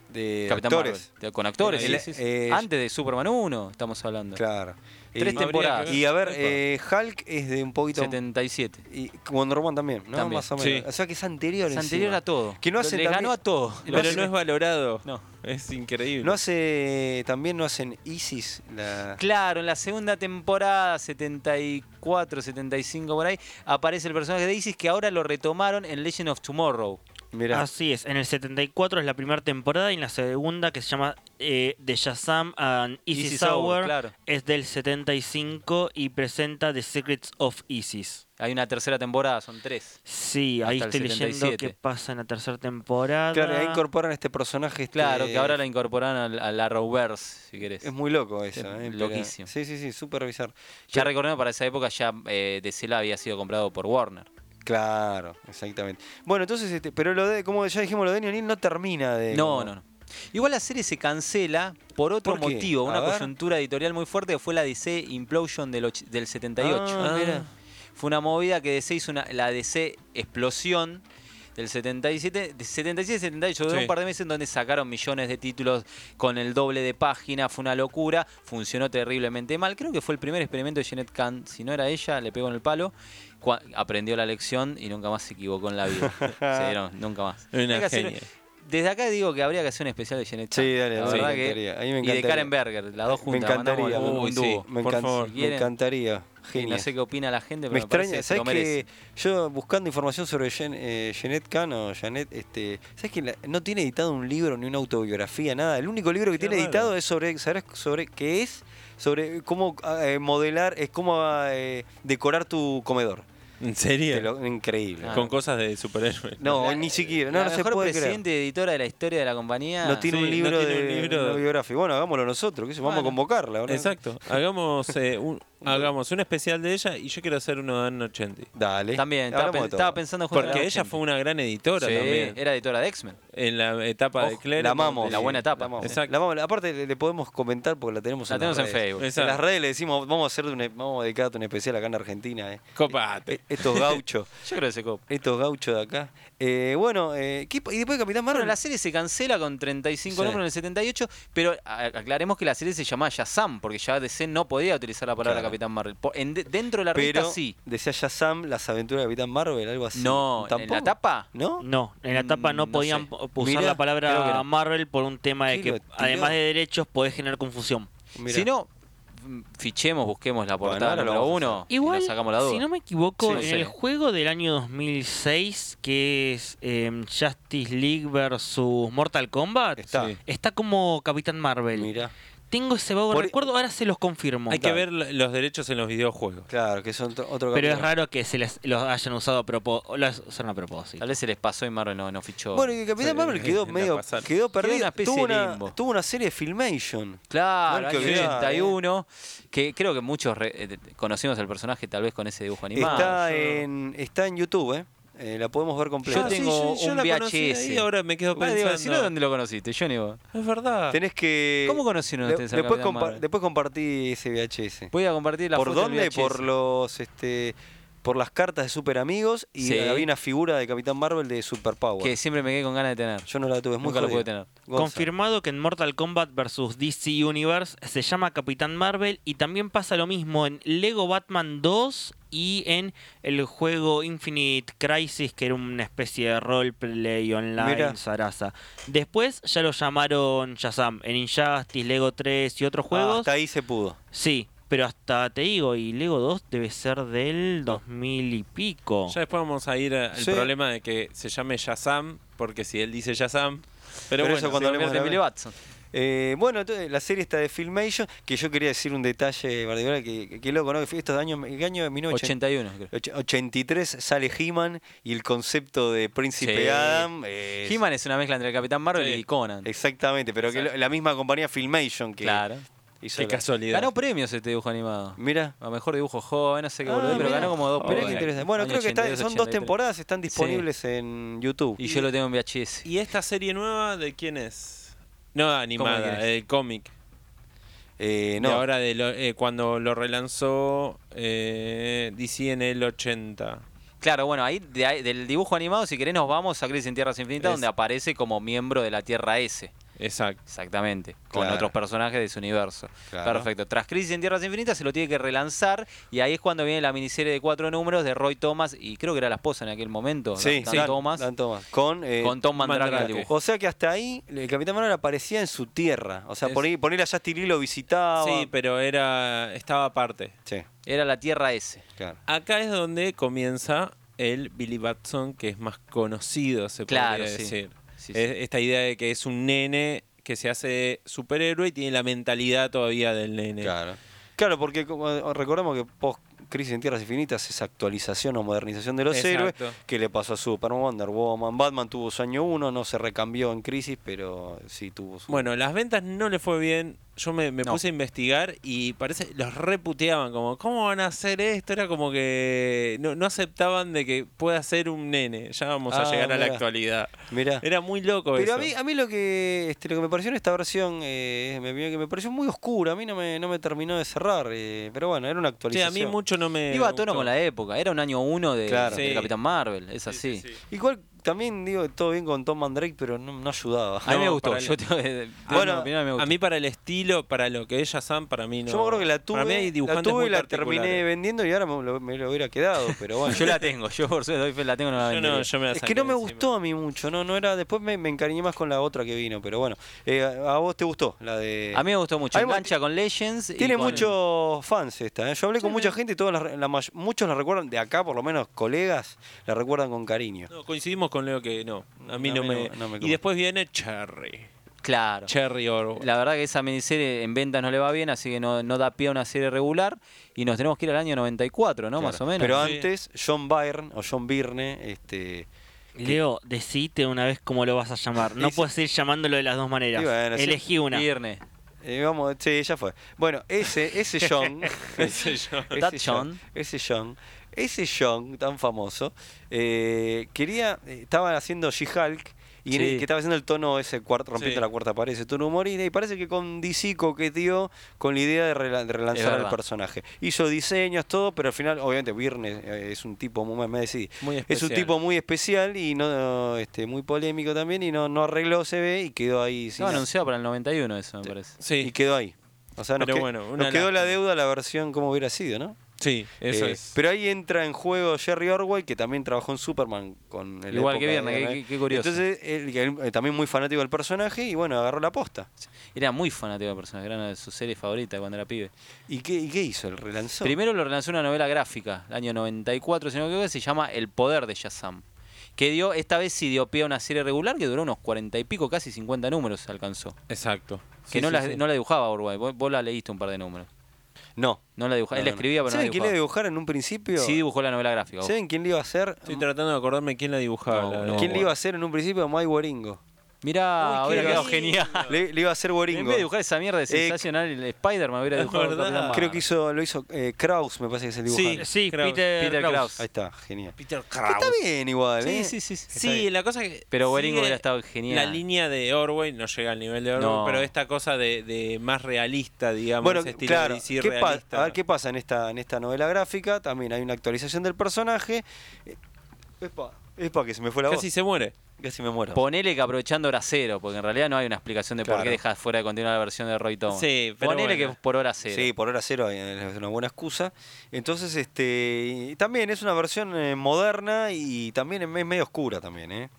Speaker 2: De
Speaker 4: Capitán
Speaker 2: actores.
Speaker 4: Marvel, de- con actores.
Speaker 2: El-
Speaker 4: sí, sí, sí.
Speaker 2: eh,
Speaker 4: antes de Superman 1 estamos hablando.
Speaker 2: Claro.
Speaker 4: Tres
Speaker 2: Y-
Speaker 4: temporadas.
Speaker 2: Y a ver,
Speaker 3: Epa.
Speaker 2: eh, Hulk es de un poquito.
Speaker 4: 77.
Speaker 2: Y Wonder Woman también, ¿no?
Speaker 4: También,
Speaker 2: Más o
Speaker 3: sí.
Speaker 2: menos. O sea que es anterior.
Speaker 4: Es anterior
Speaker 2: encima.
Speaker 4: a todo.
Speaker 2: Que no hace
Speaker 4: Le
Speaker 2: también-
Speaker 4: ganó a todo.
Speaker 3: Pero
Speaker 4: Lo hace-
Speaker 3: no es valorado.
Speaker 4: No.
Speaker 3: Es increíble.
Speaker 2: No hace. También no hacen Isis la.
Speaker 4: Claro, en la segunda temporada, 74, 75 por ahí, aparece el personaje de Isis que ahora lo retomaron en Legend of Tomorrow.
Speaker 2: Mirá.
Speaker 5: Así es, en el 74 es la primera temporada y en la segunda que se llama eh, The Shazam and Isis,
Speaker 4: Isis Hour,
Speaker 5: Hour,
Speaker 4: claro.
Speaker 5: es del 75 y presenta The Secrets of Isis.
Speaker 4: Hay una tercera temporada, son tres.
Speaker 5: Sí, ahí
Speaker 4: Hasta el
Speaker 5: estoy leyendo
Speaker 4: 77.
Speaker 5: qué pasa en la tercera temporada.
Speaker 2: Claro, ahí incorporan este personaje. este-
Speaker 4: Claro, que ahora la incorporan al, al Arrowverse, si querés.
Speaker 2: Es muy loco eso.
Speaker 4: Es
Speaker 2: eh, pero-
Speaker 4: loquísimo.
Speaker 2: Sí, sí, sí, súper bizarro.
Speaker 4: Ya recordemos, para esa época ya eh, DC la había sido comprado por Warner.
Speaker 2: Claro, exactamente. Bueno, entonces, este, pero lo de, como ya dijimos, lo de Neonil no termina de.
Speaker 4: No,
Speaker 2: como-
Speaker 4: no, no. Igual la serie se cancela por otro
Speaker 2: ¿Por qué?
Speaker 4: motivo,
Speaker 2: A
Speaker 4: una
Speaker 2: ver.
Speaker 4: coyuntura editorial muy fuerte que fue la DC Implosion del, och- del 78.
Speaker 2: Ah, mira.
Speaker 4: Fue una movida que DC hizo una, la DC explosión del 77, de 77 78, duró
Speaker 3: Sí.
Speaker 4: un par de meses en donde sacaron millones de títulos con el doble de página, fue una locura, funcionó terriblemente mal. Creo que fue el primer experimento de Jeanette Kahn, si no era ella, le pegó en el palo, cua- aprendió la lección y nunca más se equivocó en la vida. Se dieron, nunca más.
Speaker 3: Una
Speaker 4: Hay que hacer-
Speaker 3: genia.
Speaker 4: desde acá digo que habría que hacer un especial de Jeanette
Speaker 2: Sí,
Speaker 4: Kahn,
Speaker 2: dale,
Speaker 4: la
Speaker 2: sí, me
Speaker 4: verdad que-
Speaker 2: encantaría. A mí me
Speaker 4: Y de
Speaker 2: encantaría.
Speaker 4: Karen Berger, las dos
Speaker 2: Me
Speaker 4: juntas.
Speaker 2: encantaría.
Speaker 4: mandamos
Speaker 3: Uy,
Speaker 4: un
Speaker 3: sí.
Speaker 4: dúo.
Speaker 2: Me,
Speaker 3: por
Speaker 2: encan-
Speaker 3: favor.
Speaker 2: me
Speaker 4: ¿Quieren?
Speaker 2: encantaría.
Speaker 4: Y
Speaker 2: Genia.
Speaker 4: no sé qué opina la gente, pero
Speaker 2: me extraña,
Speaker 4: parece que se
Speaker 2: ¿sabes
Speaker 4: lo merece.
Speaker 2: que yo buscando información sobre Jen- eh, Jeanette Kahn o Janet, este, ¿sabes que la- no tiene editado un libro ni una autobiografía, nada? El único libro que
Speaker 3: Qué
Speaker 2: tiene
Speaker 3: raro.
Speaker 2: editado es sobre, ¿sabes sobre qué es? Sobre cómo eh, modelar, es cómo eh, decorar tu comedor.
Speaker 3: ¿En
Speaker 2: Te
Speaker 3: serio?
Speaker 2: lo- increíble.
Speaker 4: Ah.
Speaker 3: Con cosas de superhéroes.
Speaker 2: No,
Speaker 4: La-
Speaker 2: ni siquiera, no,
Speaker 4: La
Speaker 2: no se
Speaker 4: mejor
Speaker 2: puede creer.
Speaker 4: presidente y editora de la historia de la compañía.
Speaker 2: No tiene
Speaker 3: Sí,
Speaker 2: un
Speaker 3: no
Speaker 2: libro
Speaker 3: tiene un
Speaker 2: de
Speaker 3: libro.
Speaker 2: una biografía. Bueno, hagámoslo nosotros, que vamos a
Speaker 4: Bueno.
Speaker 2: convocarla. ¿verdad?
Speaker 3: Exacto. Hagamos, eh, un, hagamos un especial de ella y yo quiero hacer uno de Anno 80.
Speaker 2: Dale.
Speaker 4: También, estaba,
Speaker 2: hablamos de
Speaker 4: pen-
Speaker 2: todo.
Speaker 4: estaba pensando justo en
Speaker 3: Porque
Speaker 4: la
Speaker 3: ella
Speaker 4: 80.
Speaker 3: fue una gran editora
Speaker 4: Sí,
Speaker 3: también.
Speaker 4: Era editora de X-Men.
Speaker 3: En la etapa de
Speaker 2: Eh, Ojo,
Speaker 3: Claire.
Speaker 2: La amamos.
Speaker 3: donde-
Speaker 4: la buena etapa.
Speaker 2: La amamos.
Speaker 3: Exacto.
Speaker 2: La amamos. Aparte, le, le podemos comentar porque la tenemos
Speaker 4: La
Speaker 2: en las
Speaker 4: tenemos en
Speaker 2: redes.
Speaker 4: Facebook.
Speaker 3: Exacto.
Speaker 2: En las redes le decimos, vamos a hacer un, e, vamos a dedicarte un especial acá en Argentina. eh.
Speaker 3: Copate.
Speaker 2: Eh, Estos gauchos,
Speaker 4: Yo creo que se copa.
Speaker 2: estos gauchos de acá. Eh, bueno, eh, ¿qué pa- y después de Capitán
Speaker 4: Bueno,
Speaker 2: Marvel.
Speaker 4: la serie se cancela con 35
Speaker 2: Sí.
Speaker 4: números en el 78, pero a- aclaremos que la serie se llamaba Shazam, porque ya DC no podía utilizar la palabra
Speaker 2: Claro.
Speaker 4: Capitán Marvel. Po- en de- dentro de la revista
Speaker 2: pero
Speaker 4: sí.
Speaker 2: decía Shazam, las aventuras de Capitán Marvel, algo así.
Speaker 4: No, en la tapa.
Speaker 2: ¿No?
Speaker 5: No, en la etapa no
Speaker 4: Mm, no
Speaker 5: podían
Speaker 4: sé.
Speaker 5: po- usar
Speaker 2: Mirá,
Speaker 5: la
Speaker 2: creo que
Speaker 5: palabra
Speaker 2: no.
Speaker 5: Marvel por un tema de
Speaker 2: Qué
Speaker 5: que,
Speaker 2: lo tiró.
Speaker 5: además de derechos, podés generar confusión.
Speaker 2: Mirá.
Speaker 4: Si no, mm, fichemos, busquemos la
Speaker 2: Bueno,
Speaker 4: portada
Speaker 2: ahora lo
Speaker 4: número
Speaker 2: vamos a
Speaker 4: uno y
Speaker 5: Igual,
Speaker 4: nos sacamos la duda.
Speaker 5: si no me equivoco,
Speaker 4: Sí,
Speaker 5: en
Speaker 4: sí.
Speaker 5: el juego del año 2006, que es em, Justice League versus Mortal Kombat,
Speaker 2: Está.
Speaker 3: Sí.
Speaker 5: está como Capitán Marvel.
Speaker 2: Mirá.
Speaker 5: Tengo ese vago
Speaker 2: Por-
Speaker 5: recuerdo, ahora se los confirmo.
Speaker 3: Hay que ver lo- los derechos en los videojuegos.
Speaker 2: Claro, que son otro, otro
Speaker 5: Pero es
Speaker 2: capítulo.
Speaker 5: raro que se les, los hayan usado a propósito. Los usaron a propósito.
Speaker 4: Tal vez se les pasó y Marvel no, no fichó.
Speaker 2: Bueno, y el Capitán
Speaker 3: Sí,
Speaker 2: Marvel quedó
Speaker 3: la
Speaker 2: medio
Speaker 3: pasaron.
Speaker 2: quedó perdido.
Speaker 4: una especie
Speaker 2: tuvo,
Speaker 4: de
Speaker 2: una,
Speaker 4: limbo.
Speaker 2: tuvo una serie de Filmation.
Speaker 4: Claro,
Speaker 2: No hay que eh.
Speaker 4: año
Speaker 2: olvidar,
Speaker 4: 81, que creo que muchos re- eh, conocimos al personaje tal vez con ese dibujo animado.
Speaker 2: Está
Speaker 4: Yo-
Speaker 2: en, está en YouTube, ¿eh? Eh, la podemos ver completa.
Speaker 4: Yo tengo un
Speaker 3: la conocí de
Speaker 4: VHS.
Speaker 3: ahí, ahora me quedo
Speaker 4: Bueno, Ah, digo, si no,
Speaker 3: pensando.
Speaker 4: ¿dónde lo conociste? Yo ni vos.
Speaker 3: Es verdad.
Speaker 2: Tenés que.
Speaker 4: ¿Cómo conocieron
Speaker 2: de-
Speaker 4: ustedes al
Speaker 2: después,
Speaker 4: Capitán
Speaker 2: compa-
Speaker 4: Marvel?
Speaker 2: después compartí ese VHS.
Speaker 4: Voy a compartir la
Speaker 2: ¿Por
Speaker 4: foto del
Speaker 2: dónde?
Speaker 4: VHS.
Speaker 2: Por los este por las cartas de Super Amigos y
Speaker 4: Sí.
Speaker 2: había una figura de Capitán Marvel de Super Power.
Speaker 4: Que siempre me quedé con ganas de tener.
Speaker 2: Yo no la tuve, es muy
Speaker 4: Nunca la
Speaker 2: jodida.
Speaker 4: pude tener.
Speaker 2: Gonza.
Speaker 5: Confirmado que en Mortal Kombat vs. DC Universe se llama Capitán Marvel y también pasa lo mismo en Lego Batman 2 y en el juego Infinite Crisis, que era una especie de roleplay online
Speaker 2: Mirá.
Speaker 5: zaraza. Después ya lo llamaron Shazam en Injustice, Lego 3 y otros
Speaker 2: Ah,
Speaker 5: juegos.
Speaker 2: hasta ahí se pudo.
Speaker 5: Sí, pero hasta te digo, y Lego 2 debe ser del 2000 y pico.
Speaker 3: Ya después vamos a ir a- al
Speaker 2: Sí.
Speaker 3: problema de que se llame Yazam, porque si él dice Yazam.
Speaker 2: Pero
Speaker 3: Pero, bueno,
Speaker 2: eso cuando
Speaker 3: se
Speaker 2: hablemos
Speaker 3: convierte
Speaker 4: De
Speaker 3: en
Speaker 2: la-
Speaker 4: Billy Batson.
Speaker 2: Eh, bueno, entonces, la serie está de Filmation, que yo quería decir un detalle particular, que, que, que loco, ¿no? Que fue estos años, el año de 1980.
Speaker 4: 81, creo.
Speaker 2: Och- 83 sale He-Man y el concepto de Príncipe
Speaker 4: Sí.
Speaker 2: Adam. es-
Speaker 4: He-Man es una mezcla entre el Capitán Marvel
Speaker 3: Sí.
Speaker 4: y Conan.
Speaker 2: Exactamente, pero que lo- la misma compañía Filmation que
Speaker 4: Claro.
Speaker 2: hizo.
Speaker 3: Qué
Speaker 2: la-
Speaker 3: casualidad.
Speaker 4: Ganó premios este dibujo animado.
Speaker 2: Mira.
Speaker 4: A mejor dibujo joven, no sé qué
Speaker 2: Ah,
Speaker 4: boludez, pero
Speaker 2: mirá.
Speaker 4: ganó como dos
Speaker 2: Mirá qué
Speaker 4: premios.
Speaker 2: interesante. Bueno,
Speaker 4: Año
Speaker 2: creo que está-
Speaker 4: 82,
Speaker 2: son dos
Speaker 4: 83.
Speaker 2: temporadas, están disponibles en YouTube.
Speaker 4: Y yo lo tengo en VHS.
Speaker 3: ¿Y esta serie nueva de quién es? No
Speaker 4: ¿Cómo
Speaker 3: animada,
Speaker 4: de quién
Speaker 3: del cómic.
Speaker 2: Eh,
Speaker 3: Y
Speaker 2: no,
Speaker 3: ahora de lo- eh, cuando lo relanzó eh, DC en el 80.
Speaker 4: Claro, bueno, ahí, de ahí- del dibujo animado, si querés, nos vamos a Crisis en Tierras Infinitas,
Speaker 3: Es-
Speaker 4: donde aparece como miembro de la Tierra S.
Speaker 3: Exacto.
Speaker 4: Exactamente, con
Speaker 2: Claro.
Speaker 4: otros personajes de su universo.
Speaker 2: Claro.
Speaker 4: Perfecto. Tras Crisis en Tierras Infinitas se lo tiene que relanzar y ahí es cuando viene la miniserie de cuatro números de Roy Thomas y creo que era la esposa en aquel momento,
Speaker 2: sí,
Speaker 4: Dan
Speaker 2: sí.
Speaker 4: Thomas,
Speaker 2: Dan Thomas. Con, eh,
Speaker 4: con Tom Mandrake al
Speaker 3: Mandrake.
Speaker 4: dibujo.
Speaker 2: O sea que hasta ahí el Capitán Marvel aparecía en su tierra. O sea,
Speaker 3: Es-
Speaker 2: por ahí, por ahí la Justin Lee lo visitaba.
Speaker 3: Sí, pero era estaba aparte.
Speaker 2: Sí,
Speaker 4: Era la Tierra S.
Speaker 2: claro.
Speaker 3: Acá es donde comienza el Billy Batson, que es más conocido, se
Speaker 4: Claro,
Speaker 3: podría
Speaker 4: sí.
Speaker 3: decir.
Speaker 4: Sí, sí.
Speaker 3: Es- Esta idea de que es un nene que se hace superhéroe y tiene la mentalidad todavía del nene.
Speaker 2: Claro. Claro, porque como- recordemos que post Crisis en Tierras Infinitas es actualización o modernización de los
Speaker 3: Exacto.
Speaker 2: héroes que le pasó a Superman, Wonder Woman, Batman tuvo su año uno, no se recambió en Crisis, pero sí tuvo su
Speaker 3: Bueno, las ventas no le fue bien. yo me, me
Speaker 4: No.
Speaker 3: puse a investigar y parece los reputeaban como, ¿cómo van a hacer esto? Era como que no, no aceptaban de que pueda ser un nene. Ya vamos
Speaker 2: Ah,
Speaker 3: a llegar a la
Speaker 2: mirá.
Speaker 3: actualidad.
Speaker 2: Mirá.
Speaker 3: Era muy loco
Speaker 2: Pero a
Speaker 3: eso.
Speaker 2: mí, a mí lo que este, lo que me pareció en esta versión, eh, me, me- que me pareció muy oscura, a mí no me, no me terminó de cerrar, eh, pero bueno, era una
Speaker 3: Sí, a
Speaker 2: actualización.
Speaker 3: mí mucho no me.
Speaker 4: Iba a tono
Speaker 3: gustó.
Speaker 4: con la época, era un año uno de,
Speaker 2: Claro.
Speaker 4: de
Speaker 3: Sí.
Speaker 4: Capitán Marvel, es así.
Speaker 2: Igual también digo todo bien con Tom Mandrake, pero no, no ayudaba.
Speaker 4: A mí
Speaker 3: No,
Speaker 4: me gustó.
Speaker 3: para el-
Speaker 4: Yo tengo que- de-
Speaker 2: Ah, Bueno,
Speaker 4: de mi opinión, me gustó.
Speaker 3: A mí para el estilo, para lo que ella Sam, para mí no.
Speaker 2: Yo me acuerdo que la
Speaker 3: Para mí hay
Speaker 2: tuve, la,
Speaker 3: dibujantes
Speaker 2: tuve
Speaker 3: muy
Speaker 2: y la terminé
Speaker 3: particulares.
Speaker 2: vendiendo y ahora me lo, me lo hubiera quedado, pero bueno.
Speaker 4: yo la tengo, yo por suerte doy fe, la tengo no la
Speaker 3: Yo no,
Speaker 4: vendería.
Speaker 3: yo me la
Speaker 2: Es que
Speaker 3: saqué
Speaker 2: no me
Speaker 3: encima.
Speaker 2: gustó a mí mucho, no, no era. Después me, me encariñé más con la otra que vino, pero bueno. Eh, a a vos te gustó la de.
Speaker 4: A mí me gustó mucho.
Speaker 2: Hay mu-
Speaker 4: Engancha con Legends. y
Speaker 2: Tiene
Speaker 4: con-
Speaker 2: muchos fans esta. ¿eh? Yo hablé con mucha gente y todos la- la may- muchos la recuerdan, de acá por lo menos, colegas, la recuerdan con cariño.
Speaker 3: No, coincidimos con Leo que no. A mí
Speaker 2: A
Speaker 3: no,
Speaker 2: mí no- no
Speaker 3: me...
Speaker 2: me
Speaker 3: Y
Speaker 2: convence.
Speaker 3: después viene Cherry.
Speaker 4: Claro.
Speaker 3: Cherry Orwell.
Speaker 4: La verdad que esa miniserie en ventas no le va bien, así que no, no da pie a una serie regular. Y nos tenemos que ir al año 94, ¿no? Más o menos.
Speaker 2: Pero
Speaker 3: Sí.
Speaker 2: antes, John Byrne o John Byrne, este.
Speaker 5: Leo, decite una vez cómo lo vas a llamar. No
Speaker 2: Y sí.
Speaker 5: puedes ir llamándolo de las dos maneras.
Speaker 2: Y bueno, sí.
Speaker 5: Elegí una.
Speaker 4: Viernes.
Speaker 2: eh, vamos, sí, ya fue. Bueno, ese, ese John. ese John.
Speaker 4: That John.
Speaker 2: Ese John. Ese John tan famoso. eh, quería. eh, Estaba haciendo She-Hulk. Y en
Speaker 4: Sí.
Speaker 2: el- que estaba haciendo el tono ese cuarto, rompiendo
Speaker 3: Sí.
Speaker 2: la cuarta pared, ese tono humorista. Y parece que con DC coqueteó con la idea de, rela- de
Speaker 4: Es
Speaker 2: relanzar
Speaker 4: verdad.
Speaker 2: al personaje. Hizo diseños, todo, pero al final, obviamente, Virne eh, es un tipo muy, me decidí,
Speaker 3: Muy
Speaker 2: es un
Speaker 3: especial.
Speaker 2: tipo muy especial y no este, muy polémico también. Y no, no arregló, se ve, y quedó ahí sin
Speaker 4: Estaba anunciado para el 91 eso, me parece.
Speaker 3: Sí.
Speaker 2: y quedó ahí. O sea, nos,
Speaker 3: Pero
Speaker 2: que-
Speaker 3: bueno,
Speaker 2: nos
Speaker 3: una
Speaker 2: quedó la
Speaker 3: lástima.
Speaker 2: deuda la versión como hubiera sido, ¿no?
Speaker 3: Sí, eso
Speaker 2: Eh,
Speaker 3: es.
Speaker 2: Pero ahí entra en juego Jerry Orwell, que también trabajó en Superman con el
Speaker 4: Igual que Viernes, qué- qué- qué curioso.
Speaker 2: Entonces, él, que él, eh, también muy fanático del personaje y bueno, agarró la posta.
Speaker 4: Era muy fanático de personaje, era una de sus series favoritas cuando era pibe.
Speaker 2: ¿Y qué, y qué hizo? ¿El relanzó?
Speaker 4: Primero lo relanzó una novela gráfica, el año 94, si no me equivoco, que se llama El Poder de Shazam. Que dio, esta vez sí dio pie a una serie regular que duró unos 40 y pico, casi 50 números alcanzó.
Speaker 3: Exacto.
Speaker 4: Que no, la, no la dibujaba Uruguay, vos, vos la leíste un par de números.
Speaker 2: no.
Speaker 4: No la
Speaker 2: No,
Speaker 4: dibujaba, él la
Speaker 2: no, no.
Speaker 4: escribía, pero no la
Speaker 2: ¿Saben quién le
Speaker 4: dibujaba.
Speaker 2: dibujaron en un principio?
Speaker 4: Sí dibujó la novela gráfica. vos.
Speaker 2: ¿Saben quién le iba a hacer?
Speaker 3: Estoy tratando de acordarme quién la dibujaba.
Speaker 4: No,
Speaker 3: la-
Speaker 4: no.
Speaker 2: ¿Quién le iba
Speaker 4: bueno.
Speaker 2: a hacer en un principio? Mike Waringo.
Speaker 4: Mirá,
Speaker 3: Uy, qué
Speaker 4: hubiera quedado
Speaker 3: lindo.
Speaker 4: genial.
Speaker 2: Le, le iba a hacer Waringo.
Speaker 4: En vez de dibujar esa mierda de sensacional, el Spider-Man hubiera
Speaker 3: es
Speaker 4: dibujado el
Speaker 3: verdad.
Speaker 4: Capitán Marvel.
Speaker 2: Eh, Creo que hizo, lo hizo eh, Kraus, me parece que es el
Speaker 3: Sí,
Speaker 2: dibujante.
Speaker 5: Sí,
Speaker 3: Krause.
Speaker 5: Peter,
Speaker 4: Peter
Speaker 5: Krause.
Speaker 4: Krause.
Speaker 2: Ahí está, genial.
Speaker 3: Peter
Speaker 2: Que
Speaker 3: Krause.
Speaker 2: Está bien igual,
Speaker 4: Sí,
Speaker 2: ¿eh?
Speaker 4: sí, sí. sí.
Speaker 3: Sí, la cosa que.
Speaker 4: Pero
Speaker 3: sigue
Speaker 4: Beringo hubiera estado genial.
Speaker 3: La línea de Orwell no llega al nivel de Orwell,
Speaker 4: No.
Speaker 3: pero esta cosa de, de más realista, digamos,
Speaker 2: Bueno,
Speaker 3: ese estilo
Speaker 2: claro,
Speaker 3: de DC
Speaker 2: ¿qué pa-
Speaker 3: realista.
Speaker 2: a ver qué pasa en esta, en esta novela gráfica. También hay una actualización del personaje. Eh, Epa, epa, que se me fue la
Speaker 3: Casi se muere.
Speaker 2: voz. Casi me muero.
Speaker 4: Ponele que aprovechando hora cero, porque en realidad no hay una explicación de por
Speaker 2: Claro.
Speaker 4: qué dejas fuera de continuar la versión de Roy Thomas.
Speaker 3: Sí, pero
Speaker 4: Ponele
Speaker 3: bueno.
Speaker 4: que por hora cero.
Speaker 2: Sí, por hora cero eh, es una buena excusa. Entonces, este y también es una versión eh, moderna y también es me- medio oscura también, ¿eh?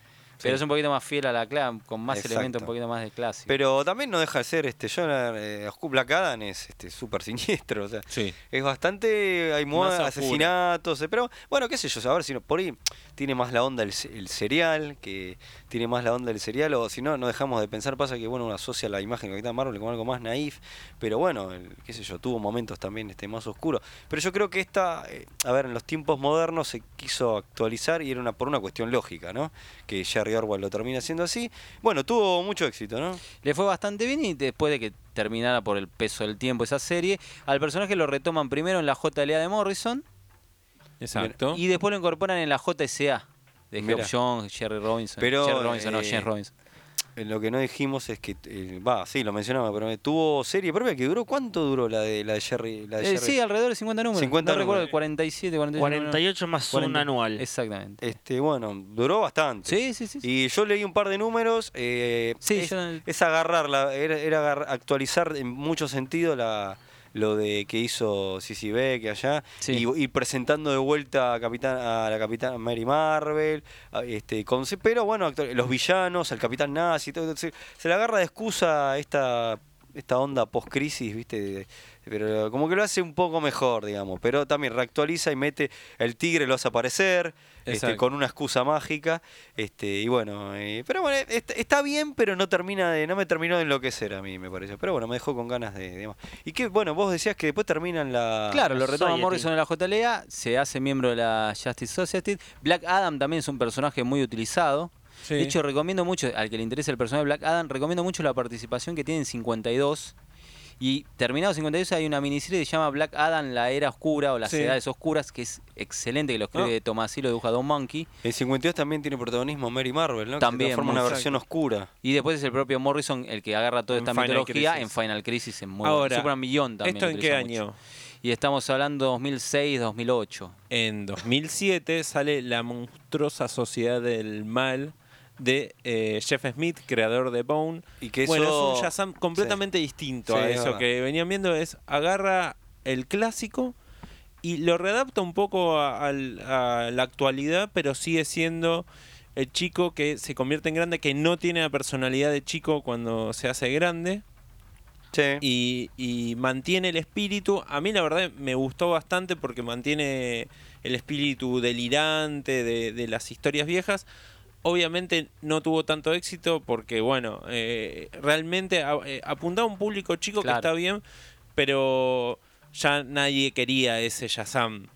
Speaker 4: pero es un poquito más fiel a la clan, con más
Speaker 2: Exacto.
Speaker 4: elementos, un poquito más de clásico.
Speaker 2: Pero también no deja de ser, este, yo, eh, Oscu- Black Adam es este, súper siniestro, o sea,
Speaker 3: Sí.
Speaker 2: es bastante, hay mu-
Speaker 3: Más oscuro.
Speaker 2: asesinatos, eh, pero bueno, qué sé yo, a ver si no, por ahí tiene más la onda el, ce- el serial, que tiene más la onda el serial, o si no, no dejamos de pensar, pasa que bueno, uno asocia la imagen de Capitán Marvel con algo más naif, pero bueno, el- qué sé yo, tuvo momentos también este, más oscuros, pero yo creo que esta, eh, a ver, en los tiempos modernos se quiso actualizar y era una por una cuestión lógica, ¿no? Que Jerry Orwell lo termina haciendo así, bueno, tuvo mucho éxito, ¿no?
Speaker 4: Le fue bastante bien y después de que terminara por el peso del tiempo esa serie, al personaje lo retoman primero en la JLA de Morrison
Speaker 3: Exacto.
Speaker 4: y después lo incorporan en la JSA de Geoff
Speaker 2: Mirá.
Speaker 4: John, Jerry Robinson.
Speaker 2: Pero,
Speaker 4: Jerry Robinson, no,
Speaker 2: eh,
Speaker 4: James Robinson.
Speaker 2: Eh, Lo que no dijimos es que, eh, va, sí, lo mencionaba, pero eh, tuvo serie propia que duró, ¿cuánto duró la de, la de Jerry? La de
Speaker 4: Eh,
Speaker 2: Jerry?
Speaker 4: sí, alrededor de 50 números.
Speaker 2: 50
Speaker 4: no recuerdo,
Speaker 2: números.
Speaker 4: 47, 48.
Speaker 5: 48 más un anual.
Speaker 4: Exactamente.
Speaker 2: Este, bueno, duró bastante.
Speaker 4: Sí, sí, sí. sí.
Speaker 2: Y yo leí un par de números. eh,
Speaker 4: Sí,
Speaker 2: es,
Speaker 4: yo-
Speaker 2: es agarrarla, era, era agar- actualizar en mucho sentido la, lo de que hizo CC Beck allá.
Speaker 4: Sí.
Speaker 2: Y, y presentando de vuelta a, Capitán, a la Capitán Mary Marvel. a- este, con, pero bueno, actua- los villanos, al Capitán Nazi. todo- todo, se, se le agarra de excusa esta esta onda post-crisis, ¿viste? de- Pero como que lo hace un poco mejor, digamos. Pero también reactualiza y mete el tigre, lo hace aparecer, este,
Speaker 3: Exacto.
Speaker 2: con una excusa mágica. Este, y bueno, eh, pero bueno, est- está, bien, pero no termina de, no me terminó de enloquecer a mí, me parece. Pero bueno, me dejó con ganas de, de más. Y que, bueno, vos decías que después terminan la.
Speaker 4: Ah, Claro, lo retoma
Speaker 5: Society.
Speaker 4: Morrison en la JLA, se hace miembro de la Justice Society. Black Adam también es un personaje muy utilizado.
Speaker 3: Sí.
Speaker 4: De hecho, recomiendo mucho, al que le interese el personaje de Black Adam, recomiendo mucho la participación que tiene en 52 Y terminado 52 hay una miniserie que se llama Black Adam, la era oscura o las
Speaker 3: Sí.
Speaker 4: edades oscuras, que es excelente, que lo escribe Tomás y lo dibuja Don Monkey.
Speaker 2: El 52 también tiene protagonismo Mary Marvel, ¿no?
Speaker 4: También,
Speaker 2: Que forma
Speaker 4: muy
Speaker 2: una
Speaker 4: exacto.
Speaker 2: versión oscura.
Speaker 4: Y después es el propio Morrison el que agarra toda
Speaker 3: En
Speaker 4: esta
Speaker 3: Final
Speaker 4: mitología
Speaker 3: Crisis.
Speaker 4: en Final Crisis, en muy
Speaker 3: Ahora,
Speaker 4: Superman Beyond también.
Speaker 3: ¿esto
Speaker 4: lo
Speaker 3: en qué
Speaker 4: utiliza mucho.
Speaker 3: año?
Speaker 4: Y estamos hablando 2006, 2008.
Speaker 3: En 2007 sale La monstruosa sociedad del mal de eh, Jeff Smith, creador de Bone.
Speaker 2: Y que
Speaker 3: bueno,
Speaker 2: eso-
Speaker 3: es un Shazam completamente distinto
Speaker 2: Sí,
Speaker 3: a
Speaker 2: es
Speaker 3: eso
Speaker 2: verdad.
Speaker 3: que venían viendo. Es agarra el clásico y lo readapta un poco a, al- a la actualidad, pero sigue siendo el chico que se convierte en grande, que no tiene la personalidad de chico cuando se hace grande
Speaker 2: Sí.
Speaker 3: y, y mantiene el espíritu. A mí la verdad me gustó bastante porque mantiene el espíritu delirante de, de las historias viejas. Obviamente no tuvo tanto éxito porque, bueno, eh, realmente a- eh, apuntaba a un público chico
Speaker 4: Claro.
Speaker 3: que está bien, pero ya nadie quería ese Shazam.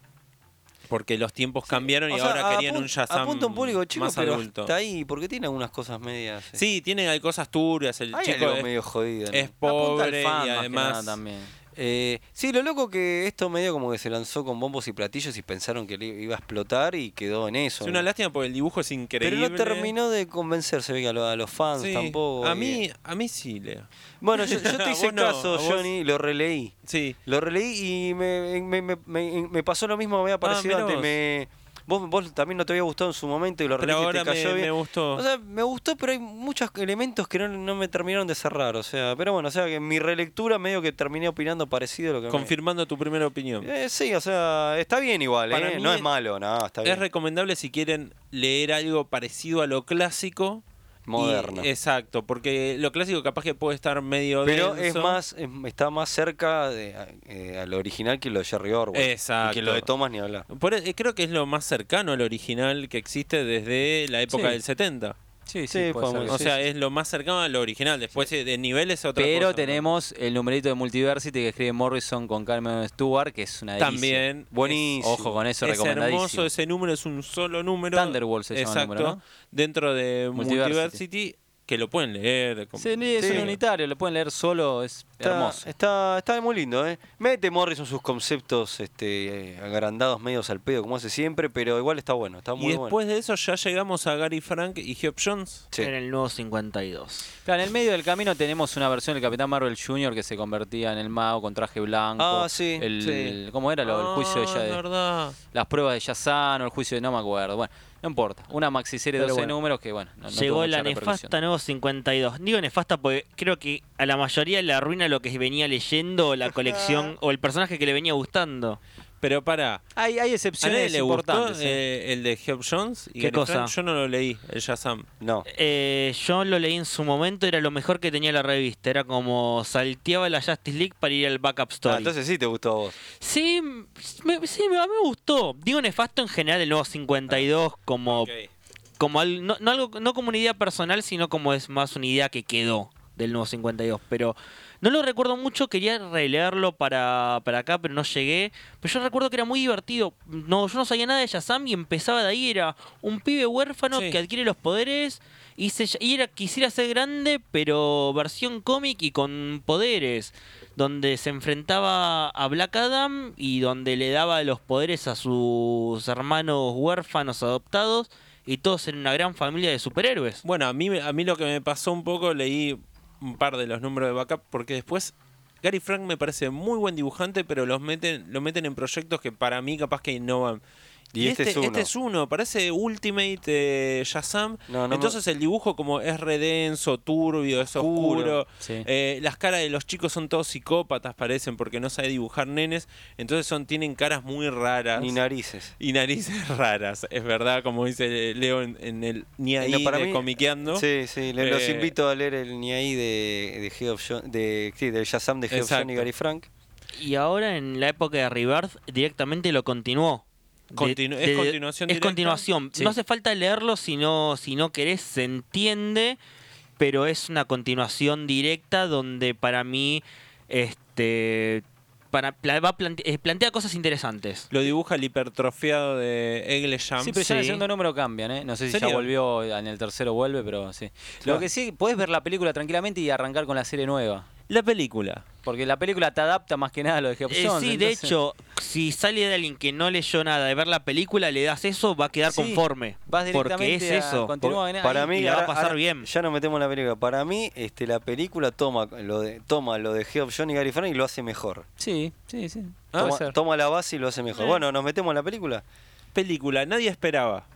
Speaker 3: Porque los tiempos cambiaron y
Speaker 2: O sea,
Speaker 3: ahora querían
Speaker 2: apun-
Speaker 3: un Shazam
Speaker 2: Apunta un público chico,
Speaker 3: más
Speaker 2: pero
Speaker 3: adulto.
Speaker 2: está ahí, porque tiene algunas cosas medias. eh.
Speaker 3: Sí, tiene hay cosas turbias, el
Speaker 2: Hay
Speaker 3: chico
Speaker 2: algo
Speaker 3: es,
Speaker 2: medio jodido. ¿no?
Speaker 3: es
Speaker 4: Apunta al
Speaker 3: pobre
Speaker 4: fan, más
Speaker 3: y
Speaker 4: que nada,
Speaker 3: además...
Speaker 4: también.
Speaker 2: Eh, sí, lo loco que esto medio como que se lanzó con bombos y platillos y pensaron que le iba a explotar y quedó en eso.
Speaker 3: Es una
Speaker 2: ¿no?
Speaker 3: lástima porque el dibujo es
Speaker 2: Pero
Speaker 3: increíble.
Speaker 2: no terminó de convencerse a lo- a los fans
Speaker 3: Sí,
Speaker 2: tampoco.
Speaker 3: A
Speaker 2: y-
Speaker 3: mí, a mí sí, Leo.
Speaker 2: Bueno, yo, yo te
Speaker 3: A
Speaker 2: hice
Speaker 3: vos no,
Speaker 2: caso,
Speaker 3: a vos-
Speaker 2: Johnny, lo releí.
Speaker 3: Sí.
Speaker 2: Lo releí y me, me- me- me- me pasó lo mismo, me había parecido
Speaker 3: Ah, mirá
Speaker 2: antes.
Speaker 3: vos.
Speaker 2: Me, vos, vos también no te había gustado en su momento y lo
Speaker 3: Pero
Speaker 2: releí y te
Speaker 3: ahora me-
Speaker 2: cayó bien.
Speaker 3: me gustó.
Speaker 2: O sea, me gustó, pero hay muchos elementos que no, no me terminaron de cerrar. O sea, pero bueno, o sea, que en mi relectura medio que terminé opinando parecido a lo que. me-
Speaker 3: Confirmando tu primera opinión.
Speaker 2: Eh, sí, o sea, está bien igual,
Speaker 3: Para
Speaker 2: ¿eh?
Speaker 3: mí
Speaker 2: No es
Speaker 3: es-
Speaker 2: malo, no, está
Speaker 3: Es
Speaker 2: bien.
Speaker 3: recomendable si quieren leer algo parecido a lo clásico. y-
Speaker 2: Moderno.
Speaker 3: exacto, porque lo clásico capaz que puede estar medio
Speaker 2: Pero es
Speaker 3: denso.
Speaker 2: más, es- está más cerca de, a- eh, al original que lo de Jerry Orwell. Y que
Speaker 3: Exacto.
Speaker 2: lo de Thomas ni hablar.
Speaker 3: Por e- creo que es lo más cercano al original que existe desde la época
Speaker 4: Sí.
Speaker 3: del 70.
Speaker 4: Sí, sí,
Speaker 2: Sí,
Speaker 4: puede ser
Speaker 2: podemos-
Speaker 4: que
Speaker 3: O
Speaker 2: sí,
Speaker 3: sea,
Speaker 2: sí.
Speaker 3: es lo más cercano al original. Después eh, de niveles es otra
Speaker 4: Pero
Speaker 3: cosa, ¿no?
Speaker 4: tenemos el numerito de Multiversity que escribe Morrison con Carmen Stewart, que es una delicia.
Speaker 3: También.
Speaker 2: Buenísimo.
Speaker 4: Ojo con eso,
Speaker 3: es
Speaker 4: recomendadísimo.
Speaker 3: hermoso ese número, es un solo número.
Speaker 4: Thunderbolt se llama el
Speaker 3: Exacto,
Speaker 4: número, ¿no?
Speaker 3: Dentro de
Speaker 4: Multiversity.
Speaker 3: Multiversity. que lo pueden leer. como-
Speaker 4: Sí, es
Speaker 2: Sí.
Speaker 4: un unitario, lo pueden leer solo, es
Speaker 2: Está,
Speaker 4: hermoso.
Speaker 2: Está, está muy lindo, ¿eh? Mete Morrison sus conceptos este, eh, agrandados, medios al pedo, como hace siempre, pero igual está bueno, está
Speaker 3: y
Speaker 2: muy
Speaker 3: después
Speaker 2: bueno.
Speaker 3: de eso ya llegamos a Gary Frank y Geoff Jones.
Speaker 2: Sí.
Speaker 5: En el nuevo 52.
Speaker 4: Claro, en el medio del camino tenemos una versión del Capitán Marvel Jr. que se convertía en el mago con traje blanco.
Speaker 2: Ah, sí,
Speaker 4: El,
Speaker 2: sí.
Speaker 4: el- ¿Cómo era? Lo, el juicio de,
Speaker 3: Ah,
Speaker 4: ya de-
Speaker 3: verdad.
Speaker 4: las pruebas de Yazan o el juicio de no me acuerdo. Bueno, no importa. Una maxiserie de
Speaker 5: Pero
Speaker 4: 12
Speaker 5: bueno.
Speaker 4: números que, bueno, no, no tuvo
Speaker 5: Llegó
Speaker 4: mucha
Speaker 5: la
Speaker 4: repercusión.
Speaker 5: nefasta nuevo 52. Digo nefasta porque creo que a la mayoría le arruina lo que venía leyendo o la colección o el personaje que le venía gustando.
Speaker 3: Pero para.
Speaker 4: Hay, hay
Speaker 3: ¿A nadie
Speaker 4: excepciones
Speaker 3: le gustó
Speaker 4: importantes. ¿eh?
Speaker 3: eh, el de Geoff Jones? Y
Speaker 5: ¿Qué
Speaker 3: Gary
Speaker 5: cosa?
Speaker 3: Frank? Yo no lo leí, el Shazam.
Speaker 2: No.
Speaker 5: Eh, yo lo leí en su momento, era lo mejor que tenía la revista. Era como salteaba la Justice League para ir al backup story.
Speaker 2: Ah, entonces sí te gustó a vos.
Speaker 5: Sí, me, sí, me- a mí me gustó. Digo nefasto en general el nuevo 52 como, como al- no, no algo, no como una idea personal, sino como es más una idea que quedó del nuevo 52. Pero no lo recuerdo mucho, quería releerlo para, para acá, pero no llegué. Pero yo recuerdo que era muy divertido. No, yo no sabía nada de Shazam y empezaba de ahí. Era un pibe huérfano
Speaker 3: Sí.
Speaker 5: que adquiere los poderes y, se, y era, quisiera ser grande, pero versión cómic y con poderes. Donde se enfrentaba a Black Adam y donde le daba los poderes a sus hermanos huérfanos adoptados. Y todos en una gran familia de superhéroes.
Speaker 3: Bueno, a mí, me- a mí lo que me pasó un poco, leí un par de los números de backup, porque después Gary Frank me parece muy buen dibujante, pero los meten, lo meten en proyectos que para mí capaz que innovan.
Speaker 2: Y este es uno.
Speaker 3: parece Ultimate eh, Shazam.
Speaker 2: No, no me-
Speaker 3: Entonces el dibujo como es redenso, turbio, es
Speaker 2: Oscuro.
Speaker 3: oscuro.
Speaker 4: Sí.
Speaker 3: Eh, las caras de los chicos son todos psicópatas, parecen, porque no sabe dibujar nenes. Entonces son, tienen caras muy raras.
Speaker 2: Ni narices.
Speaker 3: y narices raras, es verdad, como dice Leo en, en el ni ahí
Speaker 2: No, para
Speaker 3: de
Speaker 2: mí-
Speaker 3: comiqueando.
Speaker 2: Sí, sí, le- los
Speaker 3: Eh,
Speaker 2: invito a leer el Niai de, de, Geoff Jo- de, sí, del Shazam de Geoff
Speaker 3: Exacto.
Speaker 2: John y Gary Frank.
Speaker 5: Y ahora en la época de Rebirth directamente lo continuó. De-
Speaker 3: Continu- ¿es continuación
Speaker 5: Es
Speaker 3: directa?
Speaker 5: continuación.
Speaker 3: Sí.
Speaker 5: No hace falta leerlo si no, si no querés, se entiende, pero es una continuación directa donde para mí este para, pla- va a plante- eh, plantea cosas interesantes.
Speaker 3: Lo dibuja el hipertrofiado de Eglesham.
Speaker 4: Sí, pero ya en el
Speaker 5: Sí.
Speaker 4: segundo número cambian, ¿eh? No sé si ya
Speaker 3: ¿Serio?
Speaker 4: volvió, en el tercero vuelve, pero sí. Lo que sí, puedes ver la película tranquilamente y arrancar con la serie nueva.
Speaker 3: La película.
Speaker 4: Porque la película te adapta más que nada a lo de Jeff
Speaker 5: Eh,
Speaker 4: Jones,
Speaker 5: sí, de
Speaker 4: entonces-
Speaker 5: hecho, si sale de alguien que no leyó nada de ver la película, le das eso, va a quededar
Speaker 4: Sí,
Speaker 5: conforme.
Speaker 4: vas
Speaker 5: porque es
Speaker 4: directamente a
Speaker 5: eso.
Speaker 4: continuar
Speaker 5: Por-
Speaker 4: en-
Speaker 2: Para
Speaker 4: ahí
Speaker 2: mí,
Speaker 5: y la va a
Speaker 2: ahora-
Speaker 5: pasar
Speaker 2: ahora
Speaker 5: bien.
Speaker 2: Ya nos metemos en la película. Para mí, este, la película toma lo de toma lo de Geoff John y Gary Frank y lo hace mejor.
Speaker 4: Sí, sí, sí.
Speaker 3: Ah,
Speaker 4: Puede
Speaker 2: Toma,
Speaker 4: ser.
Speaker 2: toma la base y lo hace mejor. Bueno, nos metemos en la película.
Speaker 3: Eh. Película, nadie esperaba.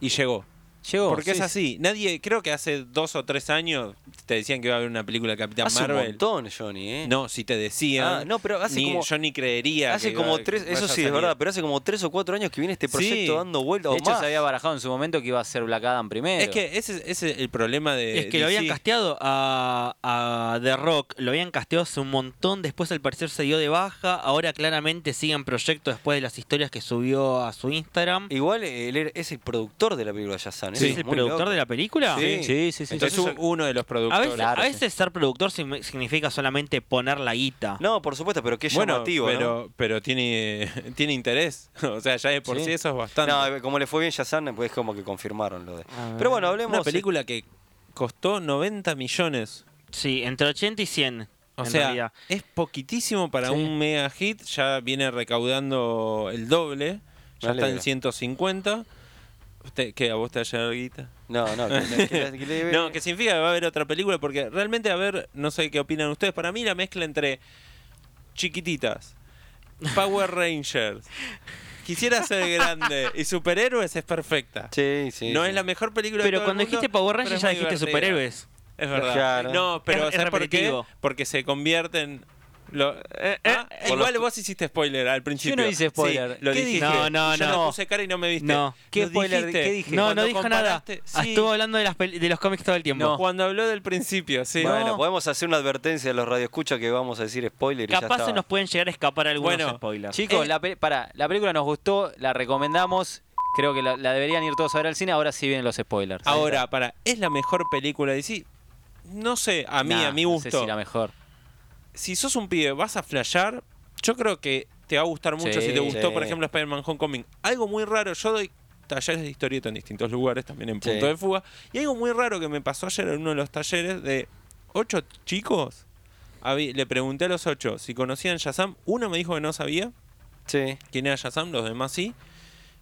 Speaker 3: Y llegó.
Speaker 2: Oh,
Speaker 4: Llegó.
Speaker 3: Porque es
Speaker 4: sí,
Speaker 3: así. Nadie, creo que hace dos o tres años te decían que iba a haber una película de Capitán
Speaker 2: Hace
Speaker 3: Marvel.
Speaker 2: un montón, Johnny, ¿eh?
Speaker 3: No, si te decían.
Speaker 2: Ah, no, pero hace
Speaker 3: ni-
Speaker 2: como-
Speaker 3: yo ni creería.
Speaker 2: hace
Speaker 3: que
Speaker 2: como
Speaker 3: iba-
Speaker 2: tres,
Speaker 3: que
Speaker 2: eso
Speaker 3: vaya a
Speaker 2: sí es
Speaker 3: salir.
Speaker 2: verdad, pero hace como tres o cuatro años que viene este
Speaker 3: Sí.
Speaker 2: proyecto dando vueltas. o
Speaker 4: De hecho,
Speaker 2: más.
Speaker 4: se había barajado en su momento que iba a ser Black Adam primero.
Speaker 3: Es que ese ese es el problema de.
Speaker 5: Es que lo
Speaker 3: Eh, DC.
Speaker 5: habían casteado a, a The Rock, lo habían casteado hace un montón, después al parecer se dio de baja, ahora claramente sigue en proyecto después de las historias que subió a su Instagram.
Speaker 2: Igual él era- es el productor de la película Shazam.
Speaker 5: ¿Es el productor de la película?
Speaker 2: Sí.
Speaker 4: Sí, sí, sí.
Speaker 3: Entonces,
Speaker 2: Entonces,
Speaker 3: u- uno de los
Speaker 5: A
Speaker 3: productores.
Speaker 5: veces,
Speaker 4: Claro,
Speaker 5: a
Speaker 4: sí.
Speaker 5: veces ser productor sim- significa solamente poner la guita.
Speaker 2: No, por supuesto, pero qué
Speaker 3: bueno,
Speaker 2: llamativo,
Speaker 3: pero, pero tiene, tiene interés. O sea, ya de por sí,
Speaker 2: Sí.
Speaker 3: eso es
Speaker 2: ¿no?
Speaker 3: bastante.
Speaker 2: No, como le fue bien Shazam, pues como que confirmaron lo de. Pero bueno, hablemos.
Speaker 3: una película que costó 90 millones.
Speaker 5: Sí, entre 80 y 100.
Speaker 3: O
Speaker 5: en
Speaker 3: sea,
Speaker 5: realidad.
Speaker 3: es poquitísimo para
Speaker 4: Sí.
Speaker 3: un mega hit. Ya viene recaudando el doble. Ya
Speaker 2: Me
Speaker 3: está en
Speaker 2: alegra.
Speaker 3: 150. Usted, ¿Qué? ¿A vos te haya guita?
Speaker 2: No, no, que- que- que le-
Speaker 3: No, que significa que va a haber otra película, porque realmente, a ver, no sé qué opinan ustedes. Para mí, la mezcla entre chiquititas, Power Rangers, quisiera ser grande y superhéroes es perfecta.
Speaker 2: Sí, sí.
Speaker 3: no
Speaker 2: sí.
Speaker 3: es la mejor película de
Speaker 5: Pero
Speaker 3: todo
Speaker 5: cuando
Speaker 3: el mundo,
Speaker 5: dijiste Power
Speaker 3: pero es
Speaker 5: Rangers ya
Speaker 3: muy
Speaker 5: dijiste
Speaker 3: divertida.
Speaker 5: superhéroes.
Speaker 3: Es verdad.
Speaker 2: Claro.
Speaker 3: No, pero
Speaker 5: Es- es
Speaker 3: ¿sabes por qué?
Speaker 5: repetitivo.
Speaker 3: Porque se convierten. Lo, eh, ah,
Speaker 2: Por
Speaker 3: igual
Speaker 2: los-
Speaker 3: vos hiciste spoiler al principio.
Speaker 4: hice spoiler.
Speaker 3: Sí, lo
Speaker 4: ¿Qué
Speaker 3: dijiste.
Speaker 5: dije? No, no,
Speaker 3: Yo
Speaker 5: no.
Speaker 3: no puse cara y no me viste.
Speaker 5: No.
Speaker 4: ¿Qué
Speaker 3: Lo
Speaker 4: spoiler?
Speaker 3: dijiste.
Speaker 4: ¿Qué dije?
Speaker 5: No, no
Speaker 3: Cuando
Speaker 5: dijo nada.
Speaker 3: comparaste- Sí.
Speaker 5: Estuvo hablando de, las peli- de los cómics todo el tiempo.
Speaker 4: No.
Speaker 3: Cuando habló del principio, sí.
Speaker 2: Bueno,
Speaker 4: pues,
Speaker 2: podemos hacer una advertencia a los radioescuchas que vamos a decir spoiler y ya
Speaker 5: Capaz se
Speaker 2: está.
Speaker 5: nos pueden llegar a escapar algunos
Speaker 3: Bueno,
Speaker 5: spoilers.
Speaker 4: Chicos,
Speaker 3: Eh.
Speaker 4: la, pe- pará, la película nos gustó, la recomendamos. Creo que la, la deberían ir todos a ver al cine. Ahora sí vienen los spoilers. Ahí
Speaker 3: Ahora,
Speaker 4: está.
Speaker 3: para, ¿es la mejor película de sí? No sé, a mí,
Speaker 4: Nah,
Speaker 3: a mi
Speaker 4: no sé
Speaker 3: gusto.
Speaker 4: si la mejor.
Speaker 3: si, sos un pibe, vas a flashear, yo creo que te va a gustar mucho
Speaker 4: Sí,
Speaker 3: si te gustó,
Speaker 2: sí.
Speaker 3: por ejemplo, Spider-Man Homecoming. Algo muy raro, yo doy talleres de historieta en distintos lugares, también en
Speaker 2: Sí.
Speaker 3: Punto de Fuga, y algo muy raro que me pasó ayer en uno de los talleres de ocho chicos. Habí- le pregunté a los ocho si conocían Shazam, uno me dijo que no sabía,
Speaker 2: Sí.
Speaker 3: quién era Shazam, los demás sí.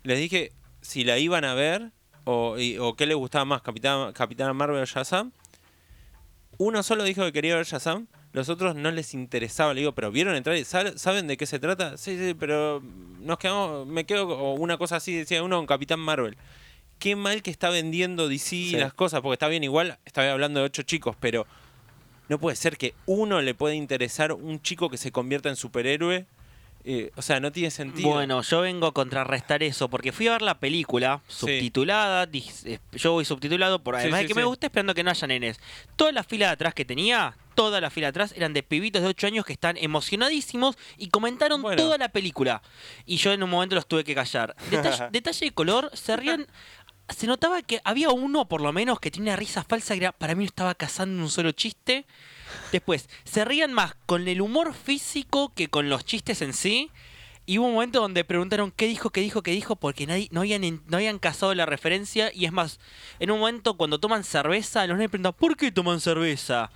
Speaker 3: Les dije si la iban a ver o, y- o qué les gustaba más, Capitán, Capitana Marvel o Shazam. Uno solo dijo que quería ver Shazam, los otros no les interesaba. Le digo, pero ¿vieron entrar? ¿Saben de qué se trata? Sí, sí, pero nos quedamos, me quedo con o una cosa así, decía uno con Capitán Marvel. Qué mal que está vendiendo DC y
Speaker 2: Sí.
Speaker 3: las cosas, porque está bien igual, estaba hablando de ocho chicos, pero no puede ser que uno le pueda interesar un chico que se convierta en superhéroe. Eh, o sea, no tiene sentido.
Speaker 5: Bueno, yo vengo a contrarrestar eso porque fui a ver la película subtitulada. dis- eh, Yo voy subtitulado por
Speaker 3: Sí,
Speaker 5: además
Speaker 3: sí,
Speaker 5: de que
Speaker 3: sí.
Speaker 5: me gusta esperando que no haya nenes. Toda la fila de atrás que tenía, toda la fila de atrás eran de pibitos de 8 años que están emocionadísimos y comentaron
Speaker 3: Bueno.
Speaker 5: toda la película. Y yo en un momento los tuve que callar. Detalle, detalle de color, se rían. Se notaba que había uno, por lo menos, que tenía una risa falsa que era, para mí no estaba cazando en un solo chiste. Después, se rían más con el humor físico que con los chistes en sí. Y hubo un momento donde preguntaron qué dijo, qué dijo, qué dijo, porque nadie, no, habían, en- no habían cazado la referencia. Y es más, en un momento cuando toman cerveza, los nenes preguntan, ¿por qué toman cerveza?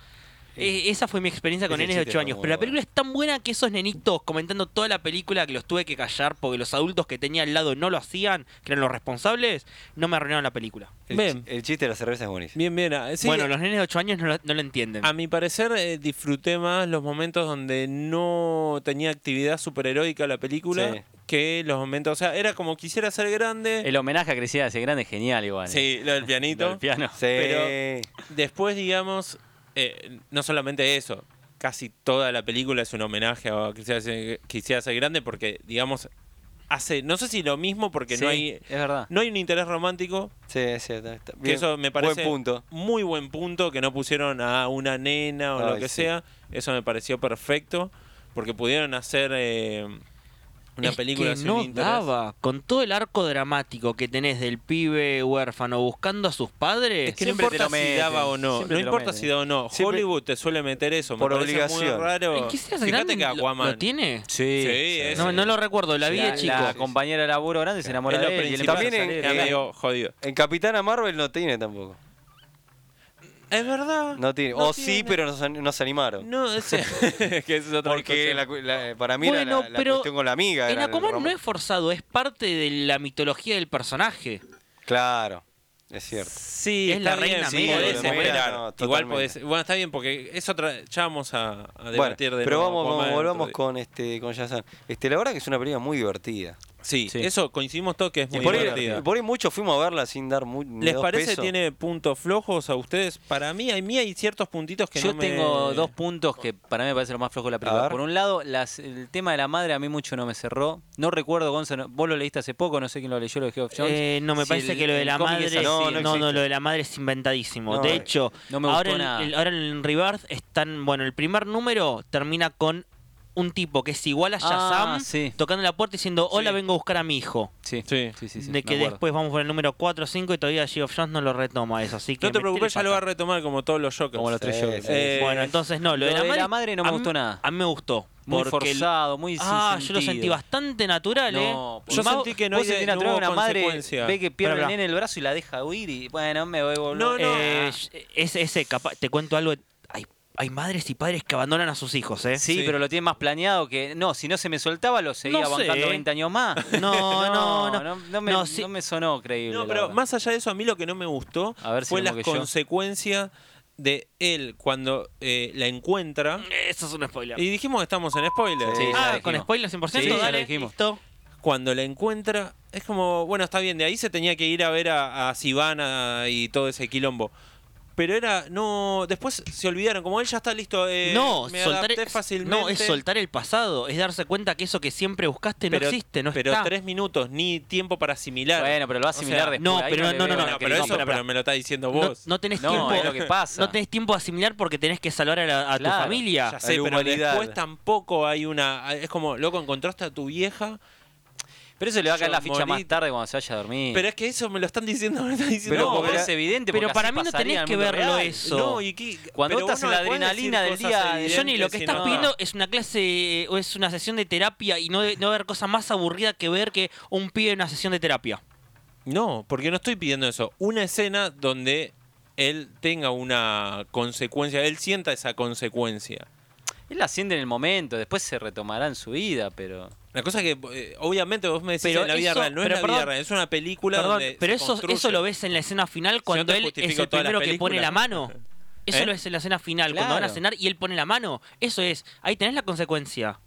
Speaker 5: Eh, esa fue mi experiencia con
Speaker 2: Ese
Speaker 5: nenes de
Speaker 2: chiste
Speaker 5: 8
Speaker 2: fue
Speaker 5: años.
Speaker 2: muy
Speaker 5: Pero la película
Speaker 2: bueno.
Speaker 5: es tan buena que esos nenitos comentando toda la película que los tuve que callar porque los adultos que tenía al lado no lo hacían, que eran los responsables, no me arruinaron la película.
Speaker 2: El,
Speaker 3: Bien.
Speaker 2: chi- el chiste de la cerveza es buenísimo.
Speaker 3: Bien, bien. ah, sí,
Speaker 5: bueno, los nenes de 8 años no lo, no lo entienden.
Speaker 3: A mi parecer eh, disfruté más los momentos donde no tenía actividad superheroica la película
Speaker 2: Sí.
Speaker 3: que los momentos, o sea, era como quisiera ser grande.
Speaker 4: El homenaje a Cristina de ese grande es genial igual.
Speaker 3: sí, lo del pianito.
Speaker 4: El piano.
Speaker 2: Sí.
Speaker 3: Pero- Después, digamos, eh, no solamente eso, casi toda la película es un homenaje a quisiera ser, quisiera ser grande porque, digamos, hace, no sé si lo mismo porque
Speaker 4: Sí,
Speaker 3: no hay...
Speaker 4: Es verdad.
Speaker 3: No hay un interés romántico,
Speaker 2: Sí, es cierto. está
Speaker 3: que
Speaker 2: bien.
Speaker 3: eso me parece
Speaker 2: Buen punto.
Speaker 3: muy buen punto, que no pusieron a una nena o lo
Speaker 2: Ay,
Speaker 3: que
Speaker 2: sí.
Speaker 3: sea. Eso me pareció perfecto, porque pudieron hacer eh, una
Speaker 5: Es
Speaker 3: película
Speaker 5: que
Speaker 3: sin
Speaker 5: no
Speaker 3: interés.
Speaker 5: daba con todo el arco dramático que tenés del pibe huérfano buscando a sus padres
Speaker 3: Es que no
Speaker 4: Siempre te
Speaker 3: importa
Speaker 4: lo
Speaker 3: si
Speaker 4: meten,
Speaker 3: daba o no,
Speaker 4: siempre
Speaker 3: no
Speaker 4: te lo
Speaker 3: importa
Speaker 4: meten.
Speaker 3: si da o no.
Speaker 2: Siempre-
Speaker 3: Hollywood te suele meter eso, me
Speaker 2: Por
Speaker 3: parece
Speaker 2: obligación.
Speaker 3: muy raro.
Speaker 5: ¿En qué seas
Speaker 3: Fíjate
Speaker 5: grande
Speaker 3: que
Speaker 5: lo-
Speaker 3: Aquaman
Speaker 5: lo tiene
Speaker 3: Sí, es-
Speaker 5: no, no lo recuerdo la vi de
Speaker 4: La,
Speaker 5: chico
Speaker 4: la compañera de laburo grande se enamora
Speaker 3: es lo
Speaker 4: de él y
Speaker 2: eh,
Speaker 4: él
Speaker 3: principal.
Speaker 4: empieza a salir.
Speaker 3: Era medio jodido.
Speaker 2: En Capitana Marvel no tiene tampoco.
Speaker 3: Es verdad.
Speaker 2: No tiene.
Speaker 3: No
Speaker 2: o sí,
Speaker 3: tiene.
Speaker 2: pero nos, an- nos animaron.
Speaker 3: No, ese, que esa es otra
Speaker 2: Porque
Speaker 3: discusión.
Speaker 2: la cu- la- para mí era la-
Speaker 5: Bueno,
Speaker 2: la,
Speaker 5: pero
Speaker 2: cuestión con la amiga.
Speaker 5: En
Speaker 2: era el
Speaker 5: Aquaman no
Speaker 2: romance.
Speaker 5: es forzado, es parte de la mitología del personaje.
Speaker 2: Claro, es cierto.
Speaker 3: Sí,
Speaker 5: Es
Speaker 3: está
Speaker 5: la reina
Speaker 3: bien, sí,
Speaker 5: Mega,
Speaker 3: podés
Speaker 5: lo de Mega,
Speaker 3: esperar.
Speaker 2: no,
Speaker 3: Igual
Speaker 2: totalmente.
Speaker 3: podés- Bueno, está bien, porque es otra. Ya vamos a, a
Speaker 2: Bueno,
Speaker 3: debatir de
Speaker 2: pero
Speaker 3: nuevo
Speaker 2: vamos,
Speaker 3: Aquaman
Speaker 2: vamos-
Speaker 3: otro
Speaker 2: volvamos
Speaker 3: día.
Speaker 2: con este con Yazan. Este, la verdad que es una película muy divertida.
Speaker 3: Sí,
Speaker 4: Sí.
Speaker 3: eso coincidimos todos que es
Speaker 2: Y
Speaker 3: muy
Speaker 2: por,
Speaker 3: divertida.
Speaker 2: ahí, por ahí muchos fuimos a verla sin dar muy, ni
Speaker 3: ¿Les
Speaker 2: dos
Speaker 3: parece
Speaker 2: pesos.
Speaker 3: tiene puntos flojos a ustedes? Para mí, a mí hay ciertos puntitos que no
Speaker 4: Yo
Speaker 3: me-
Speaker 4: tengo dos puntos que para mí me parece lo más flojo de la
Speaker 2: A
Speaker 4: película.
Speaker 2: ver.
Speaker 4: Por un lado, las- el tema de la madre a mí mucho no me cerró. No recuerdo, Gonzalo, vos lo leíste hace poco, no sé quién lo leyó, lo de Geoff Jones.
Speaker 5: Eh, no, me
Speaker 4: Si
Speaker 5: parece
Speaker 4: el-
Speaker 5: que lo de
Speaker 4: el
Speaker 5: la
Speaker 4: cómic
Speaker 5: madre.
Speaker 4: es así.
Speaker 5: No, no, no,
Speaker 2: existe.
Speaker 5: lo de la madre es inventadísimo.
Speaker 2: No,
Speaker 5: de
Speaker 2: eh,
Speaker 5: hecho,
Speaker 4: no me
Speaker 5: ahora,
Speaker 4: gustó
Speaker 5: en-
Speaker 4: nada.
Speaker 5: el- ahora en Rebirth están. Bueno, el primer número termina con un tipo que es igual a Shazam
Speaker 4: Ah, sí.
Speaker 5: tocando la puerta diciendo: Hola,
Speaker 3: Sí.
Speaker 5: vengo a buscar a mi hijo.
Speaker 4: Sí,
Speaker 3: Sí.
Speaker 4: sí, sí. sí, me
Speaker 5: de que
Speaker 4: acuerdo.
Speaker 5: después vamos por el número 4 o 5 y todavía Geoff Jones no lo retoma eso. Así que
Speaker 3: No te
Speaker 5: metele
Speaker 3: preocupes, ya lo va a
Speaker 5: pata.
Speaker 3: retomar como todos los Jokers.
Speaker 4: Como los tres
Speaker 2: Sí,
Speaker 4: Jokers.
Speaker 2: sí.
Speaker 3: Eh,
Speaker 5: Bueno, entonces no, lo, de, la madre,
Speaker 4: no me
Speaker 5: a mí-
Speaker 4: gustó nada.
Speaker 5: A mí me gustó.
Speaker 4: Muy
Speaker 5: porque el-
Speaker 4: forzado, muy sin
Speaker 5: Ah, yo lo
Speaker 4: sentido.
Speaker 5: sentí bastante natural, ¿eh?
Speaker 4: No, pues,
Speaker 5: Y
Speaker 3: Yo
Speaker 5: más-
Speaker 3: sentí que no hay
Speaker 4: Vos
Speaker 3: de-
Speaker 4: sentís la
Speaker 3: no
Speaker 4: trama de
Speaker 3: hubo
Speaker 4: una madre
Speaker 3: consecuencia.
Speaker 4: ve que pierde
Speaker 5: Pará,
Speaker 4: el
Speaker 5: pará.
Speaker 4: nene el brazo y la deja huir y bueno, me voy
Speaker 3: No,
Speaker 4: boludo.
Speaker 3: no.
Speaker 5: Eh, es- ese capa- te cuento algo. Hay, hay madres y padres que abandonan a sus hijos, ¿eh?
Speaker 4: Ah, Sí,
Speaker 3: Sí.
Speaker 4: pero lo tiene más planeado que. No, si no se me soltaba, lo seguía
Speaker 5: No sé,
Speaker 4: bancando
Speaker 5: ¿eh?
Speaker 4: 20 años más.
Speaker 5: No, no, no.
Speaker 4: No, no me,
Speaker 5: No, sí.
Speaker 4: no me sonó creíble.
Speaker 3: No,
Speaker 4: la
Speaker 3: pero
Speaker 4: verdad.
Speaker 3: más allá de eso, a mí lo que no me gustó
Speaker 4: A ver si
Speaker 3: fue
Speaker 4: lo
Speaker 3: las
Speaker 4: moqué yo.
Speaker 3: consecuencias de él cuando eh, la encuentra.
Speaker 5: Eso es un spoiler.
Speaker 3: Y dijimos que estamos en spoiler.
Speaker 4: Sí, ya
Speaker 5: ah,
Speaker 4: dijimos.
Speaker 5: con spoiler 100%,
Speaker 4: Sí, ya
Speaker 5: dale,
Speaker 4: dijimos.
Speaker 5: listo.
Speaker 3: Cuando la encuentra, es como, bueno, está bien, de ahí se tenía que ir a ver a, a Sivana y todo ese quilombo. Pero era, no, después se olvidaron, como él ya está listo, eh,
Speaker 5: no,
Speaker 3: me
Speaker 5: soltar
Speaker 3: adapté
Speaker 5: el,
Speaker 3: fácilmente.
Speaker 5: no, es soltar el pasado, es darse cuenta que eso que siempre buscaste no
Speaker 3: pero,
Speaker 5: existe, no
Speaker 3: Pero
Speaker 5: está.
Speaker 3: tres minutos, ni tiempo para asimilar.
Speaker 4: Bueno, pero lo va a
Speaker 3: O sea,
Speaker 4: asimilar después.
Speaker 5: no,
Speaker 4: ahí
Speaker 5: pero
Speaker 4: le
Speaker 5: no, no,
Speaker 4: veo
Speaker 5: no,
Speaker 4: la
Speaker 3: no, pero
Speaker 5: querido,
Speaker 4: crítica.
Speaker 3: eso
Speaker 5: pará, pará.
Speaker 3: pero me lo está diciendo
Speaker 5: no,
Speaker 3: vos.
Speaker 5: no tenés
Speaker 4: No,
Speaker 5: tiempo.
Speaker 4: es lo que pasa.
Speaker 5: No tenés tiempo a asimilar porque tenés que salvar a, la- a tu
Speaker 4: Claro,
Speaker 5: familia.
Speaker 3: Ya sé,
Speaker 2: la
Speaker 3: pero
Speaker 2: humanidad.
Speaker 3: después tampoco hay una. Es como, loco, encontraste a tu vieja.
Speaker 4: Pero eso le va a caer la
Speaker 3: Morita.
Speaker 4: ficha más tarde cuando se vaya a dormir.
Speaker 3: Pero es que eso me lo están diciendo, me lo están diciendo.
Speaker 4: pero
Speaker 3: No,
Speaker 4: porque
Speaker 3: pero-
Speaker 4: es evidente.
Speaker 5: pero
Speaker 4: porque
Speaker 5: para
Speaker 4: así
Speaker 5: mí no
Speaker 4: pasaría
Speaker 5: tenés
Speaker 4: en el
Speaker 5: que
Speaker 4: mundo
Speaker 5: verlo
Speaker 4: real.
Speaker 5: eso.
Speaker 3: No, y qué-
Speaker 4: Cuando
Speaker 3: pero
Speaker 4: estás
Speaker 3: vos
Speaker 4: en la
Speaker 3: le podés
Speaker 4: adrenalina
Speaker 3: decir
Speaker 4: del
Speaker 3: cosas
Speaker 4: día,
Speaker 3: evidentes,
Speaker 5: Johnny, lo que
Speaker 3: si
Speaker 5: estás
Speaker 3: no-
Speaker 5: pidiendo es una clase, o es una sesión de terapia y no, de- no haber cosa más aburrida que ver que un pibe en una sesión de terapia.
Speaker 3: No, porque no estoy pidiendo eso. Una escena donde él tenga una consecuencia, él sienta esa consecuencia.
Speaker 4: Él la siente en el momento, después se retomará en su vida, pero.
Speaker 3: La cosa que, eh, obviamente, vos me decís
Speaker 5: Pero
Speaker 3: en la vida
Speaker 5: eso-
Speaker 3: real, no es
Speaker 5: pero
Speaker 3: la vida
Speaker 5: perdón,
Speaker 3: real, es una película
Speaker 5: Perdón,
Speaker 3: donde.
Speaker 5: pero
Speaker 3: se
Speaker 5: eso,
Speaker 3: construye.
Speaker 5: eso lo ves en la escena final cuando
Speaker 3: te
Speaker 5: él es
Speaker 3: justifico
Speaker 5: el
Speaker 3: todas las
Speaker 5: primero que pone la mano. Eso
Speaker 3: ¿Eh?
Speaker 5: lo ves en la escena final, cuando van a
Speaker 4: Claro.
Speaker 5: cenar y él pone la mano. Eso es, ahí tenés la consecuencia.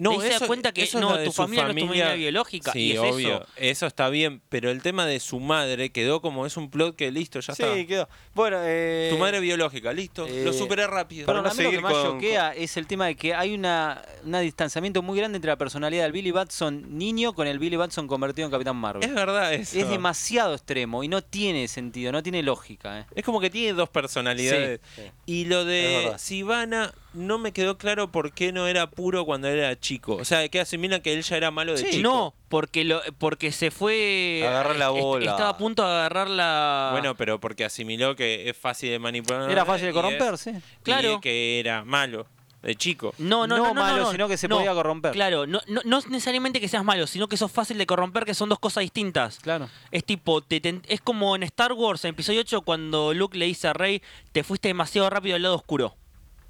Speaker 3: No,
Speaker 5: Ahí se da cuenta que
Speaker 3: es
Speaker 5: no,
Speaker 3: la de
Speaker 5: tu
Speaker 3: su
Speaker 5: familia no es tu familia biológica,
Speaker 3: Sí,
Speaker 5: y es
Speaker 3: obvio.
Speaker 5: eso.
Speaker 3: está bien, pero el tema de su madre quedó como es un plot que listo, ya
Speaker 2: Sí,
Speaker 3: está.
Speaker 2: quedó. Bueno, eh,
Speaker 3: tu madre biológica, listo.
Speaker 2: eh,
Speaker 3: lo superé rápido.
Speaker 2: Para no
Speaker 4: Para a mí lo que
Speaker 2: seguir
Speaker 4: más
Speaker 2: con-
Speaker 4: choquea es el tema de que hay una, un distanciamiento muy grande entre la personalidad del Billy Batson niño con el Billy Batson convertido en Capitán Marvel.
Speaker 3: es verdad eso.
Speaker 4: Es demasiado extremo y no tiene sentido, no tiene lógica. ¿eh?
Speaker 3: Es como que tiene dos personalidades.
Speaker 4: Sí, sí.
Speaker 3: Y lo
Speaker 2: Es
Speaker 3: de
Speaker 2: verdad.
Speaker 3: Sivana no me quedó claro por qué no era puro cuando era chico. O sea, que asimila que él ya era malo de chico.
Speaker 5: No, porque lo, porque se fue.
Speaker 2: Agarrar la
Speaker 5: est-
Speaker 2: bola.
Speaker 5: Estaba a punto de agarrar la.
Speaker 3: Ah. Bueno, pero porque asimiló que es fácil de manipular.
Speaker 4: Era fácil
Speaker 3: Ah, y
Speaker 4: de
Speaker 3: es-
Speaker 4: corromper, sí.
Speaker 3: y
Speaker 5: Claro.
Speaker 3: es que era malo de chico.
Speaker 5: No, no,
Speaker 4: No
Speaker 5: no, no,
Speaker 4: malo,
Speaker 5: no,
Speaker 4: sino que se
Speaker 5: no.
Speaker 4: podía corromper.
Speaker 5: Claro, no, no, no es necesariamente que seas malo, sino que sos fácil de corromper, que son dos cosas distintas.
Speaker 4: Claro.
Speaker 5: Es tipo, te ten- es como en Star Wars, en episodio 8, cuando Luke le dice a Rey, te fuiste demasiado rápido al lado oscuro.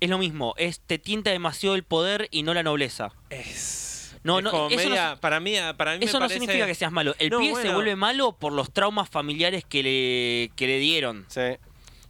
Speaker 5: Es lo mismo, es te tienta demasiado el poder y no la nobleza.
Speaker 3: Es.
Speaker 5: No,
Speaker 3: es
Speaker 5: no,
Speaker 3: como
Speaker 5: eso no
Speaker 3: media-
Speaker 5: es-
Speaker 3: para mí, para mí
Speaker 5: Eso
Speaker 3: me
Speaker 5: no
Speaker 3: parece-
Speaker 5: significa que seas malo. El
Speaker 3: No,
Speaker 5: pibe se
Speaker 3: bueno.
Speaker 5: vuelve malo por los traumas familiares que le, que le dieron
Speaker 2: Sí.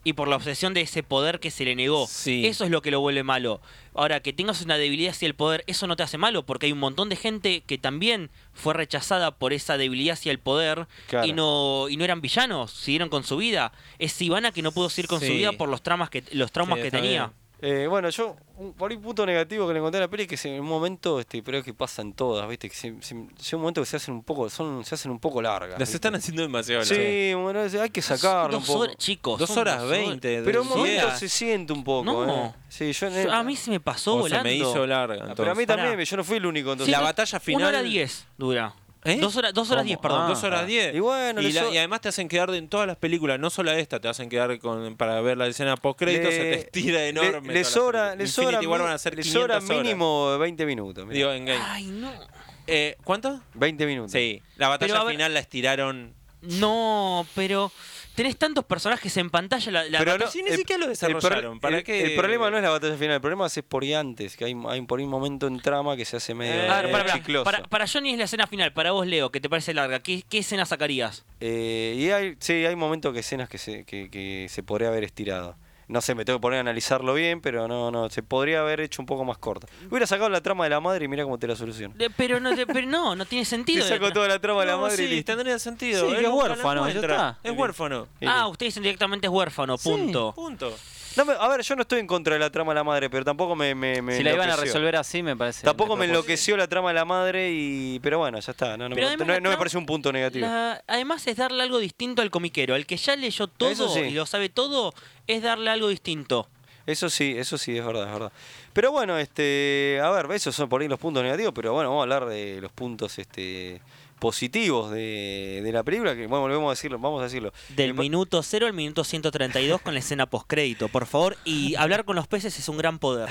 Speaker 5: y por la obsesión de ese poder que se le negó.
Speaker 3: Sí.
Speaker 5: Eso es lo que lo vuelve malo. Ahora, que tengas una debilidad hacia el poder, eso no te hace malo, porque hay un montón de gente que también fue rechazada por esa debilidad hacia el poder
Speaker 2: Claro.
Speaker 5: y, no, y no eran villanos, siguieron con su vida. Es Ivana que no pudo seguir con
Speaker 3: Sí.
Speaker 5: su vida por los, tramas que, los traumas
Speaker 3: Sí,
Speaker 5: que
Speaker 3: está
Speaker 5: tenía.
Speaker 3: bien.
Speaker 2: Eh, bueno, yo, un, por ahí un punto negativo que le encontré a la peli es que se- en un momento, este, creo que pasan todas, viste, que se, se- llega un momento que se hacen un poco, son, se hacen un poco largas.
Speaker 3: Las
Speaker 2: ¿viste?
Speaker 3: están haciendo demasiado largas.
Speaker 2: Sí, bueno, es- hay que sacarlo un
Speaker 5: Dos
Speaker 2: poco.
Speaker 5: horas, chicos.
Speaker 3: Dos
Speaker 5: son
Speaker 3: horas veinte.
Speaker 2: Pero un
Speaker 5: dos
Speaker 2: momento
Speaker 5: horas.
Speaker 2: se siente un poco,
Speaker 5: No.
Speaker 2: eh. Sí, yo en el-
Speaker 5: Yo- a mí se me pasó
Speaker 3: O se
Speaker 5: volando.
Speaker 3: me hizo larga.
Speaker 2: Ah, Pero a mí
Speaker 3: entonces.
Speaker 5: Pará.
Speaker 2: también, yo no fui el único entonces.
Speaker 5: Sí,
Speaker 3: La
Speaker 5: dos-
Speaker 3: batalla
Speaker 5: Una
Speaker 3: final-
Speaker 5: hora diez dura.
Speaker 3: ¿Eh?
Speaker 5: Dos, horas dos horas
Speaker 4: ¿Cómo?
Speaker 5: diez, perdón.
Speaker 4: Ah.
Speaker 3: Dos horas diez.
Speaker 2: Y bueno,
Speaker 3: y,
Speaker 2: le
Speaker 3: la-
Speaker 2: so-
Speaker 3: y además te hacen quedar en todas las películas, no solo esta, te hacen quedar con, para ver la escena post crédito, se te estira enorme.
Speaker 2: Le, le sobra, le sobra,
Speaker 3: Igual
Speaker 2: mi-
Speaker 3: van a ser
Speaker 2: le sobra
Speaker 3: 500 horas.
Speaker 2: mínimo 20 minutos. mirá.
Speaker 3: Digo, en game.
Speaker 5: Ay, no.
Speaker 3: Eh, ¿Cuánto?
Speaker 2: 20 minutos.
Speaker 3: Sí, la
Speaker 5: Pero a
Speaker 3: batalla
Speaker 5: ver-
Speaker 3: final la estiraron.
Speaker 5: No, pero tenés tantos personajes en pantalla, la, la
Speaker 2: Pero
Speaker 5: batalla-
Speaker 2: no,
Speaker 3: sí, ni
Speaker 2: el-
Speaker 3: siquiera lo
Speaker 2: el pro-
Speaker 3: desarrollaron. ¿Para
Speaker 2: el,
Speaker 3: qué?
Speaker 2: el problema no es la batalla final, el problema es por ahí antes, que hay, hay por ahí un momento en trama que se hace medio
Speaker 3: Eh,
Speaker 5: A ver, para, para,
Speaker 2: chicloso.
Speaker 5: para- para Johnny es la escena final, para vos, Leo, que te parece larga. ¿Qué, qué escena sacarías?
Speaker 2: Eh, y hay, sí, hay momentos que escenas que se, que, que se podría haber estirado. No sé, me tengo que poner a analizarlo bien, pero no, no, se podría haber hecho un poco más corta. Hubiera sacado la trama de la madre y mira cómo te la soluciono.
Speaker 5: De- Pero no, de- pero no, no tiene
Speaker 2: Te
Speaker 5: sentido.
Speaker 2: saco toda la trama de la
Speaker 3: No,
Speaker 2: madre y
Speaker 3: sí,
Speaker 2: listo.
Speaker 3: tendría sentido.
Speaker 4: Sí,
Speaker 3: Él
Speaker 4: que es
Speaker 3: nunca la
Speaker 4: huérfano, ya
Speaker 3: encuentra.
Speaker 4: está.
Speaker 3: Es huérfano.
Speaker 5: Ah, ustedes dicen directamente es huérfano,
Speaker 2: Oh.
Speaker 5: punto.
Speaker 3: Punto.
Speaker 2: No me- a ver, yo no estoy en contra de la trama de la madre, pero tampoco me. me- me
Speaker 4: Si la iban a
Speaker 2: enloqueció.
Speaker 4: resolver así, me parece.
Speaker 2: Tampoco me
Speaker 4: despropósito.
Speaker 2: enloqueció la trama de la madre y. Pero bueno, ya está. No, no,
Speaker 5: Pero
Speaker 2: me,
Speaker 5: además
Speaker 2: no- no
Speaker 5: la
Speaker 2: me
Speaker 5: trama-
Speaker 2: parece un punto negativo.
Speaker 5: La- además es darle algo distinto al comiquero. Al que ya leyó
Speaker 2: Eso
Speaker 5: todo
Speaker 2: sí.
Speaker 5: y lo sabe todo, es darle algo distinto.
Speaker 2: Eso sí, eso sí, es verdad, es verdad. Pero bueno, este, a ver, esos son por ahí los puntos negativos, pero bueno, vamos a hablar de los puntos este, positivos de, de la película, que bueno, volvemos a decirlo, vamos a decirlo.
Speaker 5: Del
Speaker 2: El pa-
Speaker 5: minuto 0 al minuto 132 con la escena postcrédito, por favor. Y hablar con los peces es un gran poder.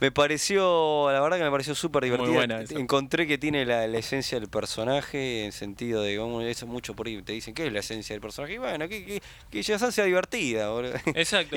Speaker 2: Me pareció, la verdad que me pareció súper divertida.
Speaker 3: Muy buena esa.
Speaker 2: Encontré que tiene la, la esencia del personaje, en sentido de, bueno, eso mucho por ahí, te dicen, ¿qué es la esencia del personaje? Y bueno, que, que, que Shazam sea divertida, boludo.
Speaker 3: Exacto,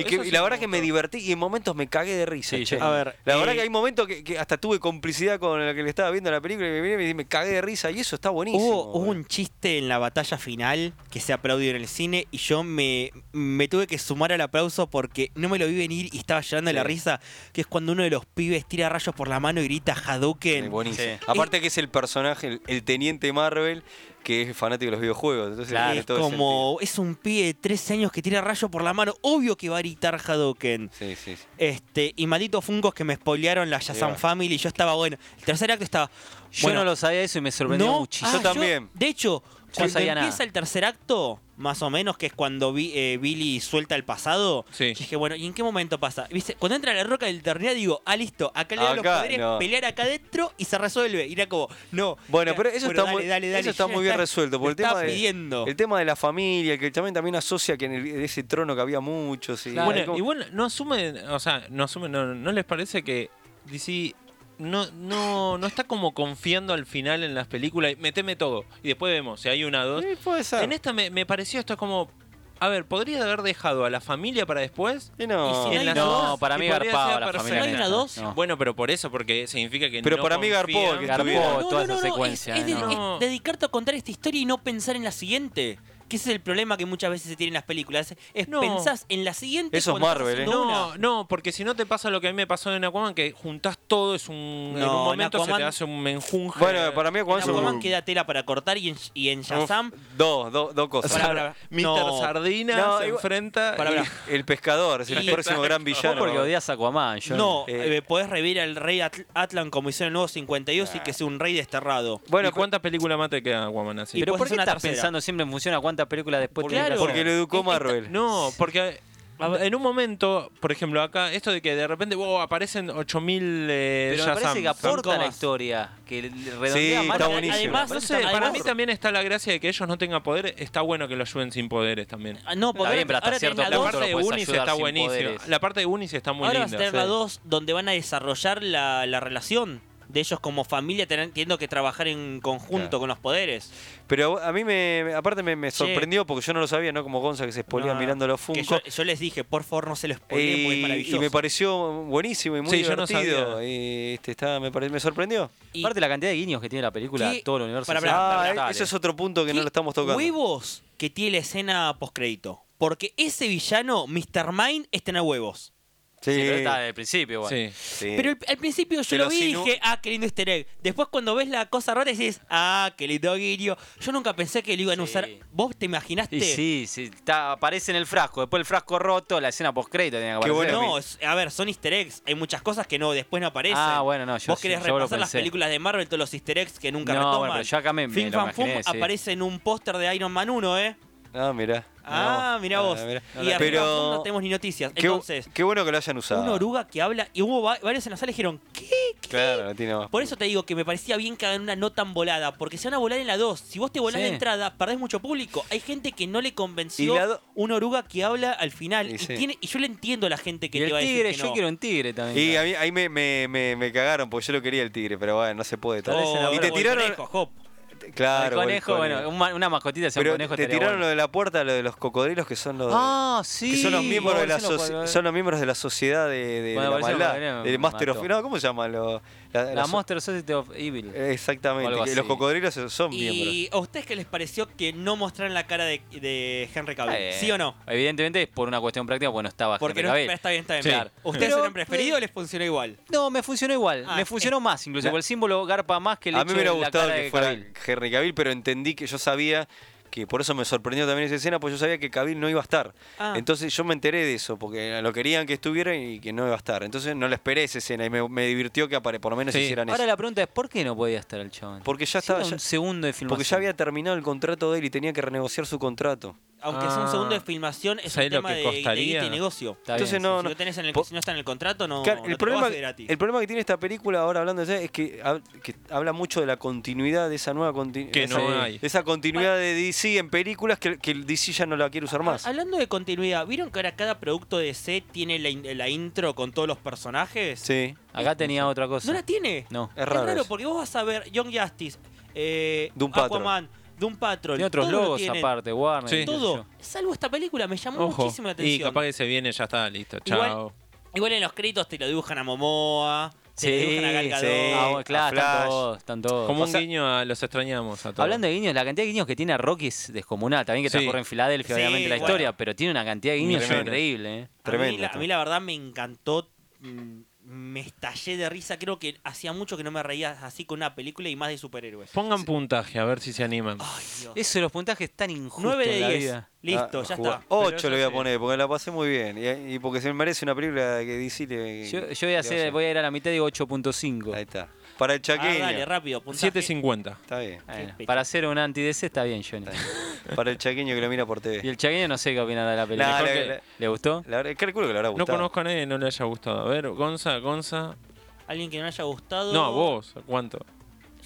Speaker 2: Y, que-
Speaker 3: eso
Speaker 2: y
Speaker 3: sí
Speaker 2: la
Speaker 3: me
Speaker 2: verdad que me
Speaker 3: gustó.
Speaker 2: divertí y en momentos me cagué de risa.
Speaker 5: Sí,
Speaker 2: che.
Speaker 5: yo- a ver,
Speaker 2: la
Speaker 5: eh,
Speaker 2: verdad que hay momentos que, que hasta tuve complicidad con la que le estaba viendo la película y me, miré y me, me cagué de risa y eso está buenísimo.
Speaker 5: Hubo, hubo
Speaker 2: boludo.
Speaker 5: un chiste en la batalla final que se aplaudió en el cine y yo me, me tuve que sumar al aplauso porque no me lo vi venir y estaba llorando de la
Speaker 2: Sí.
Speaker 5: risa, que es cuando uno de los pibes tira rayos por la mano y grita
Speaker 2: Sí,
Speaker 5: Hadouken.
Speaker 2: buenísimo.
Speaker 4: Sí.
Speaker 2: Aparte que es el personaje, el, el teniente Marvel, que es fanático de los videojuegos. Entonces
Speaker 5: Claro,
Speaker 2: tiene
Speaker 5: es
Speaker 2: todo el
Speaker 5: como es un pibe de 13 años que tira rayos por la mano, obvio que va a gritar Hadouken.
Speaker 2: sentido. Sí, sí, sí.
Speaker 5: Este, y malditos Funcos que me spoilearon la Shazam
Speaker 2: va.
Speaker 5: Family y yo estaba bueno. El tercer acto estaba.
Speaker 4: Yo
Speaker 5: bueno,
Speaker 4: no lo sabía eso y me sorprendió
Speaker 5: no,
Speaker 4: muchísimo.
Speaker 5: ah,
Speaker 2: Yo también.
Speaker 5: de hecho, cuando
Speaker 4: sabía
Speaker 5: empieza
Speaker 4: nada.
Speaker 5: el tercer acto, más o menos, que es cuando vi- eh, Billy suelta el pasado,
Speaker 3: Sí.
Speaker 5: yo dije, bueno, ¿y en qué momento pasa? ¿Viste? Cuando entra la roca del Eternidad, digo, ah, listo, acá le da los
Speaker 2: Acá,
Speaker 5: poderes,
Speaker 2: no.
Speaker 5: pelear acá adentro y se resuelve. Y era como, no.
Speaker 2: Bueno,
Speaker 5: era,
Speaker 2: pero eso está,
Speaker 5: dale,
Speaker 2: muy,
Speaker 5: dale, dale,
Speaker 2: eso está
Speaker 5: ya
Speaker 2: muy bien resuelto. Porque el,
Speaker 5: lo estaba
Speaker 2: tema de,
Speaker 5: pidiendo.
Speaker 2: el tema de la familia, que también, también asocia que en, el- en ese trono que había muchos. Y,
Speaker 4: Claro.
Speaker 2: es como-
Speaker 3: Bueno, igual no asumen, o sea, no asumen, no, no les parece que DC no, no, no está como confiando al final en las películas, y meteme todo y después vemos si hay una o dos.
Speaker 2: Sí, puede ser.
Speaker 5: este
Speaker 3: En esta me, me pareció esto como, a ver, podría haber dejado a la familia para después.
Speaker 2: Y no.
Speaker 5: y si
Speaker 3: en
Speaker 5: hay
Speaker 3: las
Speaker 5: una
Speaker 3: dos,
Speaker 4: No, para
Speaker 3: y
Speaker 4: mí
Speaker 3: podría
Speaker 4: garpaba
Speaker 3: ser
Speaker 4: la
Speaker 3: perfecto.
Speaker 4: familia.
Speaker 5: ¿No hay una
Speaker 4: Neta,
Speaker 5: dos?
Speaker 4: no.
Speaker 3: Bueno, pero por eso, porque significa que
Speaker 2: Pero
Speaker 3: no
Speaker 2: para mí garpó,
Speaker 3: confían.
Speaker 2: que
Speaker 4: Garpó
Speaker 5: Oh,
Speaker 2: estuviera.
Speaker 4: toda esa secuencia.
Speaker 5: Es, es de-
Speaker 4: ¿no?
Speaker 5: es
Speaker 3: No.
Speaker 5: dedicarte a contar esta historia y no pensar en la siguiente. Que ese es el problema que muchas veces se tiene en las películas. Es- Es
Speaker 3: No.
Speaker 5: pensás en la siguiente.
Speaker 2: Eso es
Speaker 5: cuando estás
Speaker 2: Marvel, ¿eh?
Speaker 5: haciendo una.
Speaker 3: No, no, porque si no te pasa lo que a mí me pasó en Aquaman, que juntás todo, es un, en
Speaker 5: No,
Speaker 3: un
Speaker 5: en
Speaker 3: momento se te
Speaker 5: Aquaman-
Speaker 3: hace un menjunje.
Speaker 2: Bueno, para mí Aquaman
Speaker 5: En
Speaker 2: es un-
Speaker 5: Aquaman queda tela para cortar y en, y en Shazam.
Speaker 2: Uf, Dos, dos, dos cosas.
Speaker 5: Pará, pará, pará.
Speaker 3: Mr.
Speaker 5: No.
Speaker 3: Sardina
Speaker 2: No,
Speaker 3: se
Speaker 2: igual-
Speaker 3: enfrenta.
Speaker 5: Pará,
Speaker 3: y-
Speaker 5: pará.
Speaker 2: El pescador, es el
Speaker 5: Y-
Speaker 2: próximo gran
Speaker 4: Vos
Speaker 2: villano.
Speaker 4: porque odias a Aquaman, yo.
Speaker 5: No,
Speaker 2: eh,
Speaker 5: eh, podés revivir al rey Atl- Atlan como hicieron en el nuevo 52 y que sea un rey desterrado.
Speaker 3: Bueno, ¿cuántas películas más te quedan Aquaman así?
Speaker 5: Y
Speaker 4: Pero
Speaker 5: después
Speaker 4: ¿por
Speaker 5: es
Speaker 4: qué
Speaker 5: una
Speaker 4: estás
Speaker 5: tercera.
Speaker 4: pensando siempre en función a cuántas películas después
Speaker 5: Claro.
Speaker 4: tenés que hacer?
Speaker 2: porque lo educó Marvel.
Speaker 3: No, porque a ver, en un momento, por ejemplo, acá, esto de que de repente wow, aparecen 8000 eh,
Speaker 4: Pero me
Speaker 3: Shazam.
Speaker 4: parece que aporta la
Speaker 5: comas.
Speaker 4: historia, que le- le redondea
Speaker 2: Sí,
Speaker 4: más
Speaker 2: está
Speaker 4: la-
Speaker 2: buenísimo.
Speaker 5: Además,
Speaker 3: No sé, para
Speaker 5: además-
Speaker 3: mí también está la gracia de que ellos no tengan poderes. Está bueno que lo ayuden sin poderes también.
Speaker 5: Ah, No, porque
Speaker 4: Está
Speaker 5: ahora-
Speaker 4: bien, pero hasta
Speaker 5: ahora tenés
Speaker 4: cierto
Speaker 5: la
Speaker 3: La
Speaker 4: punto
Speaker 5: dos-
Speaker 4: lo
Speaker 3: parte de
Speaker 4: puedes
Speaker 3: Unis
Speaker 4: ayudar
Speaker 3: está
Speaker 4: sin
Speaker 3: buenísima.
Speaker 4: poderes.
Speaker 3: La parte de Unis está muy
Speaker 5: Ahora vas a
Speaker 3: linda.
Speaker 5: tener la
Speaker 3: sí.
Speaker 5: 2 donde van a desarrollar la, la relación de ellos como familia, tenen- teniendo que trabajar en conjunto
Speaker 2: Claro.
Speaker 5: con los poderes.
Speaker 2: Pero a mí, me, me- aparte, me, me sorprendió porque yo no lo sabía, ¿no? Como Gonza que se espolía
Speaker 5: No,
Speaker 2: mirando los
Speaker 5: que
Speaker 2: Funko.
Speaker 5: Yo, yo les dije, por favor, no se los spoileen porque es
Speaker 2: Y,
Speaker 5: maravilloso.
Speaker 2: y me pareció buenísimo y muy
Speaker 3: Sí, yo no
Speaker 2: divertido.
Speaker 3: sabía.
Speaker 2: y, este, está, me, pare- me sorprendió.
Speaker 5: Y-
Speaker 4: Aparte la cantidad de guiños que tiene la película,
Speaker 5: ¿Qué?
Speaker 4: todo el universo.
Speaker 5: Pará,
Speaker 4: es
Speaker 5: pará,
Speaker 2: Ah,
Speaker 5: pará,
Speaker 2: eh,
Speaker 4: insoportable.
Speaker 2: ese es otro punto que no
Speaker 5: ¿Qué
Speaker 2: lo estamos tocando.
Speaker 5: Huevos que tiene la escena postcrédito. Porque ese villano, Mr. Mine, está en huevos.
Speaker 2: Sí,
Speaker 4: Sí, pero está desde el principio, igual.
Speaker 3: Sí.
Speaker 2: sí.
Speaker 5: Pero al, al principio yo
Speaker 2: Pero
Speaker 5: lo vi
Speaker 2: si
Speaker 5: y
Speaker 2: no-
Speaker 5: dije, ah, qué lindo easter egg. Después cuando ves la cosa rara decís, ah, qué lindo guiño. Yo nunca pensé que lo iban a
Speaker 4: Sí.
Speaker 5: usar. ¿Vos te imaginaste?
Speaker 4: Y sí, sí, está- aparece en el frasco, después el frasco roto, la escena post crédito tenía que
Speaker 2: Qué
Speaker 4: aparecer.
Speaker 2: bueno,
Speaker 5: No, es- a ver, son easter eggs. Hay muchas cosas que no después no aparecen.
Speaker 4: Ah, bueno, no, yo
Speaker 5: Vos
Speaker 4: sí,
Speaker 5: querés
Speaker 4: yo lo
Speaker 5: repasar las
Speaker 4: pensé.
Speaker 5: películas de Marvel, todos los easter eggs que nunca
Speaker 4: No, bueno,
Speaker 5: retoman.
Speaker 4: pero yo acá me- me
Speaker 5: Fin
Speaker 4: lo
Speaker 5: Fan Fum
Speaker 4: imaginé, sí.
Speaker 5: aparece en un póster de Iron Man 1, ¿eh?
Speaker 2: Ah, mirá.
Speaker 5: Ah,
Speaker 2: No.
Speaker 5: mirá vos.
Speaker 2: Ah, mirá.
Speaker 5: Y arriba
Speaker 2: Pero-
Speaker 5: Fum no tenemos ni noticias.
Speaker 2: Qué,
Speaker 5: Entonces,
Speaker 2: qué bueno que lo hayan usado.
Speaker 5: una oruga que habla y hubo va- varios en la sala que dijeron, ¿qué? ¿Qué?
Speaker 2: Claro, no tiene más.
Speaker 5: Por eso te digo que me parecía bien que hagan una no tan volada, porque se van a volar en la 2. Si vos te volás de
Speaker 4: Sí.
Speaker 5: entrada, perdés mucho público. Hay gente que no le
Speaker 2: Y la do-
Speaker 5: convenció una oruga que habla al final.
Speaker 2: Y
Speaker 5: Y,
Speaker 2: sí.
Speaker 5: tiene, y yo le entiendo a la gente que
Speaker 4: Y
Speaker 5: te va
Speaker 4: el
Speaker 5: a decir
Speaker 4: tigre,
Speaker 5: que
Speaker 4: yo
Speaker 5: no.
Speaker 4: quiero un tigre también.
Speaker 2: Y a mí, ahí me, me, me, me cagaron porque yo lo quería el tigre, pero bueno, no se puede.
Speaker 5: Oh,
Speaker 2: y te
Speaker 5: el
Speaker 2: tiraron,
Speaker 5: conejo, Hop.
Speaker 2: Claro.
Speaker 4: el conejo,
Speaker 2: Volcone.
Speaker 4: bueno, un ma- una mascotita sea un
Speaker 2: Pero
Speaker 4: conejo
Speaker 2: te
Speaker 4: estaría
Speaker 2: tiraron
Speaker 4: bueno.
Speaker 2: lo de la puerta, lo de los cocodrilos que son los, de-
Speaker 4: Ah, sí.
Speaker 2: que son los miembros de la
Speaker 4: Marcelo
Speaker 2: soci-
Speaker 4: Cuadro-
Speaker 2: son los miembros de la sociedad de, de
Speaker 4: Bueno,
Speaker 2: la
Speaker 4: Marcelo
Speaker 2: maldad,
Speaker 4: Cuadro me
Speaker 2: del Master of
Speaker 4: mató.
Speaker 2: no, ¿cómo se llama? Lo- la- la
Speaker 4: La
Speaker 2: so-
Speaker 4: Monster Society of Evil.
Speaker 2: eh,
Speaker 4: o
Speaker 2: Exactamente,
Speaker 4: algo
Speaker 2: que los
Speaker 4: así.
Speaker 2: cocodrilos son miembros.
Speaker 5: ¿Y a ustedes qué les pareció que no mostraran la cara de, de Henry Cavill?
Speaker 4: Eh,
Speaker 5: ¿Sí o no?
Speaker 4: Evidentemente es por una cuestión práctica, porque no estaba
Speaker 5: Porque
Speaker 4: Henry
Speaker 5: no
Speaker 4: Cavill.
Speaker 5: está bien, está bien.
Speaker 3: Sí.
Speaker 5: Claro. ¿Ustedes
Speaker 4: Pero-
Speaker 5: hubieran preferido o les funcionó igual?
Speaker 4: No, me funcionó igual.
Speaker 5: Ah,
Speaker 4: me funcionó más, incluso.
Speaker 2: la-
Speaker 4: porque el símbolo garpa más que el
Speaker 2: A
Speaker 4: hecho
Speaker 2: mí me hubiera
Speaker 4: de la
Speaker 2: gustado
Speaker 4: cara de
Speaker 2: que fuera
Speaker 4: Cavill.
Speaker 2: Henry Cavill, pero entendí que yo sabía que por eso me sorprendió también esa escena, pues yo sabía que Cavill no iba a estar.
Speaker 5: Ah.
Speaker 2: Entonces yo me enteré de eso, porque lo querían que estuviera y que no iba a estar. Entonces no la esperé esa escena y me, me divirtió que apare, por lo menos
Speaker 3: Sí.
Speaker 2: hicieran
Speaker 4: Ahora
Speaker 2: eso.
Speaker 4: la pregunta es: ¿por qué no podía estar el chabón?
Speaker 2: Porque ya
Speaker 4: Si era
Speaker 2: estaba- ya-
Speaker 4: un segundo de filmación.
Speaker 2: Porque ya había terminado el contrato de él y tenía que renegociar su contrato.
Speaker 5: Aunque sea un
Speaker 3: Ah.
Speaker 5: segundo de filmación, es un
Speaker 3: ¿Sabés lo
Speaker 5: tema
Speaker 3: que
Speaker 5: de, de
Speaker 3: costaría?
Speaker 5: guita y negocio.
Speaker 4: Está
Speaker 2: Entonces
Speaker 4: bien,
Speaker 2: no,
Speaker 5: si,
Speaker 2: no.
Speaker 5: lo tenés en el,
Speaker 2: Po-
Speaker 5: si no está en el contrato, no,
Speaker 2: Claro,
Speaker 5: no te
Speaker 2: el,
Speaker 5: lo
Speaker 2: problema,
Speaker 5: vas a ver gratis.
Speaker 2: el problema que tiene esta película, ahora hablando de eso, es que, hab- que habla mucho de la continuidad de esa nueva continuidad.
Speaker 3: Que no hay.
Speaker 2: Esa continuidad de DC en películas que, que el DC ya no la quiere usar más.
Speaker 5: Ah, Hablando de continuidad, ¿vieron que ahora cada producto de C tiene la, in- la intro con todos los personajes?
Speaker 2: Sí,
Speaker 4: Acá tenía otra cosa.
Speaker 5: ¿No la tiene?
Speaker 4: No.
Speaker 2: es raro.
Speaker 5: es raro
Speaker 2: eso.
Speaker 5: porque vos vas a ver Young Justice, eh,
Speaker 2: Doom Patrol.
Speaker 5: Aquaman, Doom Patrol.
Speaker 4: Tiene otros
Speaker 5: todo lo
Speaker 4: logos
Speaker 5: tienen,
Speaker 4: aparte, Warner.
Speaker 3: Sí.
Speaker 4: qué sé
Speaker 5: Todo.
Speaker 4: yo.
Speaker 5: Salvo esta película, me llamó
Speaker 3: Ojo.
Speaker 5: muchísimo la
Speaker 3: Y
Speaker 5: atención.
Speaker 3: capaz que se viene, ya está, listo.
Speaker 5: Igual-
Speaker 3: Chao.
Speaker 5: Igual en los créditos te lo dibujan a Momoa, te
Speaker 4: Sí,
Speaker 5: lo dibujan a Gal Gadot.
Speaker 2: sí.
Speaker 4: Ah, bueno,
Speaker 2: a
Speaker 4: claro, están
Speaker 2: Flash.
Speaker 4: todos, están todos.
Speaker 3: Como
Speaker 4: O
Speaker 3: un
Speaker 4: sea,
Speaker 3: guiño a los extrañamos a todos.
Speaker 4: Hablando de guiños, la cantidad de guiños que tiene a Rocky es descomunal. También que
Speaker 3: Sí.
Speaker 4: transcurre en Filadelfia,
Speaker 5: Sí,
Speaker 4: obviamente, la
Speaker 5: bueno.
Speaker 4: historia, pero tiene una cantidad de guiños
Speaker 3: Millones.
Speaker 4: increíble. ¿eh?
Speaker 5: A mí
Speaker 2: Tremendo
Speaker 5: la- A mí,
Speaker 2: esto.
Speaker 5: la verdad me encantó. mm, Me estallé de risa. Creo que hacía mucho que no me reía así con una película y más de superhéroes.
Speaker 3: Pongan puntaje, a ver si se animan.
Speaker 5: Ay, Dios.
Speaker 4: Eso de los puntajes tan injustos.
Speaker 5: 9
Speaker 4: en
Speaker 5: de
Speaker 4: la
Speaker 5: 10.
Speaker 4: vida.
Speaker 5: Listo, ya está.
Speaker 2: 8
Speaker 3: Pero
Speaker 2: Ah, le voy
Speaker 3: eso
Speaker 2: a
Speaker 3: sí.
Speaker 2: poner, porque la pasé muy bien. Y, y porque se me merece una película que DC le.
Speaker 4: Yo, yo voy, a
Speaker 2: le
Speaker 4: hacer, voy a ir a la mitad y digo 8.5.
Speaker 2: Ahí está. Para el
Speaker 5: Ah,
Speaker 2: chaqueño.
Speaker 5: dale, rápido. puntaje.
Speaker 3: 7.50.
Speaker 2: está bien.
Speaker 4: Bueno,
Speaker 5: pecho.
Speaker 4: para ser un anti-DC está bien, Johnny.
Speaker 2: Para el chaqueño que lo mira por
Speaker 4: Y
Speaker 2: TV.
Speaker 4: el chaqueño no sé qué opina de la película.
Speaker 2: Nah,
Speaker 4: Mejor
Speaker 2: le-
Speaker 4: que-
Speaker 2: le-
Speaker 4: ¿Le gustó?
Speaker 2: La verdad, calculo que le habrá
Speaker 3: No
Speaker 2: gustado.
Speaker 3: conozco a nadie que no le haya gustado. A ver, Gonza, Gonza.
Speaker 5: Alguien que no haya gustado.
Speaker 3: No, a vos, ¿cuánto?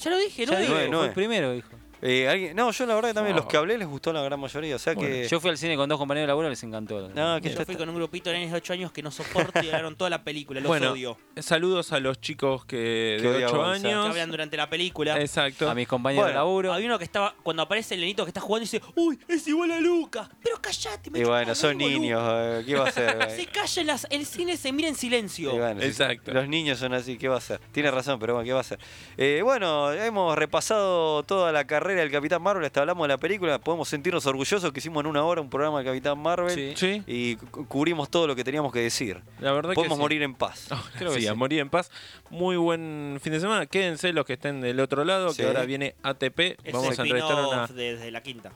Speaker 5: Ya lo dije, no
Speaker 4: Ya dijo,
Speaker 2: nueve,
Speaker 5: digo.
Speaker 4: fue
Speaker 2: nueve.
Speaker 4: el primero, dijo.
Speaker 2: Eh, ¿alguien? No, yo la verdad que también
Speaker 3: No.
Speaker 2: los que hablé les gustó la gran mayoría. O sea que.
Speaker 4: Yo fui al cine con dos compañeros de laburo y les encantó.
Speaker 2: no, que
Speaker 5: Yo
Speaker 2: ya
Speaker 5: fui
Speaker 2: está.
Speaker 5: con un grupito de nenes de 8 años que no soporto y hablaron toda la película. Los
Speaker 3: bueno,
Speaker 5: odio.
Speaker 3: saludos a los chicos que
Speaker 2: Que
Speaker 3: de
Speaker 2: odia
Speaker 3: 8
Speaker 2: Gonza.
Speaker 5: Que
Speaker 3: años.
Speaker 5: hablan durante la película.
Speaker 3: Exacto.
Speaker 4: A mis compañeros
Speaker 2: Bueno.
Speaker 4: de laburo.
Speaker 5: Había uno que estaba, cuando aparece el nenito que está jugando, dice: ¡Uy, es igual a Lucas! Pero callate, me
Speaker 2: Y
Speaker 5: chupa
Speaker 2: bueno,
Speaker 5: un
Speaker 2: son
Speaker 5: huevo, Lucas.
Speaker 2: niños. eh, ¿Qué va a
Speaker 5: Se
Speaker 2: hacer?
Speaker 5: calla, en las- el cine se mira en
Speaker 2: Y
Speaker 5: silencio.
Speaker 2: bueno, si-
Speaker 3: Exacto.
Speaker 2: Los niños son así, ¿qué va a hacer? Tiene razón, pero bueno, ¿qué va a hacer? Eh, bueno, ya hemos repasado toda la carrera del Capitán Marvel, hasta hablamos de la película, podemos sentirnos orgullosos que hicimos en una hora un programa del Capitán Marvel
Speaker 4: Sí.
Speaker 3: Sí,
Speaker 2: y cu- cubrimos todo lo que teníamos que decir.
Speaker 3: la verdad que
Speaker 2: Podemos
Speaker 3: sí.
Speaker 2: morir en paz.
Speaker 3: Ahora
Speaker 4: Creo que
Speaker 3: sí, a
Speaker 4: sí.
Speaker 3: morir en paz. Muy buen fin de semana. Quédense los que estén del otro lado,
Speaker 2: Sí.
Speaker 3: que ahora viene ATP.
Speaker 5: Es
Speaker 3: Vamos a
Speaker 5: el
Speaker 3: entrevistar a una.
Speaker 5: spin-off de- desde la quinta.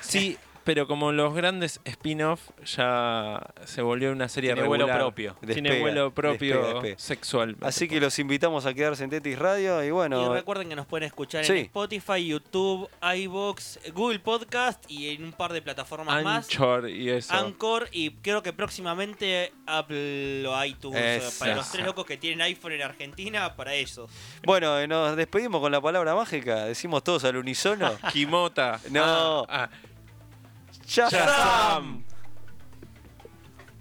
Speaker 3: Sí, pero como los grandes spin-off ya se volvió una serie
Speaker 4: Tiene
Speaker 3: regular.
Speaker 4: vuelo propio.
Speaker 2: Despega,
Speaker 3: Tiene vuelo propio
Speaker 2: despega, despega.
Speaker 3: sexual.
Speaker 2: Así que los invitamos a quedarse en Tetis Radio y
Speaker 5: y
Speaker 2: bueno, eh,
Speaker 5: recuerden que nos pueden escuchar
Speaker 2: Sí.
Speaker 5: en Spotify, YouTube, iBox, Google Podcast y en un par de plataformas más.
Speaker 3: Anchor y eso.
Speaker 5: Anchor y creo que próximamente Apple o iTunes eh, para
Speaker 2: Eso.
Speaker 5: los tres locos que tienen iPhone en Argentina, para ellos.
Speaker 2: bueno, eh, nos despedimos con la palabra mágica, decimos todos al unísono.
Speaker 3: Kimota.
Speaker 2: No.
Speaker 3: Ah, ah.
Speaker 2: ¡Shazam!
Speaker 3: Shazam.